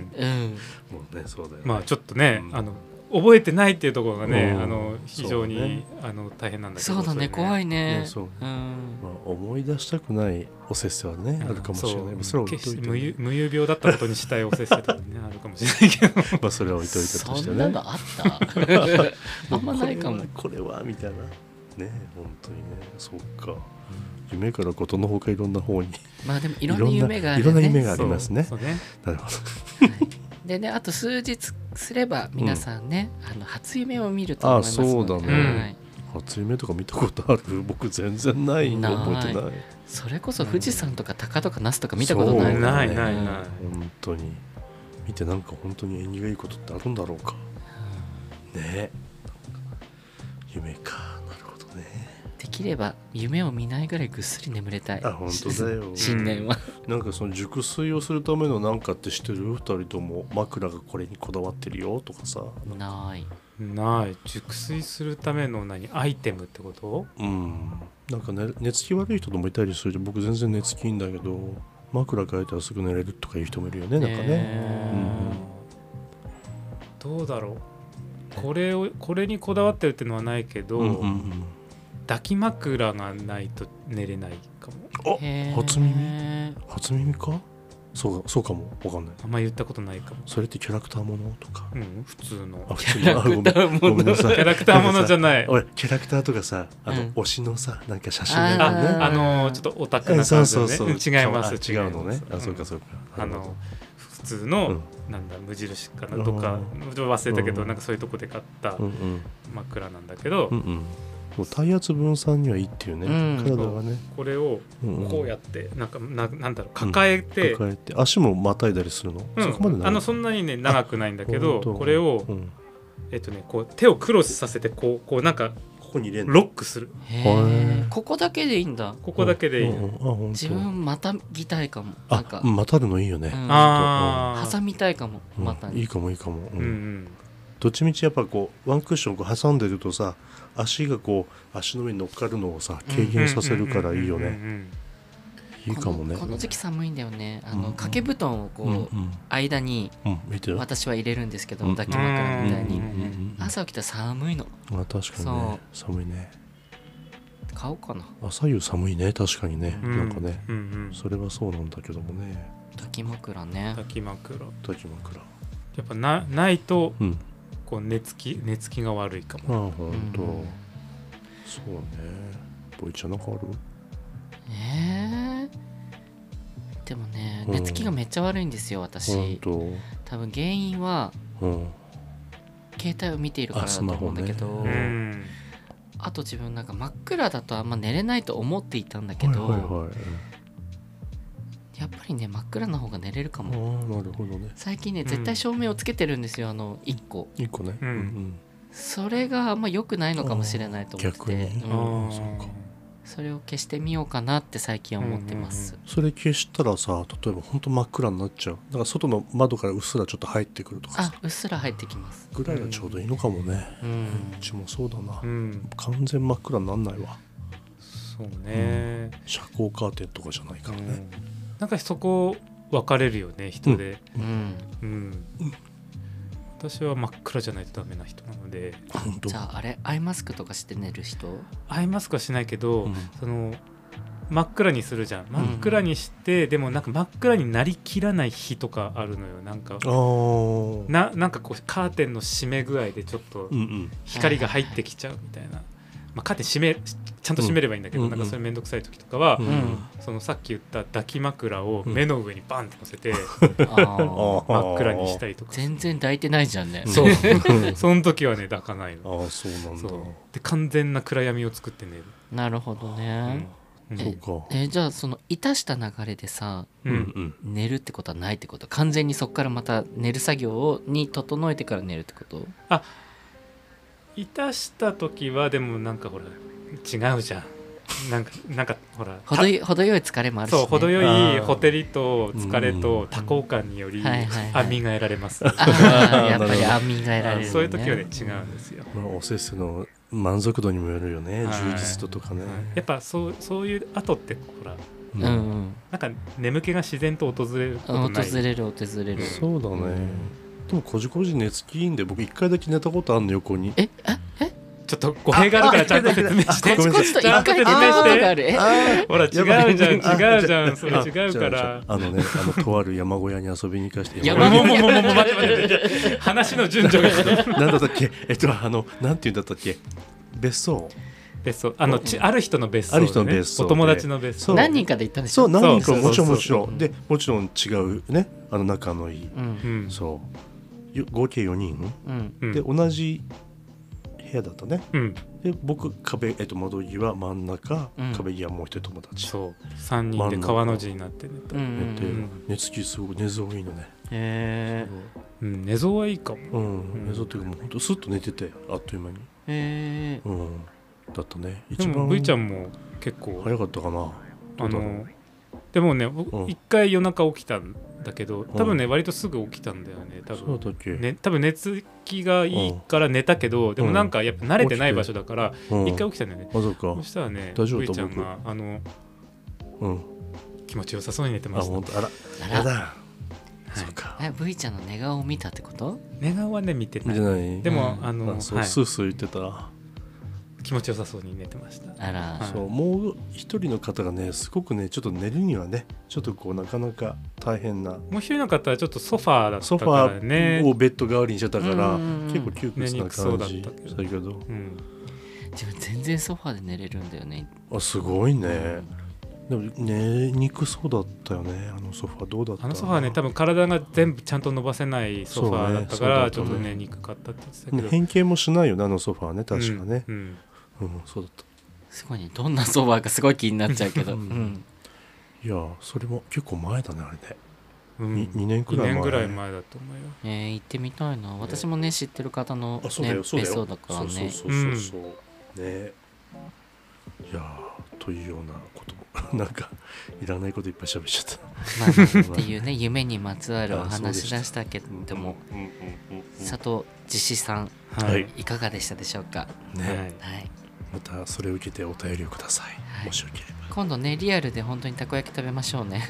[SPEAKER 3] うねそうだよね、
[SPEAKER 1] まあちょっとね、
[SPEAKER 3] うん
[SPEAKER 1] あの覚えてないっていうところがね、
[SPEAKER 3] うん
[SPEAKER 1] あの非常に、
[SPEAKER 3] そうね
[SPEAKER 1] あの大変なんだけど
[SPEAKER 2] そうだね怖いね
[SPEAKER 3] ねそうね
[SPEAKER 2] うん
[SPEAKER 3] まあ思い出したくないおせっせはねあるかもしれないまあそれは置い
[SPEAKER 1] 決
[SPEAKER 3] と
[SPEAKER 1] し
[SPEAKER 3] い
[SPEAKER 1] て
[SPEAKER 3] て
[SPEAKER 1] 無
[SPEAKER 3] ね
[SPEAKER 1] 有無有病だったことにしたいおせっせとかねあるかもしれないけど
[SPEAKER 3] まあそれは置いといたと
[SPEAKER 2] そ
[SPEAKER 3] して
[SPEAKER 2] んな
[SPEAKER 3] ね
[SPEAKER 2] のあったあんまないか も
[SPEAKER 3] これはこれはみたいなね本当にねそうか夢からことのほかいろんな方に
[SPEAKER 2] まあでもいろんな夢がある
[SPEAKER 3] いろんな
[SPEAKER 2] よ
[SPEAKER 3] 夢
[SPEAKER 2] ね
[SPEAKER 3] がありますね
[SPEAKER 1] そうそうね
[SPEAKER 3] なるほど
[SPEAKER 2] でねあと数日すれば皆さんね、あの初夢を見ると思
[SPEAKER 3] あ
[SPEAKER 2] いま
[SPEAKER 3] あ
[SPEAKER 2] すので
[SPEAKER 3] そうだ
[SPEAKER 1] ね
[SPEAKER 2] はい、
[SPEAKER 3] 初夢とか見たことある 僕全然ないんで
[SPEAKER 2] ない
[SPEAKER 3] 覚えてない
[SPEAKER 2] それこそ富士山とか鷹とか那須とか見たことない
[SPEAKER 3] そう
[SPEAKER 1] ない
[SPEAKER 3] ね
[SPEAKER 1] ないない、
[SPEAKER 3] 本当に見てなんか本当に縁起がいいことってあるんだろうかね夢かなるほどね
[SPEAKER 2] できれば夢を見ないぐらいぐっすり眠れたい
[SPEAKER 3] あ本当だ よ
[SPEAKER 2] 新年は
[SPEAKER 3] なんかその熟睡をするためのなんかって知ってる二人とも枕がこれにこだわってるよとかさ
[SPEAKER 2] ない
[SPEAKER 1] ない熟睡するための何アイテムってこと
[SPEAKER 3] うんなんか、ね、寝つき悪い人ともいたりするじゃん僕全然寝つきいいんだけど枕変えたらすぐ寝れるとかいう人もいるよねなんかね
[SPEAKER 2] え
[SPEAKER 1] どうだろうこれをこれにこだわってるっていうのはないけど、
[SPEAKER 3] うんうん
[SPEAKER 1] 抱き枕がないと寝れないかも
[SPEAKER 3] うん
[SPEAKER 2] へー
[SPEAKER 3] あ初耳初耳かそうそうかもわかんない
[SPEAKER 1] あんま言ったことないかも、
[SPEAKER 3] それってキャラクターものとか
[SPEAKER 1] うん、普通
[SPEAKER 3] あ
[SPEAKER 1] の
[SPEAKER 3] 普通
[SPEAKER 2] キャラ
[SPEAKER 3] あ
[SPEAKER 2] クターもの
[SPEAKER 3] ごめんごめんなさ
[SPEAKER 1] キ
[SPEAKER 3] い
[SPEAKER 1] ャラクターものじゃ ない
[SPEAKER 3] 俺キャラクターとかさあの、
[SPEAKER 2] うん
[SPEAKER 3] 推しのさなんか写真
[SPEAKER 1] あ
[SPEAKER 3] があるね
[SPEAKER 2] ー
[SPEAKER 1] あのちょっとオタク
[SPEAKER 3] え
[SPEAKER 1] な
[SPEAKER 3] そ
[SPEAKER 1] 感
[SPEAKER 3] う
[SPEAKER 1] じの
[SPEAKER 3] そう
[SPEAKER 1] ね
[SPEAKER 3] そう
[SPEAKER 1] うん違います
[SPEAKER 3] あ違うのね
[SPEAKER 1] 違います
[SPEAKER 3] あそうか
[SPEAKER 1] ん
[SPEAKER 3] そうか
[SPEAKER 1] あ
[SPEAKER 3] なるほ
[SPEAKER 1] の
[SPEAKER 3] ど
[SPEAKER 1] 普通の、なんだ無印かなとか
[SPEAKER 3] う
[SPEAKER 1] 忘れたけど、
[SPEAKER 3] うん
[SPEAKER 1] なんかそういうとこで買った
[SPEAKER 3] うんうん
[SPEAKER 1] 枕なんだけど、
[SPEAKER 3] うんうんもう体圧分散にはいいっていうね、
[SPEAKER 2] うん
[SPEAKER 3] 体がね
[SPEAKER 1] これを
[SPEAKER 3] うんうん
[SPEAKER 1] こうやってなんかななんだろう抱えて、
[SPEAKER 3] 抱えて足もまたいだりするの、
[SPEAKER 1] うん
[SPEAKER 3] そこまでない
[SPEAKER 1] あのそんなにね長くないんだけ
[SPEAKER 3] ほ
[SPEAKER 1] ど
[SPEAKER 3] んと
[SPEAKER 1] これを、
[SPEAKER 3] うん
[SPEAKER 1] えっとね、こう手をクロスさせてこうこうなんか
[SPEAKER 3] ここに入れんの
[SPEAKER 1] ロックする
[SPEAKER 2] へ
[SPEAKER 3] へ
[SPEAKER 2] ー
[SPEAKER 3] ー
[SPEAKER 2] ここだけでいいんだ
[SPEAKER 1] ここだけでいい、
[SPEAKER 3] うんうんあ本当
[SPEAKER 2] 自分またぎたいかもなん
[SPEAKER 3] あ
[SPEAKER 2] か
[SPEAKER 3] またるのいいよね、
[SPEAKER 2] うん
[SPEAKER 1] ああ
[SPEAKER 2] 挟みたいかも
[SPEAKER 3] うん
[SPEAKER 2] また
[SPEAKER 3] い
[SPEAKER 2] に
[SPEAKER 3] いかもいいかも、うん
[SPEAKER 1] うんうん
[SPEAKER 3] どっちみちやっぱこうワンクッションこう挟んでるとさ足がこう足の上に乗っかるのをさ軽減させるからいいよね、
[SPEAKER 1] ね
[SPEAKER 3] いいかもね
[SPEAKER 2] このこの時期寒いんだよねあ
[SPEAKER 3] うん
[SPEAKER 2] の掛け布団をこ
[SPEAKER 3] うんう
[SPEAKER 2] うん間に
[SPEAKER 3] うん見てよ
[SPEAKER 2] 私は入れるんですけど
[SPEAKER 3] うん
[SPEAKER 2] 抱き枕みたい
[SPEAKER 1] うん
[SPEAKER 2] に
[SPEAKER 1] うん
[SPEAKER 2] 朝起きたら寒いの
[SPEAKER 3] あ確かにね寒いね
[SPEAKER 2] 買おうかな
[SPEAKER 3] 朝夕寒いね確かにね、
[SPEAKER 1] うん
[SPEAKER 3] なんかね
[SPEAKER 1] うんうん
[SPEAKER 3] それはそうなんだけどもね
[SPEAKER 2] 抱き枕ね
[SPEAKER 1] 抱き枕
[SPEAKER 3] 抱き枕
[SPEAKER 1] やっぱなないと
[SPEAKER 3] うん
[SPEAKER 1] 構寝つき寝つきが悪いかも
[SPEAKER 3] あ本当、
[SPEAKER 2] うん
[SPEAKER 3] そうねボイちゃんなんかある
[SPEAKER 2] えーでもね
[SPEAKER 3] うん
[SPEAKER 2] 寝つきがめっちゃ悪いんですよ私
[SPEAKER 3] 本
[SPEAKER 2] 多分原因は
[SPEAKER 3] 当うん
[SPEAKER 2] 携帯を見ているからだと思うんだけど
[SPEAKER 3] あスマ
[SPEAKER 1] う
[SPEAKER 3] ホね
[SPEAKER 1] ん
[SPEAKER 2] あと自分なんか真っ暗だとあんま寝れないと思っていたんだけ
[SPEAKER 3] はい
[SPEAKER 2] ど、
[SPEAKER 3] はいはい
[SPEAKER 2] やっぱりね真っ暗な方が寝れるか
[SPEAKER 3] ああ
[SPEAKER 2] も
[SPEAKER 3] なるほどね
[SPEAKER 2] 最近ね
[SPEAKER 1] うん
[SPEAKER 2] 絶対照明をつけてるんですよ、あの1個
[SPEAKER 3] 一個ね、
[SPEAKER 1] うん
[SPEAKER 2] それがあんま良くないのかもしれないと思って
[SPEAKER 3] 逆
[SPEAKER 2] て、
[SPEAKER 3] に
[SPEAKER 1] あ
[SPEAKER 2] うん
[SPEAKER 1] ー
[SPEAKER 3] そっか
[SPEAKER 2] それを消してみようかなって最近は思ってます、
[SPEAKER 3] それ消したらさ例えば本当真っ暗になっちゃうだから外の窓からうっすらちょっと入ってくるとか
[SPEAKER 2] あ
[SPEAKER 3] さ
[SPEAKER 2] うっすら入ってきます
[SPEAKER 3] ぐらいがちょうどいいのかもね、
[SPEAKER 2] うん
[SPEAKER 3] うちもそうだな、
[SPEAKER 1] うん
[SPEAKER 3] 完全真っ暗になんないわ
[SPEAKER 1] そうね、
[SPEAKER 3] 遮光カーテンとかじゃないから
[SPEAKER 1] う
[SPEAKER 3] ね、
[SPEAKER 1] んなんかそこ分かれるよね人で
[SPEAKER 2] うん
[SPEAKER 1] うん、私は真っ暗じゃないとダメな人なので
[SPEAKER 3] 本当
[SPEAKER 2] じゃああれアイマスクとかして寝る人
[SPEAKER 1] アイマスクはしないけど、
[SPEAKER 3] うん
[SPEAKER 1] その真っ暗にするじゃん真っ暗にして、でもなんか真っ暗になりきらない日とかあるのよなんか
[SPEAKER 3] ああ
[SPEAKER 1] ななんかこうカーテンの閉め具合でちょっと
[SPEAKER 3] うんうん
[SPEAKER 1] 光が入ってきちゃうみたいな、まあ、カーテン閉めちゃんと閉めればいいんだけど、
[SPEAKER 3] うん
[SPEAKER 1] なんかそれ面倒くさい時とかは、
[SPEAKER 3] うん
[SPEAKER 1] そのさっき言った抱き枕を目の上にバンって乗せて、
[SPEAKER 2] あー
[SPEAKER 3] ああ
[SPEAKER 1] 真っ暗にしたりとか
[SPEAKER 2] 全然抱いてないじゃんね
[SPEAKER 1] そう
[SPEAKER 3] うん
[SPEAKER 1] その時はね抱かないの
[SPEAKER 3] ああそうなんだ
[SPEAKER 1] そうで完全な暗闇を作って寝る、
[SPEAKER 2] なるほどね、
[SPEAKER 1] うん
[SPEAKER 3] そうか
[SPEAKER 2] えじゃあそのいたした流れでさ
[SPEAKER 1] うん
[SPEAKER 3] うん
[SPEAKER 2] 寝るってことはないってこと完全にそこからまた寝る作業をに整えてから寝るってこと
[SPEAKER 1] いたした時はでもなんかほら違うじゃんなんかなんかほら
[SPEAKER 2] 程よい程よい疲れもあるし、ね、
[SPEAKER 1] そう程
[SPEAKER 3] あ
[SPEAKER 1] よい
[SPEAKER 3] ー
[SPEAKER 1] ほてりと疲れ
[SPEAKER 3] う
[SPEAKER 1] と多幸感により
[SPEAKER 2] はいはいはい
[SPEAKER 1] 編みが得ら れます、
[SPEAKER 2] あーやっぱり編みがえられる、ね、
[SPEAKER 1] そういう時はね違うんですよ、
[SPEAKER 3] まあおせっせの満足度にもよるよね、
[SPEAKER 1] はい
[SPEAKER 3] 充実度とかね、
[SPEAKER 1] やっぱそうそういう後ってほら
[SPEAKER 2] うんうん
[SPEAKER 1] なんか眠気が自然と訪れること
[SPEAKER 2] 訪
[SPEAKER 1] ない
[SPEAKER 2] れる訪れる
[SPEAKER 3] そうだね、
[SPEAKER 1] うん
[SPEAKER 3] でもこじこじ寝つきいいんで僕一回だけ寝たことあるの横に
[SPEAKER 2] えあ
[SPEAKER 1] ちょっと語弊があるからちゃんと説明して
[SPEAKER 3] ごめんな
[SPEAKER 2] こっちと
[SPEAKER 3] さい
[SPEAKER 2] 一回寝たことがあるえ
[SPEAKER 3] あ
[SPEAKER 1] ほら違うじ
[SPEAKER 3] やば
[SPEAKER 1] ゃん
[SPEAKER 3] い
[SPEAKER 1] 違うじゃんそれ
[SPEAKER 3] あ
[SPEAKER 1] 違うから
[SPEAKER 3] あのねあのとある山小屋に遊びに行かして
[SPEAKER 2] 山
[SPEAKER 1] もうもうもうもうもう待って待って待って話の順序がひどい
[SPEAKER 3] なんだったっけ えっとあのなんていうんだったっけ別荘
[SPEAKER 1] 別荘あのちある人の別荘、ね、
[SPEAKER 3] ある人の別荘
[SPEAKER 1] お友達の別
[SPEAKER 3] そ
[SPEAKER 1] 荘
[SPEAKER 3] う
[SPEAKER 2] 何人かで行ったんでし
[SPEAKER 3] そ
[SPEAKER 2] ょ
[SPEAKER 3] う何人か
[SPEAKER 1] そ
[SPEAKER 3] も
[SPEAKER 1] う
[SPEAKER 3] ちろ
[SPEAKER 1] そう
[SPEAKER 3] も
[SPEAKER 1] んそう
[SPEAKER 3] ちろんでもちろん違うねあの仲のいい、
[SPEAKER 2] うん
[SPEAKER 1] うん
[SPEAKER 3] そうよ合計4人、
[SPEAKER 2] うん
[SPEAKER 1] うん
[SPEAKER 3] で同じ部屋だったね
[SPEAKER 1] うん
[SPEAKER 3] で僕壁、えっと、窓際真ん中、
[SPEAKER 2] うん
[SPEAKER 3] 壁際もう一人友達
[SPEAKER 1] そう三人で川の字になって寝た
[SPEAKER 2] うんう
[SPEAKER 3] 寝て、
[SPEAKER 2] ん
[SPEAKER 1] ん
[SPEAKER 3] 寝つきすごい寝相いいのね
[SPEAKER 2] へー
[SPEAKER 1] うん寝相はいいかも
[SPEAKER 3] うん、
[SPEAKER 1] うん
[SPEAKER 3] 寝相っていうかもうほんとスッと寝ててあっという間に
[SPEAKER 2] へー
[SPEAKER 3] うんだったね
[SPEAKER 1] で
[SPEAKER 3] 一
[SPEAKER 1] も
[SPEAKER 3] 番
[SPEAKER 1] V ちゃんも結構
[SPEAKER 3] 早かったかな
[SPEAKER 1] あ
[SPEAKER 3] どうだろ
[SPEAKER 1] の
[SPEAKER 3] う
[SPEAKER 1] でもね僕
[SPEAKER 3] うん
[SPEAKER 1] 一回夜中起きたんだけど多分ね割とすぐ起きたんだよね多
[SPEAKER 3] そうだ
[SPEAKER 1] 分
[SPEAKER 3] っけ、
[SPEAKER 1] ね多分寝つきがいいから寝たけどでもなんかやっぱ慣れてない場所だから
[SPEAKER 3] うん、
[SPEAKER 1] 一回起きたんだよね
[SPEAKER 3] まさか
[SPEAKER 1] そしたらね
[SPEAKER 3] 大丈夫
[SPEAKER 1] V ちゃんが
[SPEAKER 3] 僕
[SPEAKER 1] あの
[SPEAKER 3] うん
[SPEAKER 1] 気持ちよさそうに寝てま
[SPEAKER 3] あ
[SPEAKER 1] した
[SPEAKER 3] 本当あら
[SPEAKER 2] あ
[SPEAKER 3] や
[SPEAKER 2] ら
[SPEAKER 3] だ、
[SPEAKER 1] はい
[SPEAKER 3] そうか
[SPEAKER 2] え V ちゃんの寝顔を見たってこと
[SPEAKER 1] 寝顔はね見て
[SPEAKER 3] 見
[SPEAKER 1] な
[SPEAKER 3] て
[SPEAKER 1] い
[SPEAKER 3] ない
[SPEAKER 1] でも
[SPEAKER 2] うん
[SPEAKER 1] あの
[SPEAKER 3] あそう、
[SPEAKER 1] はい
[SPEAKER 3] スースー言ってた
[SPEAKER 1] 気持ちよさそうに寝てました
[SPEAKER 2] あ
[SPEAKER 1] は
[SPEAKER 2] ら
[SPEAKER 1] い
[SPEAKER 3] そうもう一人の方がねすごくねちょっと寝るにはねちょっとこうなかなか大変な
[SPEAKER 1] もう一人の方はちょっとソファーだった
[SPEAKER 3] ソフ
[SPEAKER 1] か
[SPEAKER 3] ァ
[SPEAKER 1] らね
[SPEAKER 3] ーをベッド代わりにしてたから、
[SPEAKER 2] うんうんうん
[SPEAKER 3] 結構窮屈な感
[SPEAKER 1] 寝
[SPEAKER 3] じ
[SPEAKER 1] にくそう
[SPEAKER 3] だ
[SPEAKER 1] だった
[SPEAKER 3] け
[SPEAKER 1] けど
[SPEAKER 3] ど
[SPEAKER 1] うん
[SPEAKER 2] 自分全然ソファーで寝れるんだよね
[SPEAKER 3] あすごいね、でも寝にくそうだったよねあのソファーどうだった
[SPEAKER 1] あのソファーね多分体が全部ちゃんと伸ばせないソファーだったか
[SPEAKER 3] そう
[SPEAKER 1] ら
[SPEAKER 3] ね
[SPEAKER 1] ち
[SPEAKER 3] そ
[SPEAKER 1] ょ
[SPEAKER 3] う
[SPEAKER 1] っ
[SPEAKER 3] だっ
[SPEAKER 1] と
[SPEAKER 3] たね
[SPEAKER 1] 寝にくかったって言ってた
[SPEAKER 3] う
[SPEAKER 1] け
[SPEAKER 3] ん
[SPEAKER 1] ど
[SPEAKER 3] 変形もしないよねあのソファーね確かね
[SPEAKER 1] う、んうん
[SPEAKER 3] うんそうだっ
[SPEAKER 2] すごいねどんなソファーかすごい気になっちゃうけど、う
[SPEAKER 3] う
[SPEAKER 2] んん、
[SPEAKER 3] たいやーそれも結構前だねあれね、
[SPEAKER 1] うん
[SPEAKER 3] に2年く
[SPEAKER 1] 2
[SPEAKER 3] らい前
[SPEAKER 1] 年ぐらい前だと思うよ
[SPEAKER 2] えー行ってみたいな私もね知ってる方の、ね、
[SPEAKER 3] あそうだよそうだ
[SPEAKER 2] 別荘
[SPEAKER 3] よ
[SPEAKER 2] だからね
[SPEAKER 3] そうそうそうそう、ねいやーというようなことも なんかいらないこといっぱい喋っちゃっ
[SPEAKER 2] まあっていうね夢にまつわるお
[SPEAKER 3] あそうで
[SPEAKER 2] 話
[SPEAKER 3] した
[SPEAKER 2] でしたけ
[SPEAKER 3] た
[SPEAKER 2] ども、
[SPEAKER 3] うんうんうんうん
[SPEAKER 2] 佐藤実施さん
[SPEAKER 3] はい
[SPEAKER 2] いかがでしたでしょうか
[SPEAKER 3] ね、
[SPEAKER 1] はい
[SPEAKER 2] はい
[SPEAKER 3] またそれを受けてお便りをください、
[SPEAKER 2] はい
[SPEAKER 3] もしよければ
[SPEAKER 2] 今度ねリアルで本当にたこ焼き食べましょうね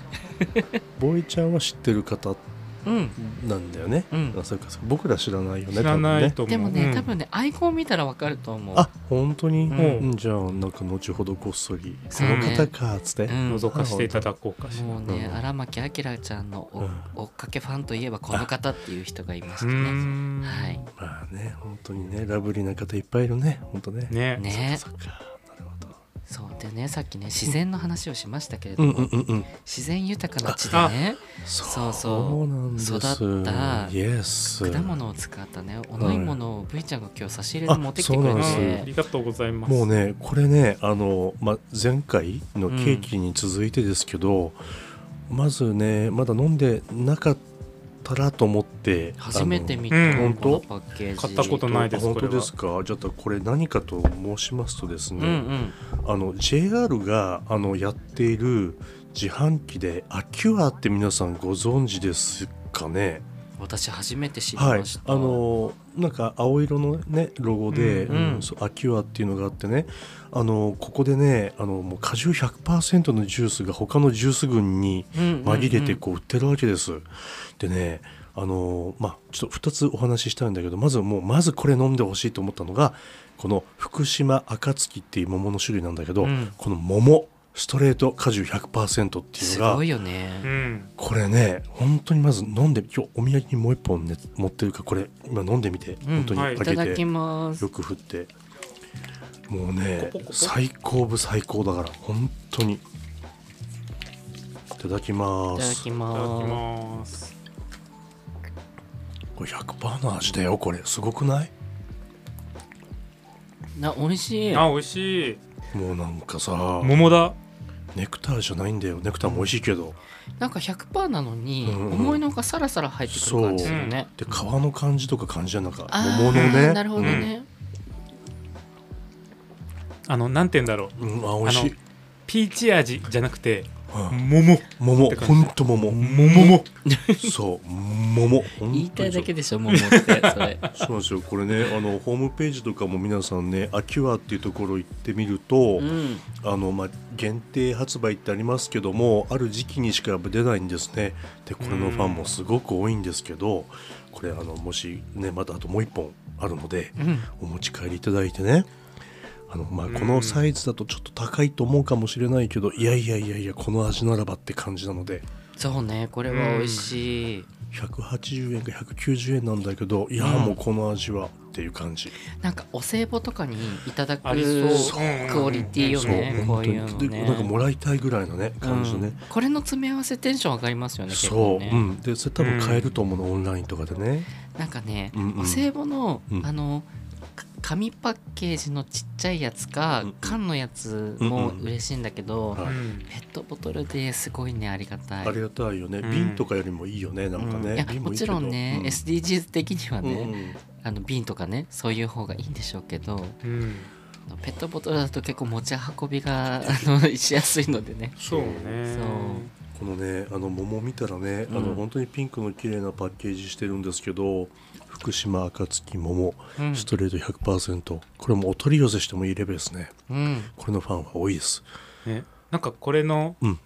[SPEAKER 3] ボーイちゃんは知ってる方
[SPEAKER 2] うん
[SPEAKER 3] なんだよね、
[SPEAKER 2] うん
[SPEAKER 3] あそうかそうか僕ら知らないよね
[SPEAKER 1] 知らない
[SPEAKER 3] 多
[SPEAKER 1] と思
[SPEAKER 2] で
[SPEAKER 1] う
[SPEAKER 2] もね、
[SPEAKER 1] うん
[SPEAKER 2] 多分ねアイコン見たらわかると思う
[SPEAKER 3] 分ねあ本当に、
[SPEAKER 2] うん
[SPEAKER 3] うんじゃあなんか後ほどこっそりその方かっつって、
[SPEAKER 2] うん
[SPEAKER 1] 覗かせていただこうかしら
[SPEAKER 2] もうね
[SPEAKER 3] うん
[SPEAKER 2] 荒牧明ちゃんのお
[SPEAKER 3] うん
[SPEAKER 2] 追っかけファンといえばこの方っていう人がいました
[SPEAKER 1] う
[SPEAKER 2] ね
[SPEAKER 1] ん
[SPEAKER 2] はい
[SPEAKER 3] まあね本当にねラブリーな方いっぱいいるね本当ね
[SPEAKER 1] ね
[SPEAKER 2] ね
[SPEAKER 3] そっかそっかなるほど
[SPEAKER 2] そうでねさっきね自然の話をしましたけれど
[SPEAKER 3] うん
[SPEAKER 2] も、
[SPEAKER 3] うんうんうん
[SPEAKER 2] 自然豊かな地でねそうそう
[SPEAKER 3] なんです
[SPEAKER 2] 育った
[SPEAKER 3] イエス
[SPEAKER 2] 果物を使ったねお飲み物を V ちゃんが今日差し入れで持ってきてく
[SPEAKER 1] う
[SPEAKER 2] れ
[SPEAKER 1] ん
[SPEAKER 3] そうなん
[SPEAKER 1] あ
[SPEAKER 3] で
[SPEAKER 2] て
[SPEAKER 1] りがとうございます
[SPEAKER 3] もうねこれねあの、ま、前回のケーキに続いてですけど、まずねまだ飲んでなかったらと思って
[SPEAKER 2] 初めて見た
[SPEAKER 1] あの
[SPEAKER 3] うん
[SPEAKER 2] このパッケージ
[SPEAKER 1] 買ったこと
[SPEAKER 3] あの
[SPEAKER 1] ないです
[SPEAKER 3] 本
[SPEAKER 1] これ
[SPEAKER 3] 当
[SPEAKER 1] は
[SPEAKER 3] ですかじゃあこれ何かと申しますとです
[SPEAKER 2] う
[SPEAKER 3] ね、
[SPEAKER 2] んうん
[SPEAKER 3] あの JR があのやっている自販機でアキュアって皆さんご存知ですかね
[SPEAKER 2] 私初めて知り
[SPEAKER 3] はい
[SPEAKER 2] ました、
[SPEAKER 3] あのなんか青色のねロゴで、
[SPEAKER 2] うんうん
[SPEAKER 3] うんそうアキュアっていうのがあってねあのここでねあのもう果汁100%のジュースが他のジュース群に
[SPEAKER 2] うんうんうん
[SPEAKER 3] 紛れてこう売ってるわけです。でねあのまあちょっと2つお話ししたいんだけどまずもうまずこれ飲んでほしいと思ったのがこの福島暁っていう桃の種類なんだけど、
[SPEAKER 2] うん
[SPEAKER 3] この桃ストレート果汁100%っていう
[SPEAKER 2] す
[SPEAKER 3] のが
[SPEAKER 2] ごいよ
[SPEAKER 1] う
[SPEAKER 2] ね、
[SPEAKER 1] ん
[SPEAKER 3] これね本当にまず飲んで今日お土産にもう一本、ね、持ってるからこれ今飲んでみて、
[SPEAKER 2] ん
[SPEAKER 3] 本当に
[SPEAKER 1] はい
[SPEAKER 3] 開
[SPEAKER 2] いた
[SPEAKER 3] けて、
[SPEAKER 2] だきます
[SPEAKER 3] よく振ってもうね
[SPEAKER 1] ポコポコ
[SPEAKER 3] 最高部最高だから本当にいただき
[SPEAKER 2] い
[SPEAKER 3] ま
[SPEAKER 2] ただ
[SPEAKER 3] す
[SPEAKER 2] き
[SPEAKER 1] いただき
[SPEAKER 2] ま
[SPEAKER 1] ます
[SPEAKER 3] これ100%の味だよこれすごくない
[SPEAKER 2] すな美味しい
[SPEAKER 1] あ美味しい
[SPEAKER 3] もうなんかさ
[SPEAKER 1] 桃だ
[SPEAKER 3] ネクターじゃないんだよネクターも美味しいけど
[SPEAKER 2] なんか100%なのに、
[SPEAKER 3] うんうん
[SPEAKER 2] 思いのほかサラサラ入ってくる感じするね。
[SPEAKER 3] で皮の感じとか感じじゃなんか
[SPEAKER 2] あー
[SPEAKER 3] 桃のね
[SPEAKER 2] なるほどね。
[SPEAKER 1] あのなんて言うんだろう
[SPEAKER 3] うん、あ美味しい、
[SPEAKER 1] ピーチ味じゃなくて
[SPEAKER 3] うん、
[SPEAKER 1] 桃っ
[SPEAKER 3] 桃
[SPEAKER 1] て感じ
[SPEAKER 3] ほんと桃
[SPEAKER 1] 桃
[SPEAKER 3] そう桃本当
[SPEAKER 2] 言い
[SPEAKER 3] に
[SPEAKER 2] た
[SPEAKER 3] そう
[SPEAKER 2] いだけでしょ、桃って、それ。
[SPEAKER 3] そうなんですよこれねあのホームページとかも皆さんね「アキュア」っていうところ行ってみると、
[SPEAKER 2] うん。
[SPEAKER 3] あのまあ、限定発売ってありますけどもある時期にしか出ないんですねでこれのファンもすごく多いんですけど、これあのもしねまたあともう一本あるので
[SPEAKER 2] うん。
[SPEAKER 3] お持ち帰りいただいてねあの、まあ、このサイズだとちょっと高いと思うかもしれないけど、いやいやいやいやこの味ならばって感じなので
[SPEAKER 2] そうね、これは美味しい。
[SPEAKER 3] 180円か190円なんだけどいや
[SPEAKER 2] うん
[SPEAKER 3] もうこの味はっていう感じ。
[SPEAKER 2] なんかお歳暮とかにいただく
[SPEAKER 1] ありそうそう
[SPEAKER 2] クオリティよね、
[SPEAKER 3] そう
[SPEAKER 2] こういうの
[SPEAKER 3] 本当にでなんかも
[SPEAKER 2] ね。
[SPEAKER 3] らいたいぐらいのね感じのね、
[SPEAKER 2] これの詰め合わせテンション上がりますよね、結
[SPEAKER 3] そう、
[SPEAKER 2] 構ね。
[SPEAKER 3] うん、でそれ多分買えると思うの、オンラインとかでね
[SPEAKER 2] なんかね、
[SPEAKER 3] うんうん
[SPEAKER 2] お歳暮の、
[SPEAKER 3] うん
[SPEAKER 2] あのか紙パッケージのちっちゃいやつか、
[SPEAKER 3] うんうん
[SPEAKER 2] 缶のやつも嬉しいんだけど、
[SPEAKER 3] はい
[SPEAKER 1] うん
[SPEAKER 2] ペットボトルですごいねありがたい。
[SPEAKER 3] ありがたいよね、
[SPEAKER 1] うん
[SPEAKER 3] 瓶とかよりもいいよねなんかね、
[SPEAKER 2] いや
[SPEAKER 3] 瓶
[SPEAKER 2] も
[SPEAKER 3] いい
[SPEAKER 2] ち
[SPEAKER 3] けど
[SPEAKER 2] ろんね、
[SPEAKER 3] うん
[SPEAKER 2] SDGs 的には
[SPEAKER 3] うん
[SPEAKER 2] ね、あの瓶とかねそういう方がいいんでしょうけど
[SPEAKER 1] うん
[SPEAKER 2] ペットボトルだと結構持ち運びがあのしやすいのでね
[SPEAKER 1] そうね
[SPEAKER 2] そう
[SPEAKER 3] このねあの桃見たらね、あ
[SPEAKER 2] うん
[SPEAKER 3] の本当にピンクの綺麗なパッケージしてるんですけど福島暁桃
[SPEAKER 2] うん
[SPEAKER 3] ストレート100%、これもお取り寄せしてもいいレベルですね
[SPEAKER 2] うん
[SPEAKER 3] これのファンは多いです
[SPEAKER 1] ねなんかこれの
[SPEAKER 3] うん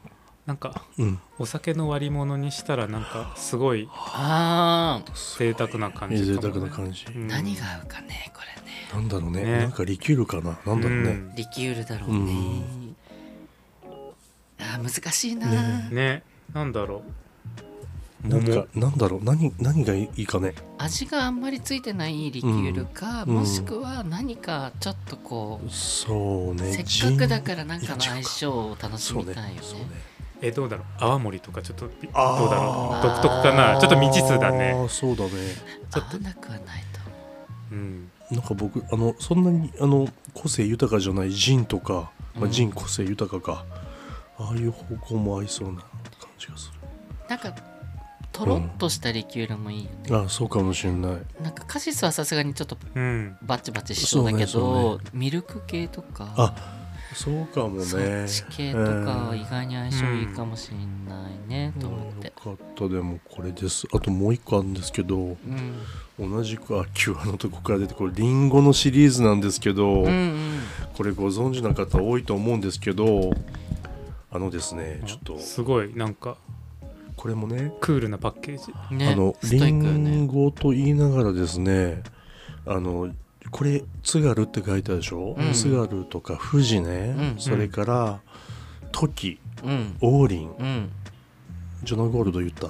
[SPEAKER 1] なんか
[SPEAKER 3] うん
[SPEAKER 1] お酒の割り物にしたらなんかすごい
[SPEAKER 2] あー
[SPEAKER 1] 贅沢な感じ
[SPEAKER 3] 贅
[SPEAKER 1] かも
[SPEAKER 3] 沢
[SPEAKER 1] ね
[SPEAKER 3] な感じ、
[SPEAKER 1] うん
[SPEAKER 2] 何が合うかねこれね
[SPEAKER 3] なんだろうね
[SPEAKER 1] ね
[SPEAKER 3] なんかリキュールかななんだろうね、
[SPEAKER 1] うん
[SPEAKER 2] リキュールだろうね、
[SPEAKER 3] うん
[SPEAKER 2] あー難しいな、
[SPEAKER 3] ね
[SPEAKER 1] ねなんだろう
[SPEAKER 3] なん
[SPEAKER 1] 桃
[SPEAKER 3] かなんだろう何何がいいかね
[SPEAKER 2] 味があんまりついてないリキュールか、
[SPEAKER 3] うん
[SPEAKER 2] もしくは何かちょっとこう、
[SPEAKER 3] そうね
[SPEAKER 2] せっかくだからなんかの
[SPEAKER 3] ジン
[SPEAKER 2] 相性を楽し
[SPEAKER 3] そ
[SPEAKER 2] み
[SPEAKER 3] うね
[SPEAKER 2] たいよね
[SPEAKER 3] そうね
[SPEAKER 1] えどうだろう泡盛とかちょっとどうだ
[SPEAKER 3] あー
[SPEAKER 1] ろう独特かなちょっと未知数だ
[SPEAKER 3] あ
[SPEAKER 1] ね
[SPEAKER 3] ーそうだね
[SPEAKER 1] ちょっ
[SPEAKER 2] 合わなくはないと思う
[SPEAKER 1] うん
[SPEAKER 3] なんか僕あのそんなにあの個性豊かじゃないジンとか、ま
[SPEAKER 2] う
[SPEAKER 3] あ、
[SPEAKER 2] ん
[SPEAKER 3] ジン個性豊かか、ああいう方向も合いそうな感じがす
[SPEAKER 2] なんかとろっとしたリキュールもいいよね、
[SPEAKER 3] るああそうかもしれない
[SPEAKER 2] なんかカシスはさすがにちょっと
[SPEAKER 1] うん
[SPEAKER 2] バチバチしそうだけ
[SPEAKER 3] そ
[SPEAKER 2] ど、
[SPEAKER 3] う
[SPEAKER 2] ミルク系とか
[SPEAKER 3] あそうかもね
[SPEAKER 2] そっち系とかは意外に相性いいかもしれないね、
[SPEAKER 3] えー
[SPEAKER 2] と
[SPEAKER 3] うん
[SPEAKER 2] 思って
[SPEAKER 3] よ、かったでもこれですあともう一個あるんですけど
[SPEAKER 2] うん、
[SPEAKER 3] 同じくあキュアのとこから出てこれリンゴのシリーズなんですけど、
[SPEAKER 2] うんうん
[SPEAKER 3] これご存知の方多いと思うんですけどあのですねちょっと
[SPEAKER 1] すごいなんか
[SPEAKER 3] これもね
[SPEAKER 1] クールなパッケージ
[SPEAKER 2] ね
[SPEAKER 3] あの
[SPEAKER 2] ストイ
[SPEAKER 3] リ
[SPEAKER 2] ックよね
[SPEAKER 3] ンゴと言いながらですねあのこれ津軽って書いてあるでしょ、
[SPEAKER 2] うん
[SPEAKER 3] 津軽とか富士ね、
[SPEAKER 2] うん
[SPEAKER 3] それからトキ
[SPEAKER 2] うん
[SPEAKER 3] 王林
[SPEAKER 2] うん
[SPEAKER 3] ジョナゴールド言った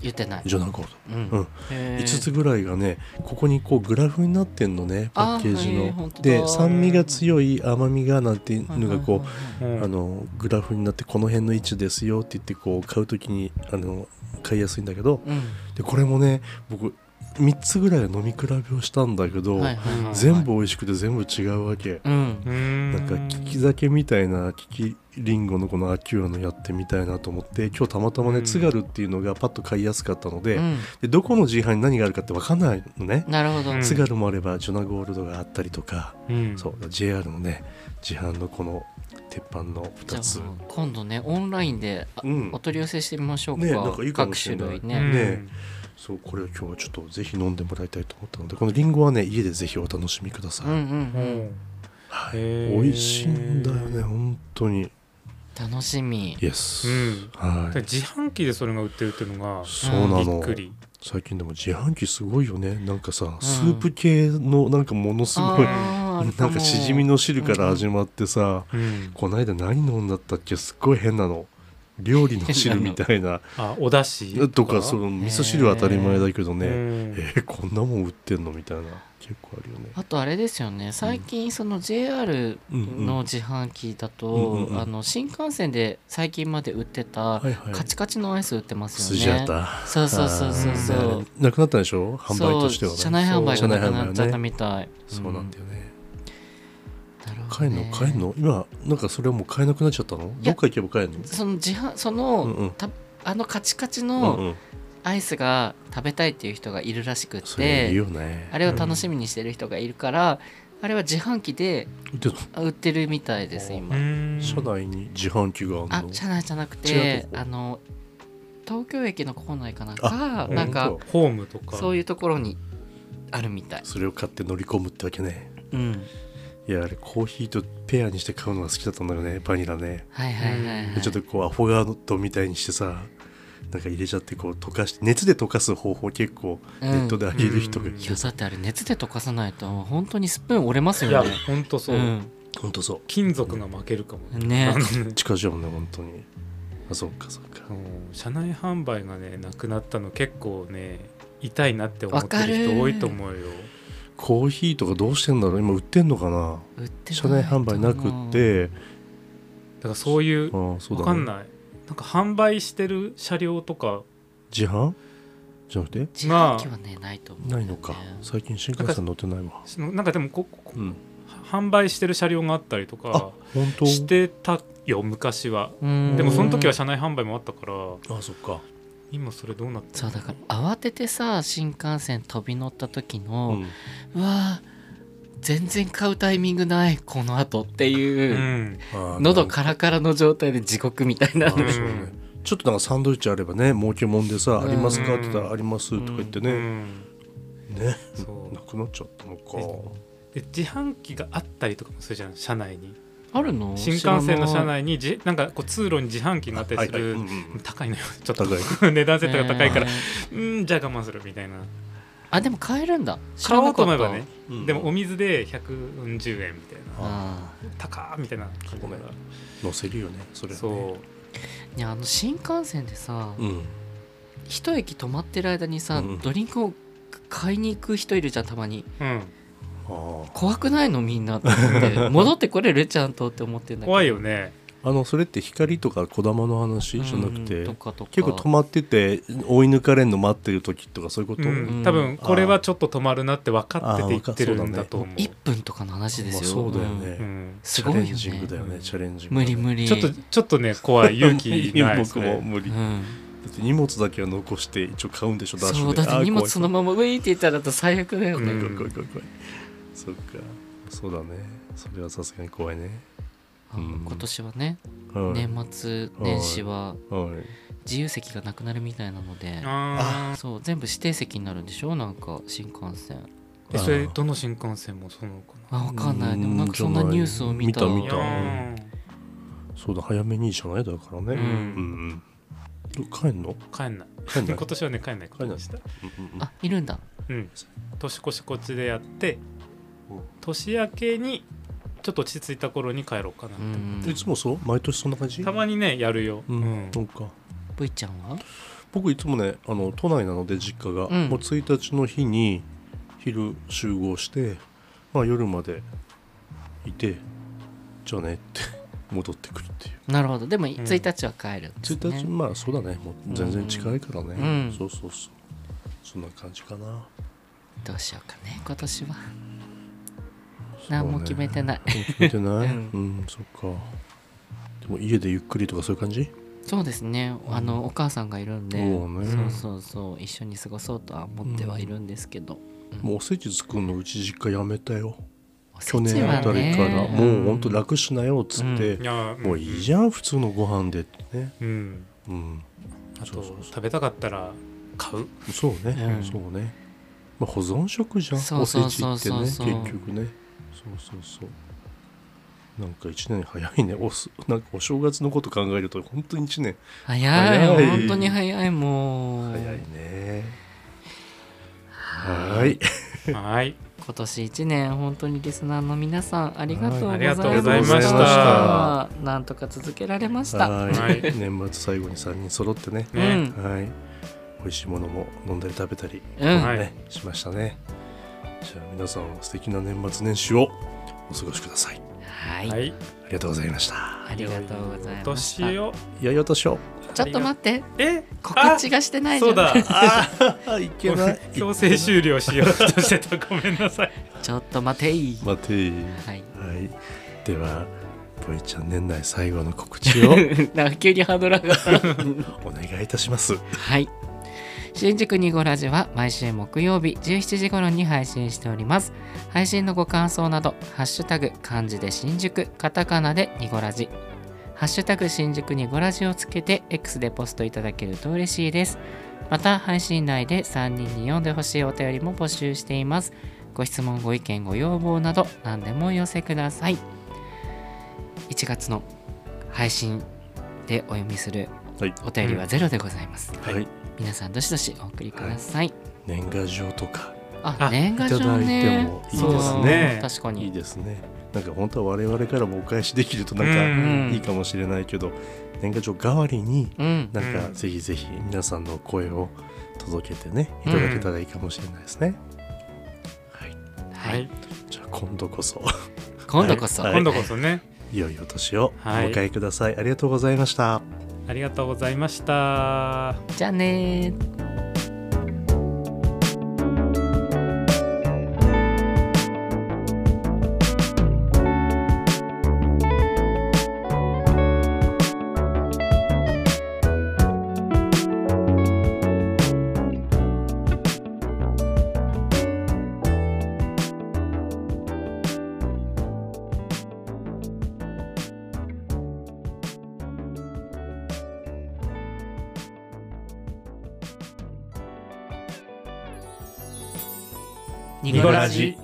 [SPEAKER 2] 言ってない
[SPEAKER 3] ジョナゴール
[SPEAKER 2] うん
[SPEAKER 3] ド、うん、
[SPEAKER 2] へー
[SPEAKER 3] 5つぐらいがねここにこうグラフになってんのねパッケージ
[SPEAKER 2] あーはい本
[SPEAKER 3] の
[SPEAKER 2] 当だ
[SPEAKER 3] で酸味が強い甘みがなんていうのがこう、
[SPEAKER 1] う
[SPEAKER 3] あ
[SPEAKER 1] ん
[SPEAKER 3] のグラフになってこの辺の位置ですよって言ってこう買うときにあの買いやすいんだけど
[SPEAKER 2] う
[SPEAKER 3] でこれもね僕3つぐらい飲み比べをしたんだけど、
[SPEAKER 2] んはいはいはい
[SPEAKER 3] 全部美味しくて全部違うわけ、
[SPEAKER 2] うん
[SPEAKER 1] うん
[SPEAKER 3] なんか利き酒みたいな利きりんごのこの秋をのやってみたいなと思って今日たまたまね、
[SPEAKER 1] うん
[SPEAKER 3] 津軽っていうのがパッと買いやすかったので,、
[SPEAKER 2] うん
[SPEAKER 3] でどこの自販に何があるかって分かんないのね、
[SPEAKER 2] なるほど
[SPEAKER 1] うん
[SPEAKER 3] 津軽もあればジョナゴールドがあったりとか、
[SPEAKER 1] うん
[SPEAKER 3] そう JR のね自販のこの鉄板の
[SPEAKER 2] じ
[SPEAKER 3] 2
[SPEAKER 2] ゃ
[SPEAKER 3] つ
[SPEAKER 2] あ。今度ねオンラインであ
[SPEAKER 3] うん
[SPEAKER 2] お取り寄せしてみましょうか,、
[SPEAKER 3] ねなんかいいかも
[SPEAKER 2] 各
[SPEAKER 3] しれ
[SPEAKER 2] 種
[SPEAKER 3] ない
[SPEAKER 2] 類
[SPEAKER 1] う
[SPEAKER 2] ね、
[SPEAKER 1] ん
[SPEAKER 3] ねそうこれを今日はちょっとぜひ飲んでもらいたいと思ったのでこのリンゴはね家でぜひお楽しみください、
[SPEAKER 2] うん、うんう
[SPEAKER 1] うん
[SPEAKER 2] ん
[SPEAKER 3] はい
[SPEAKER 1] へー
[SPEAKER 3] 美味しいんだよね本当に
[SPEAKER 2] 楽しみ
[SPEAKER 3] イエス、
[SPEAKER 1] うん
[SPEAKER 3] は
[SPEAKER 1] だから
[SPEAKER 3] い
[SPEAKER 1] 自販機でそれが売ってるっていうの
[SPEAKER 3] そうな
[SPEAKER 1] がびっ
[SPEAKER 3] の
[SPEAKER 1] くり
[SPEAKER 3] 最近でも自販機すごいよねなんかさ、スープ系のなんかものすごい
[SPEAKER 2] あーあるか
[SPEAKER 3] な
[SPEAKER 2] も
[SPEAKER 3] んかしじみの汁から始まってさ、
[SPEAKER 1] うん
[SPEAKER 3] こないだ何飲んだったっけすっごい変なの料理の汁みた いな
[SPEAKER 1] あお出汁
[SPEAKER 3] とかその味噌汁は当たり前だけどね、
[SPEAKER 1] うん
[SPEAKER 3] えーこんなもん売ってんのみたいな結構あるよね
[SPEAKER 2] あとあれですよね最近その JR の自販機だと、
[SPEAKER 3] うんうん
[SPEAKER 2] あの新幹線で最近まで売ってた、
[SPEAKER 3] はいはい
[SPEAKER 2] カチカチのアイス売ってます
[SPEAKER 3] ス
[SPEAKER 2] よね
[SPEAKER 3] ジャータ
[SPEAKER 2] そうそうそうそうそ
[SPEAKER 3] あ
[SPEAKER 2] う
[SPEAKER 3] ーなくなったんでしょ販売としては
[SPEAKER 2] そ
[SPEAKER 3] ね
[SPEAKER 2] う車内販売
[SPEAKER 3] そ
[SPEAKER 2] が
[SPEAKER 3] う
[SPEAKER 2] なくなっちゃっ
[SPEAKER 3] 車内販売
[SPEAKER 2] た
[SPEAKER 3] はね
[SPEAKER 2] みたい、
[SPEAKER 3] そうなんだよね
[SPEAKER 2] なるほ
[SPEAKER 3] 買
[SPEAKER 2] ど
[SPEAKER 3] えん
[SPEAKER 2] ね
[SPEAKER 3] の買えんの今なんかそれはもう買えなくなっちゃったの
[SPEAKER 2] や
[SPEAKER 3] どっか行けば買えんの
[SPEAKER 2] その自販その、
[SPEAKER 3] うんうん
[SPEAKER 2] たあのカチカチ
[SPEAKER 3] うん
[SPEAKER 2] の
[SPEAKER 3] うん
[SPEAKER 2] アイスが食べたいっていう人がいるらしくっ
[SPEAKER 3] それ
[SPEAKER 2] て、
[SPEAKER 3] いいよね
[SPEAKER 2] あれを楽しみにしてる人がいるから、あれは自販機で
[SPEAKER 3] で
[SPEAKER 2] あ売ってるみたいです今、
[SPEAKER 1] うん
[SPEAKER 3] 車内に自販機があ
[SPEAKER 2] あ
[SPEAKER 3] るの
[SPEAKER 2] 車内じゃなく
[SPEAKER 3] 違う
[SPEAKER 2] て
[SPEAKER 3] とこ
[SPEAKER 2] あの東京駅の構内かなんか
[SPEAKER 3] あ
[SPEAKER 2] なんか
[SPEAKER 3] 本
[SPEAKER 1] ホームとか
[SPEAKER 2] そういうところにあるみたい、
[SPEAKER 3] それを買って乗り込むってわけね
[SPEAKER 2] うん、
[SPEAKER 3] いやあれコーヒーとペアにして買うのが好きだったんだよねバニラね
[SPEAKER 2] はいはいはい、は
[SPEAKER 3] で
[SPEAKER 2] い、
[SPEAKER 3] ちょっとこうアフォガードみたいにしてさなんか入れちゃってこう溶かして熱で溶かす方法結構
[SPEAKER 2] う
[SPEAKER 3] ネ
[SPEAKER 2] ん
[SPEAKER 3] ットで上げる人がいる
[SPEAKER 2] いやだってあれ熱で溶かさないと本当にスプーン折れます
[SPEAKER 1] い
[SPEAKER 2] よ
[SPEAKER 1] や
[SPEAKER 2] ね
[SPEAKER 1] ほんとそううん
[SPEAKER 3] ほんとそう
[SPEAKER 1] 金属が負けるかも
[SPEAKER 2] ね
[SPEAKER 3] 近じゃんね本当にあそっかそっか
[SPEAKER 1] うん車内販売がねなくなったの結構ね痛いなって思ってる人多いと思うよ
[SPEAKER 3] コーヒーとかどうしてんだろう今売ってんのかな
[SPEAKER 2] 売って
[SPEAKER 3] 車内販売なくって
[SPEAKER 1] だからそういう
[SPEAKER 3] ああそう
[SPEAKER 1] わ
[SPEAKER 3] だ、
[SPEAKER 1] か
[SPEAKER 3] ね、
[SPEAKER 1] んないなんか販売してる車両とか
[SPEAKER 3] 自販じゃなくて
[SPEAKER 2] 自販機はねないと思う、
[SPEAKER 3] ないのか最近新幹線乗ってないわ
[SPEAKER 1] そのなんかでもここ
[SPEAKER 3] うん
[SPEAKER 1] 販売してる車両があったりと
[SPEAKER 3] あ
[SPEAKER 1] か
[SPEAKER 3] 本当
[SPEAKER 1] してたよ昔は
[SPEAKER 2] うん
[SPEAKER 1] でもその時は車内販売もあったから
[SPEAKER 3] あそっか
[SPEAKER 1] 今それどうなって
[SPEAKER 2] そうだから慌ててさ新幹線飛び乗った時
[SPEAKER 3] う
[SPEAKER 2] の、
[SPEAKER 3] ん
[SPEAKER 2] うわー全然買うタイミングないこの後っていうう、
[SPEAKER 1] ん
[SPEAKER 3] ああ
[SPEAKER 2] 喉カラカラの状態で地獄みたいな
[SPEAKER 3] ああそうねちょっとなんかサンドイッチあればね儲けもんでさ「
[SPEAKER 2] うん
[SPEAKER 3] ありますか?」って言ったら「あります」とか言って
[SPEAKER 1] う
[SPEAKER 3] ね
[SPEAKER 1] ん
[SPEAKER 3] ね
[SPEAKER 1] そう
[SPEAKER 3] なくなっちゃったのか
[SPEAKER 1] で自販機があったりとかもするじゃん車内に
[SPEAKER 2] あるの
[SPEAKER 1] 新幹線の車
[SPEAKER 2] 知らない
[SPEAKER 1] 内にじなんかこう通路に自販機があったりする高いのよ ちょっと
[SPEAKER 3] 高い
[SPEAKER 1] 値段設定が高いから
[SPEAKER 2] えー
[SPEAKER 1] うんじゃあ我慢するみたいな
[SPEAKER 2] あでも買えるんだ
[SPEAKER 1] 買おうと思えばねで
[SPEAKER 3] で
[SPEAKER 1] もお
[SPEAKER 3] も
[SPEAKER 1] 水で140円みたいな
[SPEAKER 2] あ
[SPEAKER 1] 高ーみたいな感じ
[SPEAKER 3] ごめん乗せるよねそれはね
[SPEAKER 1] そう
[SPEAKER 2] ーいやあの新幹線でさ、
[SPEAKER 3] うん
[SPEAKER 2] 一駅止まってる間にさ、
[SPEAKER 3] うん
[SPEAKER 2] ドリンクを買いに行く人いるじゃんたま に
[SPEAKER 1] うん
[SPEAKER 3] ああ
[SPEAKER 2] 怖くないのみんなって思って戻ってこれるちゃんとって思ってんだけど
[SPEAKER 1] 怖いよね
[SPEAKER 3] あのそれって光とか小玉の話じゃなく
[SPEAKER 2] うん
[SPEAKER 3] て
[SPEAKER 2] とかとか
[SPEAKER 3] 結構止まってて追い抜かれんの待ってる時とかそういうこと、
[SPEAKER 1] うん
[SPEAKER 2] うん
[SPEAKER 1] 多分これはちょっと止まるなって分かってて言ってるんだと思う,、
[SPEAKER 2] 1分とかの話ですよ、
[SPEAKER 3] まあそうだよね
[SPEAKER 2] ん
[SPEAKER 1] うん
[SPEAKER 2] す
[SPEAKER 3] チ
[SPEAKER 2] ご
[SPEAKER 3] ャレ
[SPEAKER 2] い
[SPEAKER 3] ン
[SPEAKER 2] よ
[SPEAKER 3] ジング
[SPEAKER 2] ね
[SPEAKER 3] だよねチャレンジング
[SPEAKER 2] 無理無理
[SPEAKER 1] ちょっとちょっとね 怖い勇気ない
[SPEAKER 3] 僕も無理、
[SPEAKER 2] う
[SPEAKER 3] だ
[SPEAKER 2] ん、
[SPEAKER 3] って荷物だけは残して一応買うんでしょダッシ
[SPEAKER 2] そ
[SPEAKER 3] ュ
[SPEAKER 2] うだ
[SPEAKER 3] で
[SPEAKER 2] って荷
[SPEAKER 3] あ
[SPEAKER 2] 物
[SPEAKER 3] ー
[SPEAKER 2] そのままウィーって言ったらと最悪だよね、
[SPEAKER 1] う
[SPEAKER 3] 怖
[SPEAKER 1] ん
[SPEAKER 3] い怖い怖い怖い怖いそっかそうだねそれはさすがに怖いねうん
[SPEAKER 2] 今年はね、
[SPEAKER 3] はい、
[SPEAKER 2] 年末年始は
[SPEAKER 3] はい、
[SPEAKER 2] 自由席がなくなるみたいなので、
[SPEAKER 1] あー
[SPEAKER 2] そう全部指定席になるんでしょなんか新幹線
[SPEAKER 1] えそれどの新幹線もそうなのか
[SPEAKER 2] あわかんな
[SPEAKER 3] う
[SPEAKER 2] い
[SPEAKER 3] ん
[SPEAKER 2] でもなんかそんなニュースを見た
[SPEAKER 3] じゃない見
[SPEAKER 1] ない
[SPEAKER 3] やー
[SPEAKER 1] や
[SPEAKER 3] そうだ早めにじゃないだからね
[SPEAKER 2] うん
[SPEAKER 3] うんうん帰んの、
[SPEAKER 1] 帰んない
[SPEAKER 3] 帰んない
[SPEAKER 1] 今年はね帰んないことにした
[SPEAKER 3] うん
[SPEAKER 2] あいるんだ
[SPEAKER 1] うん年越しこっちでやって
[SPEAKER 3] うん
[SPEAKER 1] 年明けにちょっと落ち着いた頃に帰ろうかな、
[SPEAKER 2] うん
[SPEAKER 3] うん、いつもそう毎年そんな感じ
[SPEAKER 1] たまにねやるよ、
[SPEAKER 3] う
[SPEAKER 1] うん
[SPEAKER 3] ん、そうか
[SPEAKER 2] V ちゃんは
[SPEAKER 3] 僕いつもねあの都内なので実家が、
[SPEAKER 2] うん
[SPEAKER 3] もう1日の日に昼集合して、まあ、夜までいてじゃあねって 戻ってくるっていう
[SPEAKER 2] なるほどでも
[SPEAKER 1] ん
[SPEAKER 2] 1日は帰るんです、ね
[SPEAKER 3] 1日、まあそうだねもう全然近いからね、
[SPEAKER 2] うん
[SPEAKER 3] そうそうそうそんな感じかな
[SPEAKER 2] どうしようかね今年は何も決めてない
[SPEAKER 3] そうね決め てないう
[SPEAKER 2] うんん、
[SPEAKER 3] そっかでも家でゆっくりとかそういう感じ
[SPEAKER 2] そうですねあのお母さんがいるんで
[SPEAKER 3] そうね
[SPEAKER 2] そうそうそう一緒に過ごそうとは思ってはいるんですけど、
[SPEAKER 3] もうおせち作るのうち実家やめたよ
[SPEAKER 2] おせ
[SPEAKER 3] 去
[SPEAKER 2] ち
[SPEAKER 3] 年
[SPEAKER 2] は
[SPEAKER 3] あたりから、
[SPEAKER 2] ね
[SPEAKER 3] もうほんと楽しなよっつって、
[SPEAKER 1] いや
[SPEAKER 3] もういい
[SPEAKER 1] ゃ
[SPEAKER 3] じゃん普通のご飯でってね
[SPEAKER 1] ん、うん、
[SPEAKER 3] うん
[SPEAKER 1] あ
[SPEAKER 3] そう
[SPEAKER 1] と
[SPEAKER 3] そうそう
[SPEAKER 1] 食べたかっ たら買う
[SPEAKER 3] そうね、
[SPEAKER 2] うん
[SPEAKER 3] そうね、まあ、保存食じゃん
[SPEAKER 2] そうそうそう
[SPEAKER 3] おせちってね
[SPEAKER 2] そうそう
[SPEAKER 3] 結局ねそうそうそうなんか1年早いねおすなんかお正月のこと考えると本当に1年
[SPEAKER 2] 早い
[SPEAKER 3] 早い
[SPEAKER 2] 本当に早いもう
[SPEAKER 3] 早いねはーい
[SPEAKER 1] はい
[SPEAKER 2] 今年1年本当にリスナーの皆さんありがとうございました,、
[SPEAKER 1] はいありがとうございました
[SPEAKER 2] なんとか続けられました、
[SPEAKER 3] は
[SPEAKER 1] はい
[SPEAKER 3] ーい年末最後に3人揃ってね
[SPEAKER 2] う
[SPEAKER 1] ね
[SPEAKER 2] ん、
[SPEAKER 3] はい美味しいものも飲んだり食べたり
[SPEAKER 2] うん
[SPEAKER 1] はい
[SPEAKER 3] ねしましたねじゃあ皆さん素敵な年末年始をお過ごしください
[SPEAKER 2] はい、
[SPEAKER 1] はい
[SPEAKER 3] ありがとうございました
[SPEAKER 2] ありがとうございました
[SPEAKER 1] 年を
[SPEAKER 3] 良いお年を
[SPEAKER 2] ちょっと待って
[SPEAKER 1] え
[SPEAKER 2] 告知がしてないじゃん
[SPEAKER 1] そ うだ
[SPEAKER 3] あ いけない
[SPEAKER 1] 強制終了しようとしてたごめんなさい
[SPEAKER 2] ちょっと待てい、
[SPEAKER 3] 待てい
[SPEAKER 2] はい
[SPEAKER 3] はいではぽいちゃん年内最後の告知 を
[SPEAKER 2] なんか急にハードル上がった
[SPEAKER 3] お願いいたします
[SPEAKER 2] はい。新宿ニゴラジは毎週木曜日17時頃に配信しております。配信のご感想など、ハッシュタグ漢字で新宿、カタカナでニゴラジ。ハッシュタグ新宿ニゴラジをつけて X でポストいただけると嬉しいです。また配信内で3人に読んでほしいお便りも募集しています。ご質問、ご意見、ご要望など何でもお寄せください。1月の配信でお読みする
[SPEAKER 3] はい
[SPEAKER 2] お便りはゼロでございます。
[SPEAKER 3] はい
[SPEAKER 2] 皆さんどしどしお送りください。
[SPEAKER 3] 年賀状とか
[SPEAKER 2] あ、
[SPEAKER 1] あ
[SPEAKER 2] 年賀状
[SPEAKER 3] いただいて
[SPEAKER 2] ね
[SPEAKER 3] も。いいですね
[SPEAKER 2] そうだ確か
[SPEAKER 3] いい
[SPEAKER 2] に。
[SPEAKER 3] ですねなんか本当は我々からもお返しできるとな
[SPEAKER 1] うん
[SPEAKER 2] ん
[SPEAKER 3] かいいかもしれないけど年賀状代わりに
[SPEAKER 2] うん。
[SPEAKER 3] なんか
[SPEAKER 1] うん
[SPEAKER 3] ぜひぜひ皆さんの声を届けてねいただけたらいいかもしれないですね、はい
[SPEAKER 2] は。
[SPEAKER 1] はいい
[SPEAKER 3] じゃあ今度こそ
[SPEAKER 2] 今度こそ。
[SPEAKER 3] はい
[SPEAKER 1] 今度こそね
[SPEAKER 3] いよいよ年をお
[SPEAKER 1] はい
[SPEAKER 3] 迎えください、ありがとうございました
[SPEAKER 1] ありがとうございました
[SPEAKER 2] じゃあねー。ニ
[SPEAKER 1] ニコラジ